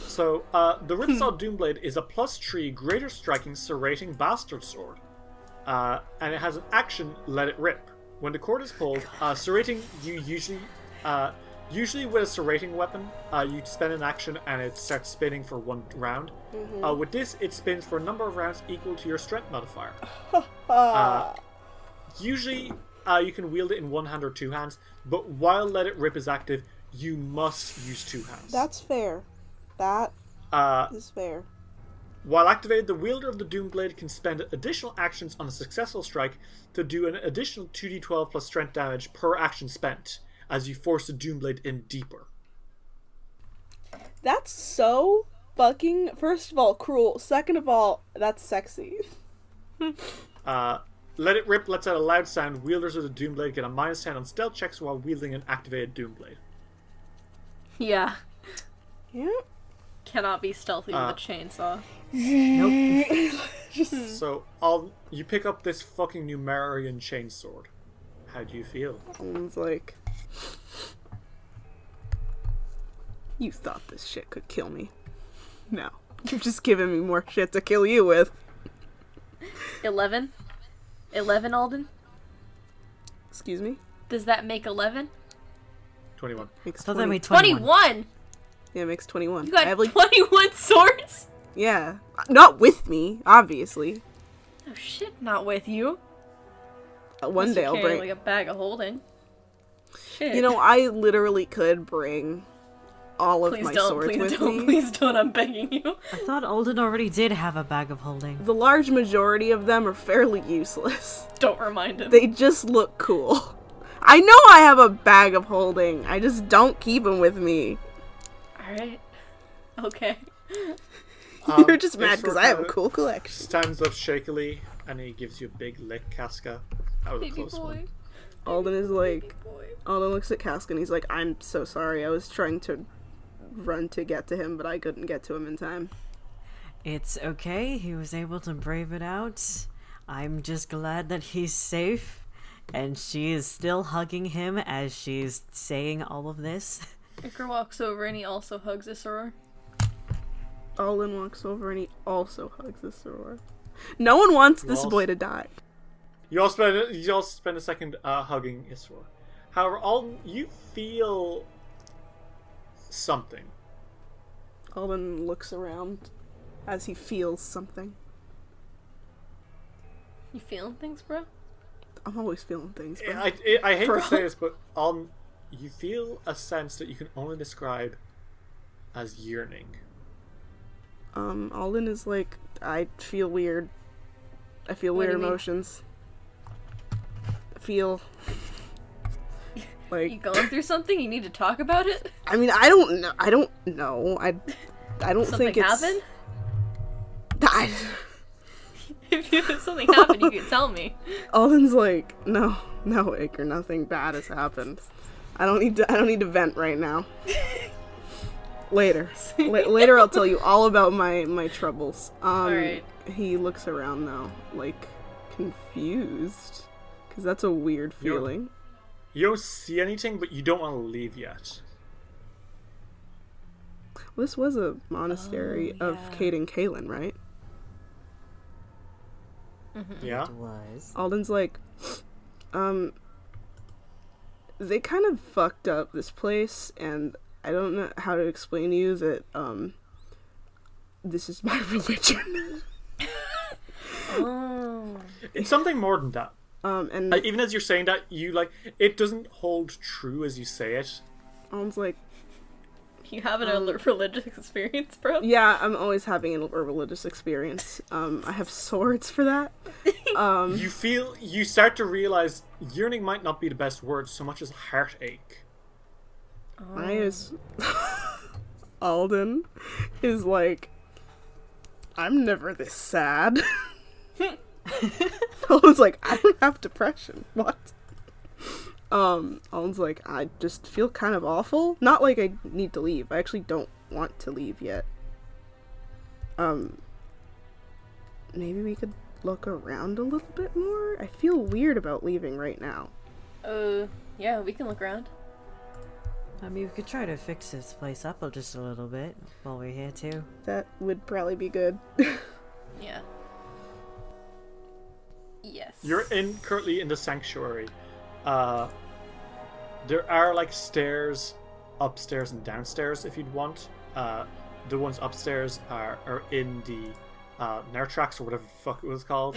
S1: So uh, the Ripsaw Doomblade is a plus three greater striking serrating bastard sword, uh, and it has an action let it rip. When the cord is pulled, uh, serrating you usually uh, usually with a serrating weapon uh, you spend an action and it starts spinning for one round. Uh, with this, it spins for a number of rounds equal to your strength modifier. Uh, usually, uh, you can wield it in one hand or two hands, but while let it rip is active, you must use two hands.
S3: That's fair. That
S1: uh,
S3: is fair.
S1: While activated, the wielder of the Doomblade can spend additional actions on a successful strike to do an additional 2d12 plus strength damage per action spent as you force the Doomblade in deeper.
S3: That's so fucking, first of all, cruel. Second of all, that's sexy.
S1: Let It Rip lets out a loud sound. Wielders of the Doomblade get a minus 10 on stealth checks while wielding an activated Doomblade.
S2: Yeah.
S3: Yeah.
S2: Cannot be stealthy
S1: Uh.
S2: with a chainsaw. Hmm.
S1: So I'll, you pick up this fucking Numerian chainsword. How do you feel?
S3: And it's like, you thought this shit could kill me. No. You've just given me more shit to kill you with.
S2: 11? 11, Alden?
S3: Excuse me?
S2: Does that make 11?
S1: 21.
S3: Makes
S4: So then we
S2: 21!
S4: 21.
S3: Yeah, makes 21.
S2: You got
S3: I have like
S2: 21 *laughs* swords?
S3: Yeah. Not with me, obviously.
S2: Oh shit, not with you.
S3: Uh, One
S2: Unless
S3: day
S2: you
S3: I'll
S2: carry,
S3: bring.
S2: like a bag of holding. Shit.
S3: You know, I literally could bring all of
S2: please
S3: my
S2: don't,
S3: swords
S2: please
S3: with
S2: don't,
S3: me.
S2: please don't. I'm begging
S3: *laughs*
S2: you.
S4: I thought Alden already did have a bag of holding.
S3: The large majority of them are fairly useless. *laughs*
S2: Don't remind him.
S3: They just look cool. I know I have a bag of holding. I just don't keep them with me.
S2: All right. Okay.
S3: You're just mad
S1: this
S3: because I have a
S1: orca-
S3: cool collection.
S1: Stands up shakily and he gives you a big lick, Casca. That was a
S2: Baby
S1: close
S2: boy.
S1: one.
S3: Alden is like,
S2: Boy.
S3: Alden looks at Cask and he's like, I'm so sorry. I was trying to run to get to him, but I couldn't get to him in time.
S4: It's okay. He was able to brave it out. I'm just glad that he's safe. And she is still hugging him as she's saying all of this.
S2: Icar walks over and he also hugs Isseror.
S3: Alden walks over and he also hugs the soror. No one wants this
S1: also-
S3: boy to die.
S1: You all spend you all spend a second uh, hugging Isra. However, all you feel something.
S3: Alden looks around as he feels something.
S2: You feeling things, bro?
S3: I'm always feeling things. bro.
S1: I, I, I hate
S2: Bro.
S1: to say this, but um, you feel a sense that you can only describe as yearning.
S3: Um, Alden is like, I feel weird. I feel
S2: What do
S3: weird
S2: you mean?
S3: emotions. I *laughs* feel
S2: You
S3: like
S2: going through something? You need to talk about it?
S3: I mean I don't know I don't know I *laughs* I don't
S2: Something
S3: think it's
S2: happened?
S3: *laughs*
S2: *laughs*
S3: I,
S2: If, you, if something happened, you could tell me. *laughs*
S3: Alden's like no no Iker nothing bad has happened. I don't need to I don't need to vent
S2: *laughs*
S3: right now. later La- later I'll tell you all about my my troubles. Um,
S2: Alright.
S3: he looks around now like confused because that's a weird
S1: You're-
S3: feeling.
S1: You don't see anything, but you don't want to leave yet.
S3: This was a monastery
S2: Oh,
S3: of Cade and Kalen, right?
S1: Yeah.
S4: Was.
S3: Alden's like, um, they kind of fucked up this place, and I don't know how to explain to you that, um, this is my *laughs* religion.
S1: It's something more than that.
S3: um, and
S1: Uh, even as you're saying that, you like it doesn't hold true as you say it.
S3: Alden's like,
S2: You have
S3: Um,
S2: another religious experience, bro?
S3: yeah, I'm always having a religious experience. Um, I have swords for that.
S1: You feel you start to realize yearning might not be the best word so much as heartache.
S3: I is *laughs* Alden is like I'm never this sad. *laughs*
S2: *laughs*
S3: Alden's like, *laughs* I don't have depression. *laughs* What? Um, Alden's like, I just feel kind of awful. Not like I need to leave. I actually don't want to leave yet. Um maybe we could look around a little bit more. I feel weird about leaving right now.
S2: Uh, yeah, we can look around.
S4: I mean, we could try to fix this place up a- just a little bit while we're here, too.
S3: That would probably be good. *laughs*
S2: Yeah. Yes.
S1: You're in currently in the sanctuary. Uh, there are like stairs, upstairs and downstairs if you'd want. Uh, the ones upstairs are are in the uh, Nertrax or whatever the fuck it was called.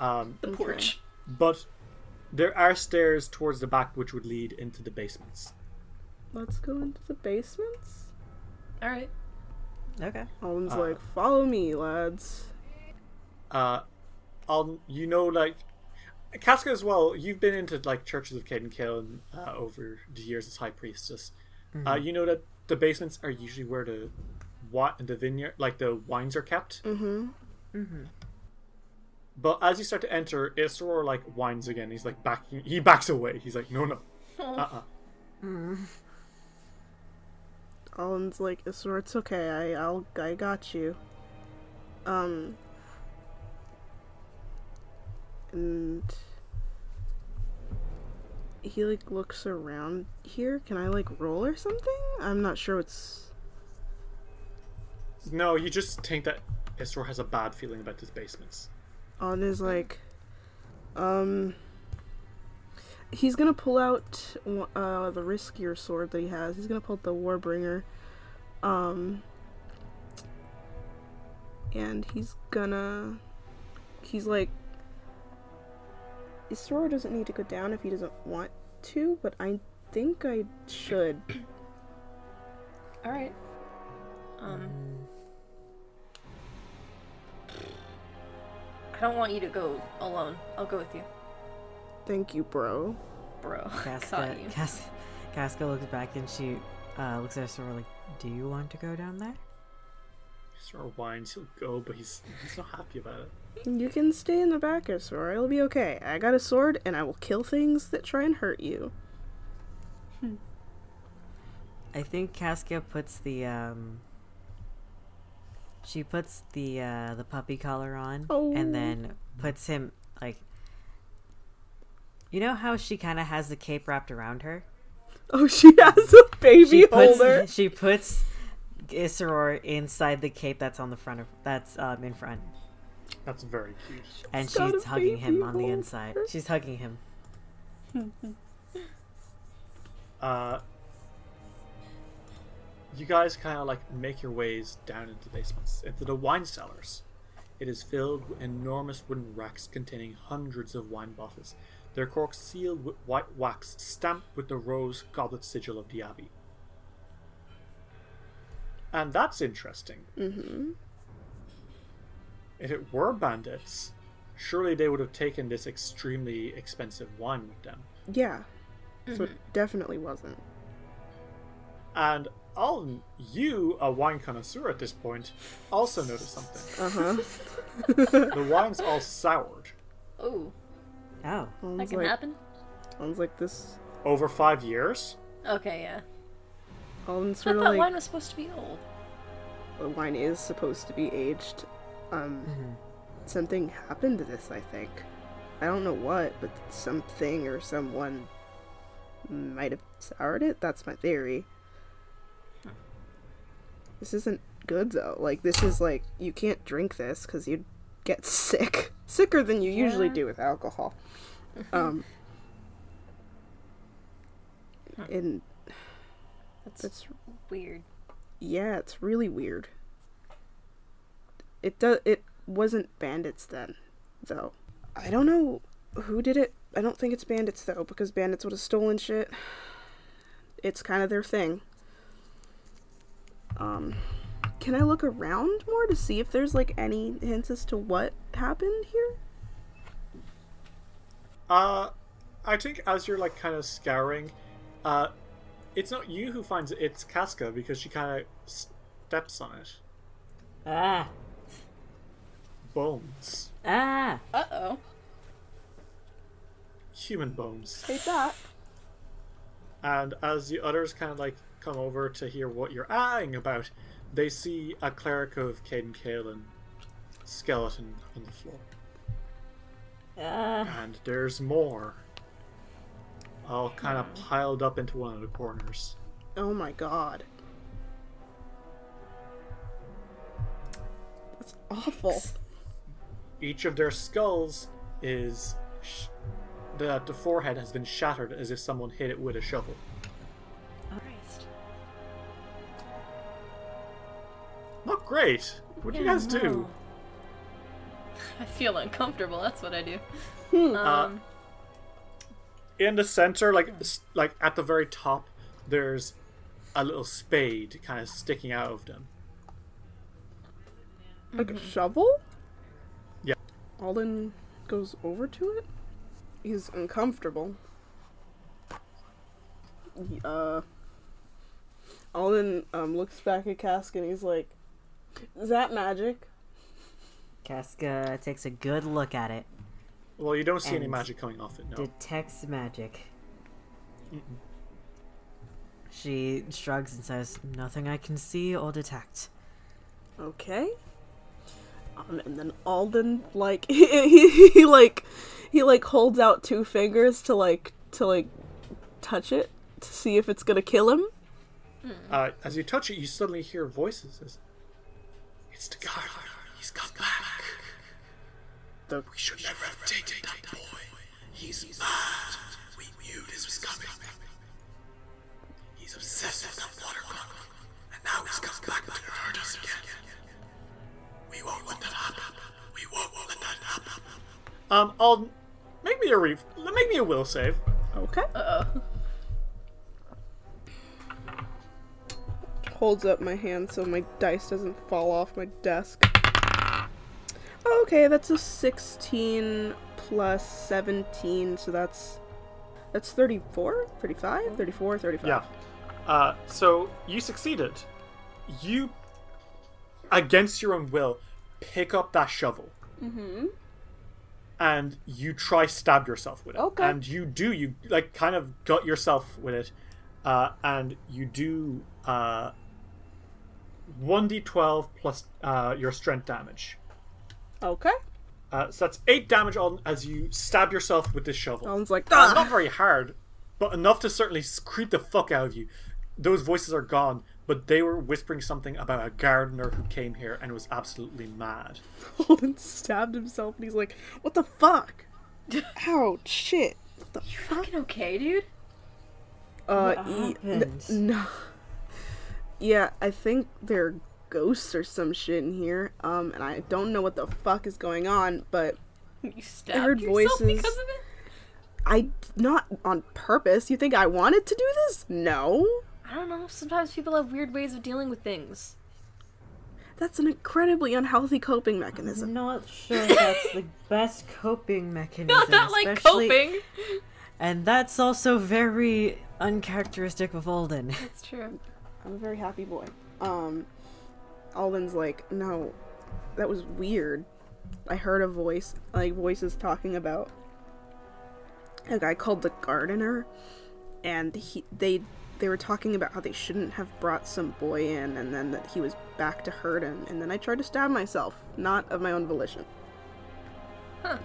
S1: Um,
S2: the porch.
S1: but there are stairs towards the back which would lead into the basements.
S3: Let's go into the basements.
S2: All right.
S4: Okay.
S3: Alden's like, follow me, lads.
S1: uh, on you know like Casca as well. You've been into like churches of Caden Kiln uh, over the years as high priestess. Uh, you know that the basements are usually where the what the vineyard like the wines are kept. Mm-hmm. Mm-hmm. But as you start to enter, Isror like whines again. He's like backing. He backs away. He's like, no, no. Uh-uh.
S3: Alden's like, it's, it's okay. I, I'll, I got you. Um. And he like looks around here. Can I like roll or something? I'm not sure what's.
S1: No, you just think that Isror has a bad feeling about his basements.
S3: Alden is like, um. He's gonna pull out uh, the riskier sword that he has. He's gonna pull out the Warbringer. Um. And he's gonna. He's like. Isror doesn't need to go down if he doesn't want to, but I think I should.
S2: All right. Um. I don't want you to go alone. I'll go with you,
S3: Thank you, bro.
S2: bro. *laughs* I saw
S4: Casca,
S2: you.
S4: Cas- Casca looks back and she uh, looks at us and we're like, "Do you want to go down there?"
S1: Isror whines. He'll go, but he's he's not happy about it.
S3: You can stay in the back, Isror. It'll be okay. I got a sword, and I will kill things that try and hurt you.
S4: I think Casca puts the um. She puts the uh, the puppy collar on
S3: Oh.
S4: and then puts him like. You know how she kind of has the cape wrapped around her.
S3: *laughs* Oh, she has a baby
S4: She puts
S3: holder.
S4: *laughs* she puts Isseror inside the cape that's on the front of that's um in front,
S1: That's very cute.
S4: and
S3: got
S4: she's
S3: a
S4: hugging him
S3: baby
S4: on the
S3: holder.
S4: inside. She's hugging him.
S1: Uh, you guys kind of like make your ways down into the basements, into the wine cellars. It is filled with enormous wooden racks containing hundreds of wine bottles, their corks sealed with white wax stamped with the rose goblet sigil of the abbey. And that's interesting. Mm-hmm. If it were bandits, surely they would have taken this extremely expensive wine with them.
S3: Yeah. So it definitely wasn't.
S1: And Alden, you, a wine connoisseur at this point, also noticed something.
S3: Uh huh.
S1: The wine's all soured.
S2: Oh,
S4: Oh,
S2: that
S3: Alden's
S2: can
S3: like,
S2: happen.
S3: Alden's like this.
S1: Over five years?
S2: Okay, yeah.
S3: Alden's
S2: I
S3: sort
S2: thought
S3: of like
S2: wine was supposed to be old.
S3: the wine is supposed to be aged. Um, something happened to this. I think. I don't know what, but something or someone might have soured it. That's my theory. This isn't good though. Like this is like you can't drink this because you'd get sick, *laughs* sicker than you usually do with alcohol. Um, and
S2: That's,
S3: that's
S2: weird.
S3: yeah, it's really weird. It does. It wasn't bandits then, though. I don't know who did it. I don't think it's bandits though, because bandits would have stolen shit. It's kind of their thing. Um, can I look around more to see if there's like any hints as to what happened here?
S1: Uh, I think as you're like kind of scouring, uh, it's not you who finds it, it's Casca because she kind of steps on it.
S4: ah,
S1: Bones.
S4: ah,
S2: Uh oh.
S1: Human bones.
S3: Take that.
S1: And as the others kind of like come over to hear what you're eyeing about, they see a cleric of Caden Kalen skeleton on the floor.
S4: Ah.
S1: And there's more. All kind of piled up into one of the corners.
S3: Oh my god. That's awful.
S1: Each of their skulls is. Sh- the, the forehead has been shattered as if someone hit it with a shovel.
S2: Christ.
S1: Not great! What do you guys do?
S2: I feel uncomfortable. That's what I do. um,
S1: in the center, like s- like at the very top, there's a little spade kind of sticking out of them.
S3: Like a shovel?
S1: Yeah.
S3: Alden goes over to it. He's uncomfortable. He, Uh, Alden um, looks back at Cask and he's like, Is that magic?
S4: Casca takes a good look at it,
S1: Well, you don't see any
S4: And
S1: magic coming off it, no.
S4: detects magic. She shrugs and says, Nothing I can see or detect.
S3: Okay. Um, and then Alden like *laughs* he, he, he like he like holds out two fingers to like to like touch it to see if it's gonna kill him.
S1: Uh, as you touch it, you suddenly hear voices. It's, it's the guard. He's come back.
S3: The-
S1: we should never have taken that boy. He's mad. We knew this was coming. He's obsessed with that water clock. And now he's come back to hurt us again. We won't let that happen. We won't let that happen. Um, I'll make me a reef. Make me a will save.
S3: Okay. Holds up my hand so my dice doesn't fall off my desk. Okay, that's a 16 plus 17, so that's that's 34, 35, 34, 35.
S1: Yeah. Uh, so you succeeded. You, against your own will, pick up that shovel. Mm-hmm. And you try stab yourself with it.
S3: Okay.
S1: And you do. You like kind of gut yourself with it, uh, and you do uh, one d12 plus uh, your strength damage.
S3: Okay.
S1: Uh, so that's eight damage on as you stab yourself with this shovel.
S3: Sounds like
S1: Uh,
S3: ah! *laughs*
S1: not very hard, but enough to certainly s- creep the fuck out of you. Those voices are gone, but they were whispering something about a gardener who came here and was absolutely mad.
S3: Holden stabbed himself and he's like, What the fuck? Ouch, shit. What the fuck?
S2: Fucking okay, dude.
S3: Uh, e- *laughs*
S4: Happened.
S3: no. Yeah, I think there are ghosts or some shit in here. Um, and I don't know what the fuck is going on, but
S2: You stabbed
S3: heard
S2: yourself
S3: voices.
S2: because of it.
S3: I not on purpose. You think I wanted to do this? No.
S2: I don't know. Sometimes people have weird ways of dealing with things.
S3: That's an incredibly unhealthy coping mechanism.
S4: Not sure that's *laughs* the best coping
S2: *laughs*
S4: mechanism.
S2: Not that like
S4: especially-
S2: coping.
S4: And that's also very uncharacteristic of Olden.
S2: That's true.
S3: I'm a very happy boy. Um, Alden's like, no, that was weird. I heard a voice, like voices talking about a guy called the gardener, and he they they were talking about how they shouldn't have brought some boy in, and then that he was back to hurt him, and then I tried to stab myself, not of my own volition.
S4: *laughs*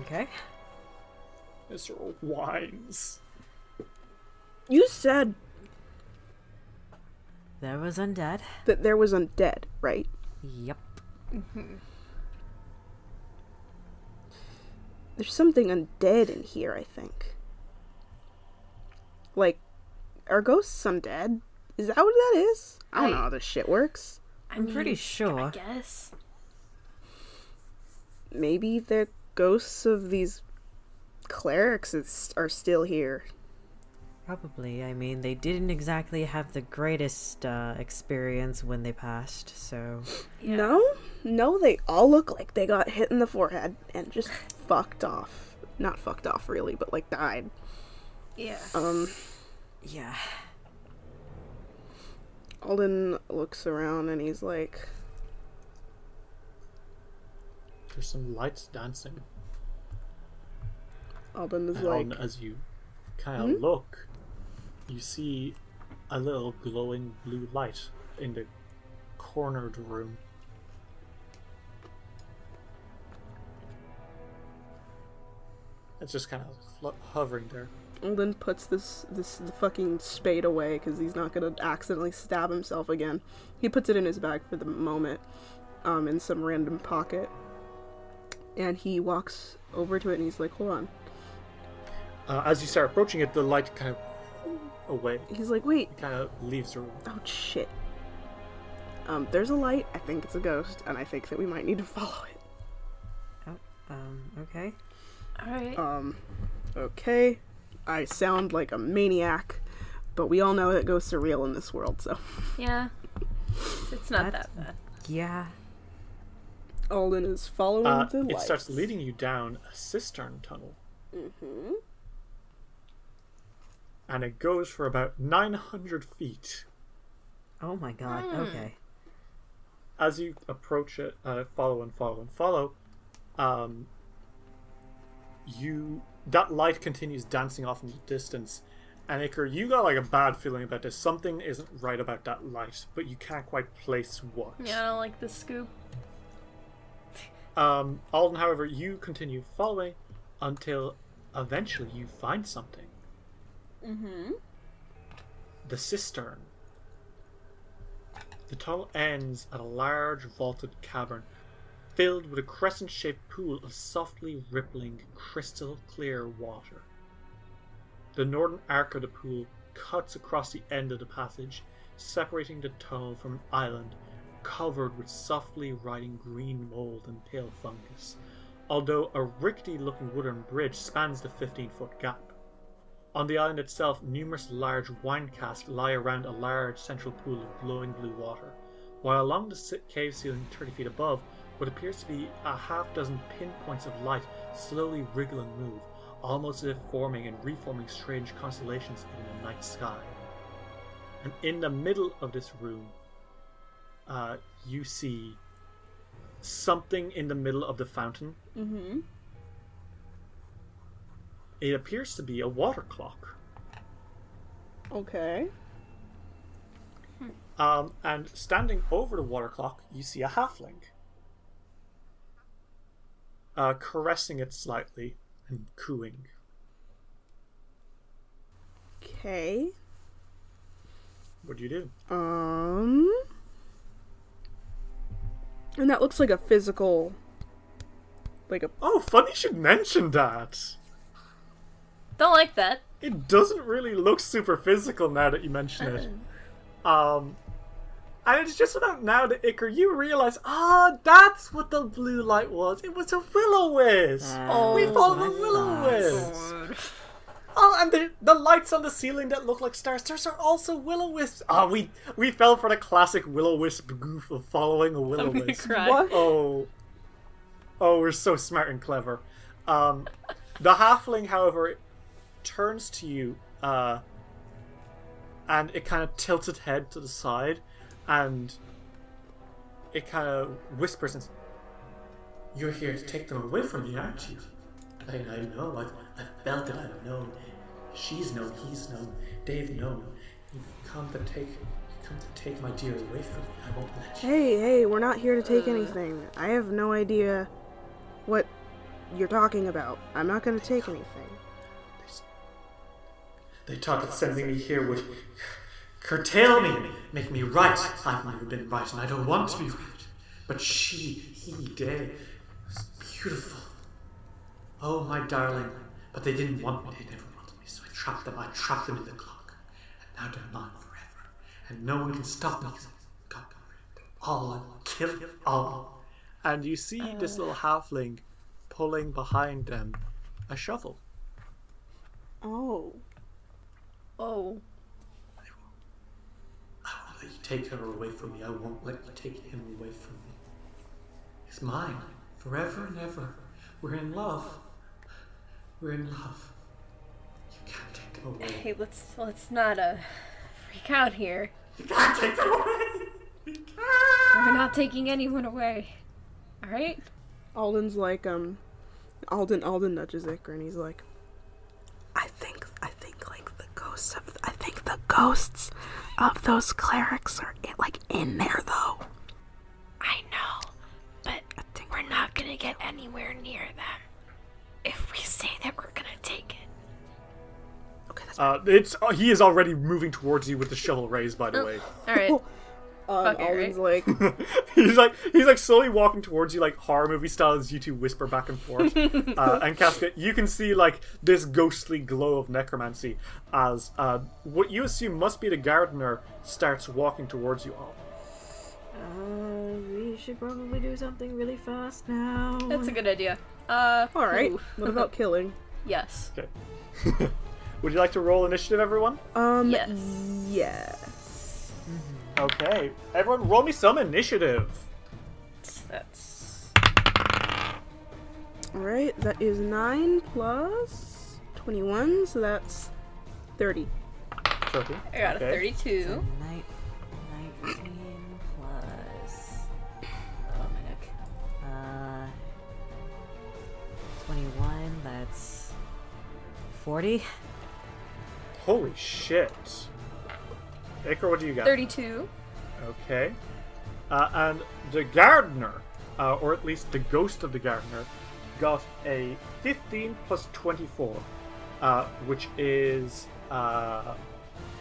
S4: Okay.
S1: Mr. Wines.
S3: You said
S4: There was undead.
S3: that there was undead, right?
S4: Yep.
S3: There's something undead in here, I think. Like, are ghosts undead? Is that what that is? I don't know how this shit works.
S4: I'm pretty
S2: I
S4: sure.
S2: guess.
S3: Maybe the ghosts of these clerics is, are still here.
S4: Probably. I mean, they didn't exactly have the greatest uh, experience when they passed, so.
S3: No? No, they all look like they got hit in the forehead and just fucked off. Not fucked off, really, but like died.
S2: Yeah.
S3: Um,
S4: Yeah.
S3: Alden looks around and he's like,
S1: There's some lights dancing
S3: Alden is
S1: and
S3: like,
S1: on as you kind of look. You see a little glowing blue light in the cornered room. It's just kind of flo- hovering there.
S3: Alden puts this this the fucking spade away because he's not gonna accidentally stab himself again. He puts it in his bag for the moment, um, in some random pocket, and he walks over to it and he's like, "Hold on."
S1: Uh, as you start approaching it, the light kind of away,
S3: He's like, "Wait,
S1: kind of leaves the room.
S3: oh shit." Um, there's a light. I think it's a ghost, and I think that we might need to *laughs* follow it.
S4: Oh, um, okay.
S2: All right.
S3: Um, okay. I sound like a maniac, but we all know that ghosts are real in this world, so
S2: yeah. It's, it's not that bad.
S4: Yeah.
S3: Olin is following
S1: Uh,
S3: the
S1: it
S3: light.
S1: starts leading you down a cistern tunnel. Mm-hmm. And it goes for about 900 feet.
S4: Oh my god.
S2: Hmm.
S4: Okay.
S1: As you approach it, uh, follow and follow and follow, um, you that light continues dancing off in the distance. And Iker, you got like a bad feeling about this. Something isn't right about that light, but you can't quite place what.
S2: Yeah, I don't like the scoop.
S1: Um, Alden, however, you continue following until eventually you find something. Mm-hmm. The cistern. The tunnel ends at a large vaulted cavern filled with a crescent shaped pool of softly rippling, crystal clear water. The northern arc of the pool cuts across the end of the passage, separating the tunnel from an island covered with softly riding green mold and pale fungus, although a rickety looking wooden bridge spans the 15 foot gap. On the island itself, numerous large wine casks lie around a large central pool of glowing blue water, while along the si- cave ceiling 30 feet above, what appears to be a half dozen pinpoints of light slowly wriggle and move, almost as if forming and reforming strange constellations in the night sky. And in the middle of this room, uh, you see something in the middle of the fountain. Mm-hmm. It appears to be a water clock.
S3: Okay.
S1: Um, and standing over the water clock, you see a halfling. Uh, caressing it slightly and cooing.
S3: Okay.
S1: What do you do?
S3: Um. And that looks like a physical. Like a.
S1: Oh, funny you should mention that.
S2: Don't like that. *laughs*
S1: It doesn't really look super physical now that you mention it. Um, and it's just about now that Icar, you realize, ah, that's what the blue light was. It was a willow wisp.
S4: Oh,
S1: we found the willow wisp. Oh, and the, the lights on the ceiling that look like stars, those are also willow wisps. Ah, we we fell for the classic willow wisp goof of following a willow
S2: I'm gonna
S1: wisp.
S2: cry.
S3: What?
S1: *laughs* Oh, oh, we're so smart and clever. Um, the halfling, however, turns to you, uh, and it kind of tilts its head to the side, and it kind of whispers, and s- "You're here to take them away from me, aren't you? I, I know. I've, I've felt it. I've known. She's known. He's known. They've known. You come to take, you come to take my dear away from me. I won't let you."
S3: Hey, hey, we're not here to take anything. I have no idea what you're talking about. I'm not gonna take anything.
S1: They talk of sending me here would curtail me, make me right. I've never been right, and I don't want to be right. But she, he, they, was beautiful. Oh, my darling. But they didn't want me, they never wanted me, so I trapped them, I trapped them in the clock. And now they're mine forever. And no one can stop me, because I've got them wrapped all, kill it all. And you see this little halfling pulling behind them a shovel.
S3: Oh.
S2: Oh.
S1: I won't let you take her away from me. I won't let you take him away from me. He's mine, forever and ever. We're in love. We're in love. You can't take them away.
S2: *laughs* Hey, let's let's not uh freak out here.
S1: You can't take them away. You
S2: We're
S1: can't.
S2: not taking anyone away. All right.
S3: Alden's like, um, Alden Alden nudges Iker and he's like, I think I think like the ghosts of I think the ghosts of those clerics are in, like in there though.
S14: I know, but we're not gonna get anywhere near them if we say that we're gonna take it.
S1: Uh, it's uh, he is already moving towards you with the shovel raised. By the way, *laughs*
S2: All right.
S3: Um,
S2: Fuck it,
S3: Alden's like,
S1: he's like he's like slowly walking towards you like horror movie style as you two whisper back and forth. uh, and Casca, you can see like this ghostly glow of necromancy as uh, what you assume must be the gardener starts walking towards you all.
S4: Uh, we should probably do something really fast now.
S2: That's a good idea. Uh.
S3: all
S2: *laughs*
S3: right,
S2: oof.
S3: what about killing?
S2: Yes.
S1: Would you like to roll initiative, everyone?
S3: Um,
S2: Yes.
S3: yeah.
S1: Okay, everyone, roll me some initiative.
S2: That's
S3: All right, that is 9 plus 21, so that's 30.
S10: Turkey.
S2: I got
S10: Okay.
S2: a 32.
S4: Night, 19 plus. Oh my neck. Uh, 21, that's 40.
S10: Holy shit. Iker, what do you got?
S2: 32.
S10: Okay. Uh, and the gardener, uh, or at least the ghost of the gardener, got a 15 plus 24, uh, which is, uh,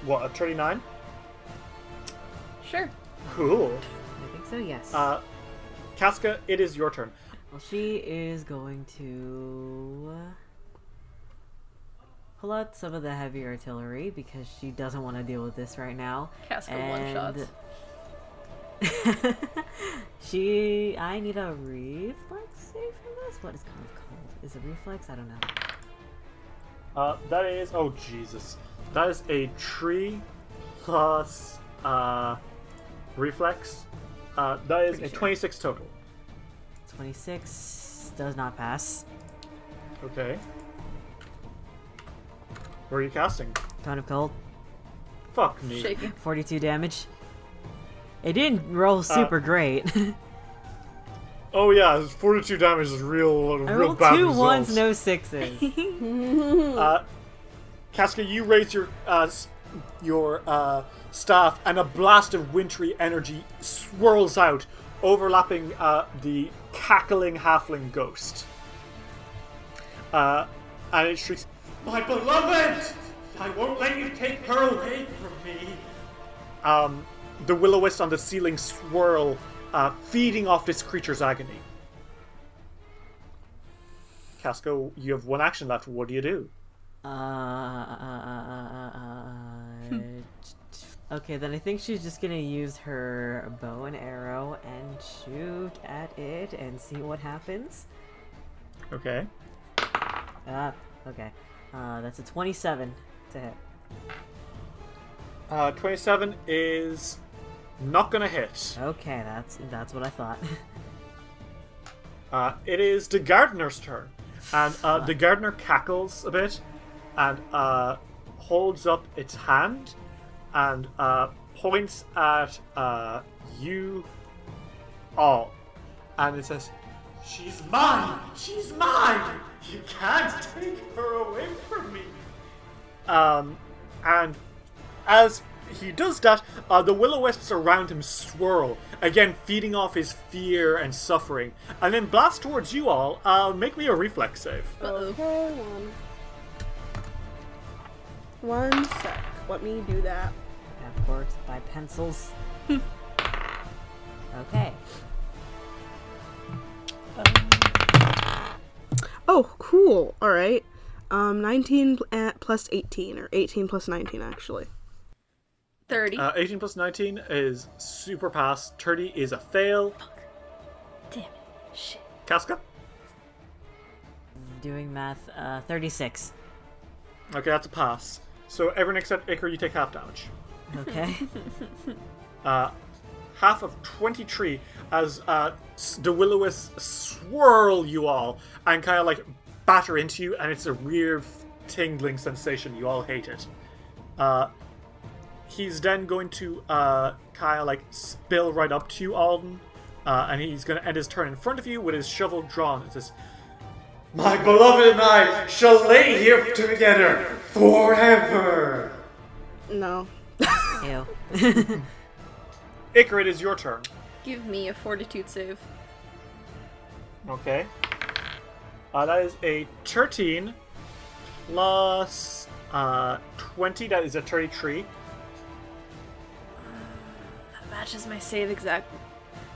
S10: what, a 39?
S2: Sure.
S10: Cool.
S4: I think so, yes.
S10: Uh, Casca, it is your turn.
S4: well, she is going to pull out some of the heavy artillery because she doesn't want to deal with this right now.
S2: Casca one shots.
S4: *laughs* she, I need a reflex save from this. What is kind of called? Is it reflex? I don't know.
S10: Uh, that is, oh Jesus. That is a tree plus uh, reflex. Uh, that is a 26 total.
S4: 26 does not pass.
S10: Okay. Where are you casting?
S4: Ton of cold.
S10: Fuck me.
S2: Shaking.
S4: 42 damage. It didn't
S10: Uh,
S4: roll super great. *laughs*
S10: Oh yeah, 42 damage is real,
S4: I
S10: real
S4: rolled
S10: bad
S4: two
S10: results.
S4: ones, no sixes.
S10: Uh, Casca, you raise your uh, s- your uh, staff, and a blast of wintry energy swirls out, overlapping uh, the cackling halfling ghost. Uh, and it shrieks, "My beloved! I won't let you take her away from me!" Um, the will o wisps on the ceiling swirl, uh, feeding off this creature's agony. Casco, you have one action left. What do you do?
S4: Uh, uh, okay, then I think she's just gonna use her bow and arrow and shoot at it and see what happens.
S10: Okay.
S4: Uh, okay. Uh, that's a 27 to hit.
S10: Uh, 27 is not gonna hit.
S4: Okay, that's that's what I thought. *laughs*
S10: Uh, it is the gardener's turn. And uh, the gardener cackles a bit and uh, holds up its hand and uh, points at uh, you all. And it says, She's mine! She's mine! You can't take her away from me! Um, and as he does that, uh, the will o wisps around him swirl, again feeding off his fear and suffering, and then blast towards you all. Uh, make me a reflex save.
S2: Uh-oh.
S3: Okay, one. One sec. Let me do that.
S4: of course, by *laughs* pencils. okay.
S3: Oh, cool. All right. Um, 19 pl- eh, plus 18, or 18 plus 19, actually.
S2: 30.
S10: Uh, 18 plus 19 is super pass, 30 is a fail.
S14: Damn it. Shit.
S10: Casca?
S4: Doing math, uh, 36.
S10: Okay, that's a pass. So everyone except Iker, you take half damage.
S4: *laughs* Okay.
S10: half of 23 as uh, s- the willowists swirl you all and kind of like batter into you, and it's a weird tingling sensation. You all hate it. Uh, he's then going to uh, kind of like spill right up to you, Alden, uh, and he's going to end his turn in front of you with his shovel drawn. It says, My beloved and I shall lay here together forever.
S3: No.
S4: Ew.
S10: Icar, it is your turn.
S2: Give me a fortitude save.
S10: Okay. Uh, that is a 13 plus uh, 20. That is a 33.
S2: That matches my save exactly.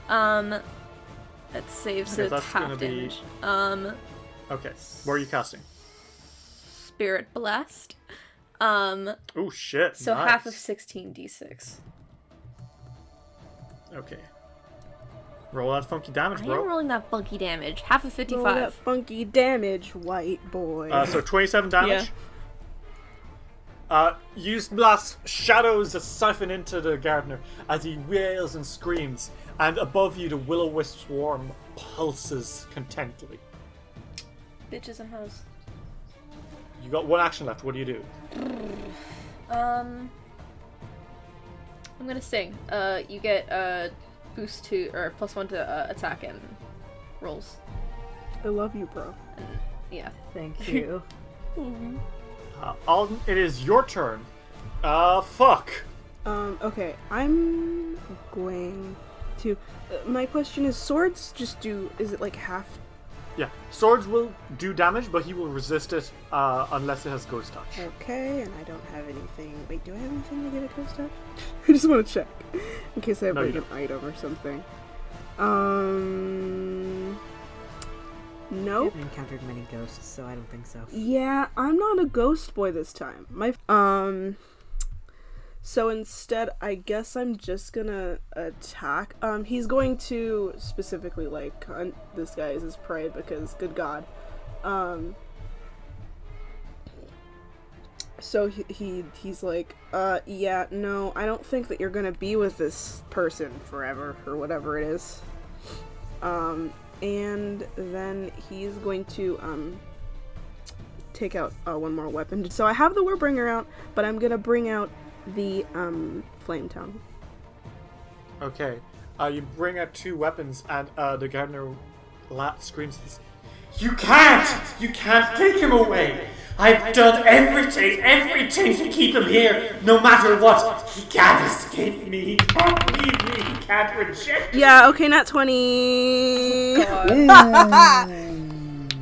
S2: Um, that saves
S10: Okay,
S2: so it's
S10: that's gonna
S2: half
S10: be-
S2: damage. Um,
S10: Okay. Where are you casting?
S2: spirit blast. Um,
S10: Oh, shit.
S2: so
S10: nice.
S2: half of 16d6.
S10: Okay. Roll that funky damage,
S2: I am
S10: bro.
S2: rolling that funky damage. Half of
S3: Roll that
S2: 55.
S3: funky damage, white boy.
S10: Uh, so 27 damage. Uh, you blast shadows that siphon into the gardener as he wails and screams. and above you the willow wisp swarm pulses contently.
S2: Bitches and hoes.
S10: You got one action left. What do you do?
S2: Um, I'm gonna sing. Uh, you get a boost to or plus one to uh, attack and rolls.
S3: I love you, bro.
S2: Yeah.
S4: *laughs* Thank you.
S10: Uh, Alden, it is your turn. Uh, fuck.
S3: Um, okay, I'm going to. uh, My question is swords just do. Is it like half?
S10: Yeah, swords will do damage, but he will resist it uh, unless it has ghost touch.
S3: Okay, and I don't have anything. Wait, do I have anything to get a ghost touch? *laughs* I just want to check. In case I have
S10: No, you
S3: like an item or something. Um.
S4: I
S3: Nope.
S4: haven't encountered many ghosts, so I don't think so. *laughs*
S3: Yeah, I'm not a ghost boy this time. My um so instead I guess I'm just gonna attack. Um he's going to specifically like hunt this guy as his prey because good god. Um so he, he he's like, uh yeah, no, I don't think that you're gonna be with this person forever or whatever it is. Um and then he's going to um take out uh, one more weapon. So I have the Warbringer out, but I'm gonna bring out the um, Flame Tongue.
S10: Okay, uh, you bring out two weapons, and uh, the gardener lat screams, "You can't! You can't take him away!
S15: I've done everything, everything to keep him here, no matter what. He can't escape me, he can't leave me, he can't reject me.
S3: Yeah. Okay. Not twenty. *laughs*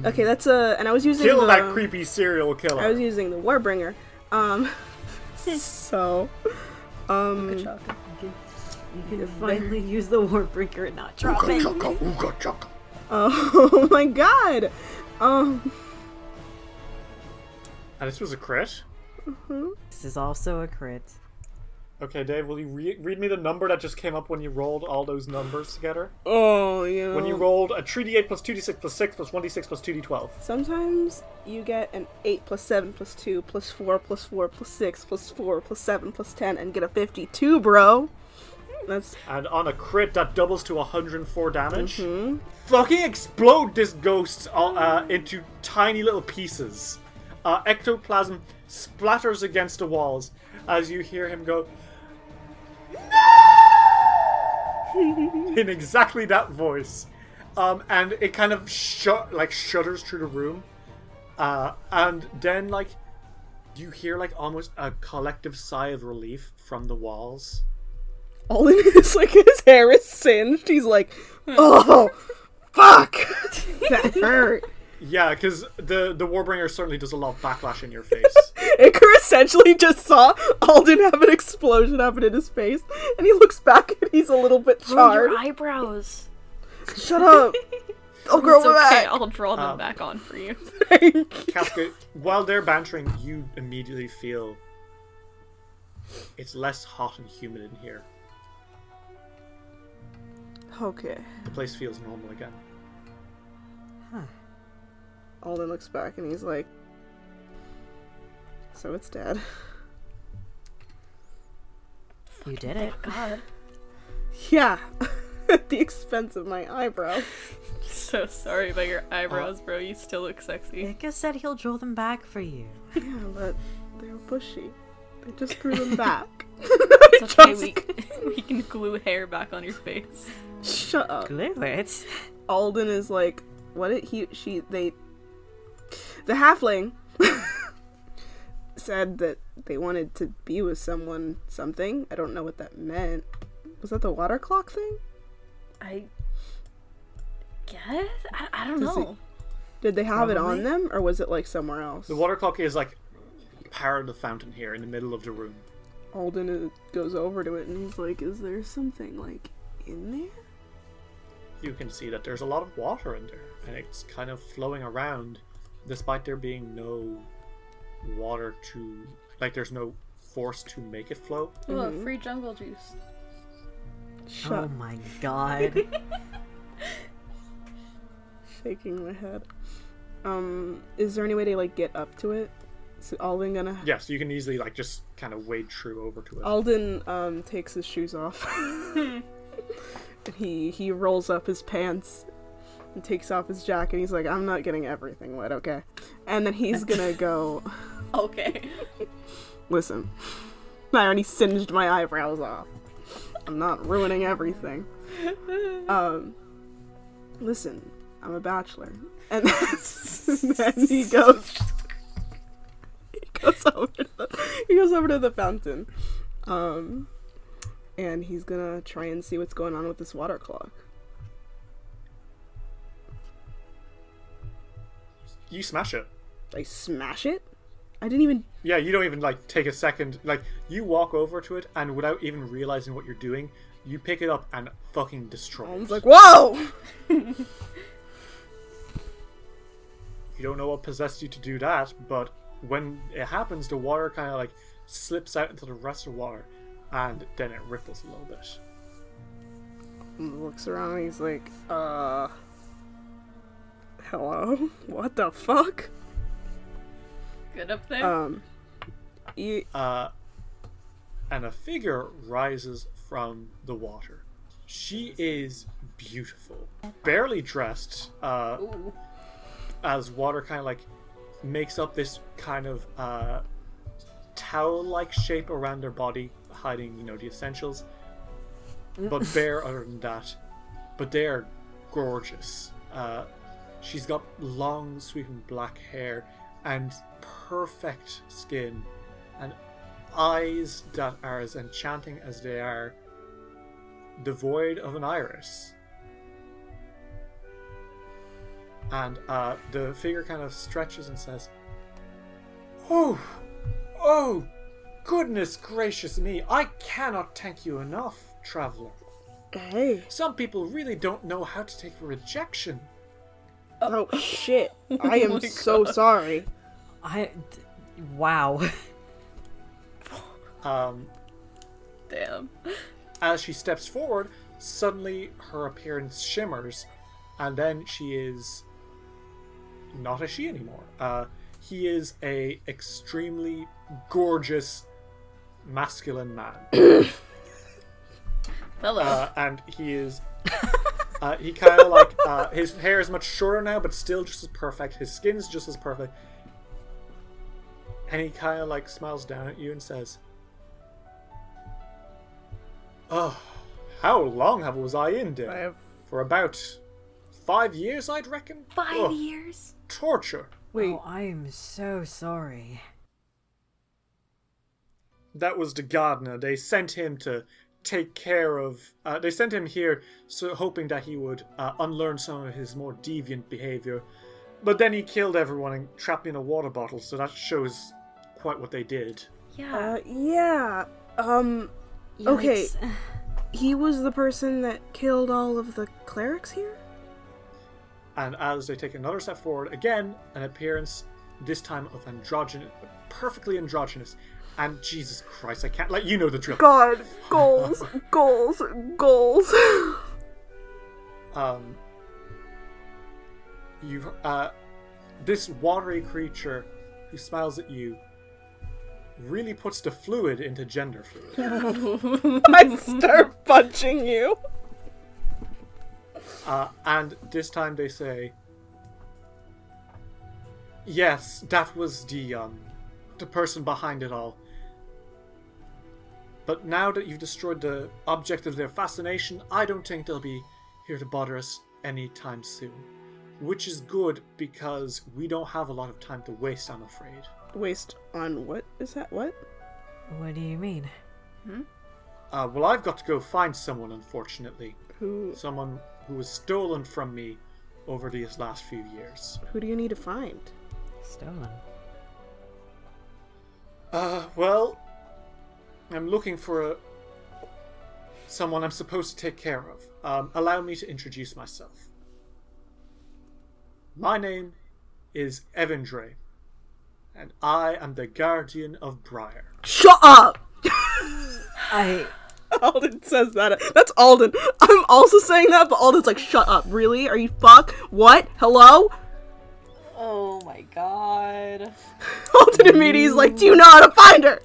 S3: okay, that's a. And I was using
S10: Kill
S3: the,
S10: that creepy serial
S3: I was
S10: killer!"
S3: using the Warbringer. Um. so. *laughs* Um.
S4: You can *laughs* finally use the Warbreaker and not drop it.
S16: Ooga-chaka, ooga-chaka.
S3: Oh my God. Um.
S10: And this was a crit.
S4: This is also a crit.
S10: Okay, Dave, will you re- read me the number that just came up when you rolled all those numbers together?
S3: Oh, you know.
S10: When you rolled a 3d8 plus 2d6 plus 6 plus 1d6 plus 2d12.
S3: Sometimes you get an 8 plus 7 plus 2 plus 4 plus 4 plus 6 plus 4 plus 7 plus 10 and get a 52, bro. That's
S10: And on a crit, that doubles to 104 damage. Fucking explode this ghost uh, uh, into tiny little pieces. Uh, ectoplasm splatters against the walls as you hear him go, No! *laughs* In exactly that voice. Um, and it kind of shut, like shudders through the room. Uh, and then, like, you hear, like, almost a collective sigh of relief from the walls.
S3: all in *laughs* his like his hair is singed. He's like, oh, fuck, *laughs* that hurt.
S10: Yeah, because the the Warbringer certainly does a lot of backlash in your face.
S3: Icar essentially just saw Alden have an explosion happen in his face, and he looks back and he's a little bit
S14: Oh,
S3: charred.
S14: your eyebrows.
S3: Shut *laughs* up. I'll grow
S2: It's okay.
S3: back.
S2: I'll draw them back on for you.
S10: Casca, while they're bantering, you immediately feel it's less hot and humid in here.
S3: Okay.
S10: The place feels normal again.
S3: Alden looks back and he's like, so it's dead. *laughs*
S4: You did it.
S2: God,
S3: Yeah. *laughs* At the expense of my eyebrow.
S2: so sorry about your eyebrows, bro. You still look sexy.
S4: Ica said he'll draw them back for you.
S3: Yeah, but they're bushy. They just grew *laughs* them back.
S2: It's okay. We, we can glue hair back on your face.
S3: Shut up.
S4: Glue it.
S3: Alden is like, what did he, she, they, the halfling *laughs* said that they wanted to be with someone, something. I don't know what that meant. Was that the water clock thing?
S2: I guess I, I don't
S3: Does it-
S2: know.
S3: Did they have it on them, or was it like somewhere else?
S10: The water clock is like power of the fountain here in the middle of the room.
S3: Alden uh, goes over to it and he's like, is there something like in there?
S10: You can see that there's a lot of water in there, and it's kind of flowing around, despite there being no water to like. There's no force to make it flow.
S2: Well, free jungle juice.
S3: Shut
S4: Oh my god. *laughs*
S3: shaking my head. Um, is there any way to like get up to it? Is Alden gonna?
S10: Yeah, so you can easily like just
S3: Oh.
S10: kind of wade through over to it.
S3: Alden um takes his shoes off And he he rolls up his pants and takes off his jacket. He's like, "I'm not getting everything wet, okay?" And then he's gonna go.
S2: Okay. *laughs*
S3: Listen, I already singed my eyebrows off. I'm not ruining everything. Um, listen, I'm a bachelor, and *laughs* then he goes. He goes over to the, he goes over to the fountain, um, and he's gonna try and see what's going on with this water clock.
S10: You smash it.
S3: I smash it. I didn't even
S10: Yeah, you don't even like take a second. Like you walk over to it, and without even realizing what you're doing, you pick it up and fucking destroy
S3: I was like,
S10: it.
S3: whoa!
S10: you don't know what possessed you to do that, but when it happens, the water kind of like slips out into the rest of the water, and then it ripples a little bit.
S3: And looks around and he's like, uh. Hello? *laughs* What the fuck?
S2: Good up there.
S3: Um. You,
S10: and a figure rises from the water. She is beautiful, barely dressed, uh, as water kind of like makes up this kind of uh, towel-like shape around her body, hiding you know the essentials, but bare other than that. But they are gorgeous. Uh, she's got long, sweeping black hair and perfect skin, and eyes that are as enchanting as they are devoid of an iris. And uh, the figure kind of stretches and says, Oh, oh, goodness gracious me, I cannot thank you enough, traveler.
S3: hey.
S10: Some people really don't know how to take rejection.
S3: *laughs* Oh, shit. I am so sorry.
S4: I. d- Wow.
S10: Um,
S2: Damn.
S10: as she steps forward, suddenly her appearance shimmers, and then she is not a she anymore. Uh, he is a extremely gorgeous, masculine man,
S2: Hello.
S10: uh, and he is. Uh, he kind of like uh, his hair is much shorter now, but still just as perfect. His skin's just as perfect, and he kind of like smiles down at you and says, "Oh, how long have was I in there?"
S3: I have.
S10: for about five years, I'd reckon.
S14: Five
S10: Ugh,
S14: years?
S10: Torture.
S3: Wait.
S4: Oh, I am so sorry.
S10: That was the gardener. They sent him to take care of. Uh, they sent him here, so hoping that he would uh, unlearn some of his more deviant behavior. But then he killed everyone and trapped me in a water bottle. So that shows quite what they did.
S14: Yeah.
S3: Uh, yeah. Um. Okay. He was the person that killed all of the clerics here?
S10: And as they take another step forward, again, an appearance, this time of androgynous, perfectly androgynous. And Jesus Christ, I can't. Like you know the drill.
S3: God. *laughs* Goals. goals. *laughs* Goals.
S10: um, you uh, this watery creature who smiles at you really puts the fluid into gender fluid.
S3: I start punching you.
S10: Uh, and this time they say, "Yes, that was the um, the person behind it all." But now that you've destroyed the object of their fascination, I don't think they'll be here to bother us anytime soon. Which is good because we don't have a lot of time to waste, I'm afraid.
S3: Waste on what is that? What?
S4: *laughs* What do you mean?
S10: Uh, well, I've got to go find someone, unfortunately.
S3: Who?
S10: Someone who was stolen from me over these last few years.
S3: Who do you need to find?
S4: Stolen.
S10: Uh, well, I'm looking for a, someone I'm supposed to take care of. Um, allow me to introduce myself. My name is Evandre, and I am the guardian of Briar.
S3: Shut *laughs* up!
S4: I.
S3: *laughs* Alden says that. That's Alden. I'm also saying that, but Alden's like, shut up. Really? Are you fuck? What? Hello?
S2: oh my god.
S3: *laughs* Alden immediately is like, do you know how to find her?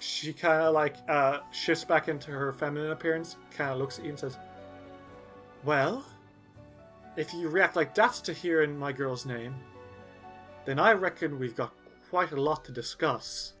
S10: she kind of like uh, shifts back into her feminine appearance, kind of looks at you and says, Well, if you react like that to hearing my girl's name, then I reckon we've got quite a lot to discuss.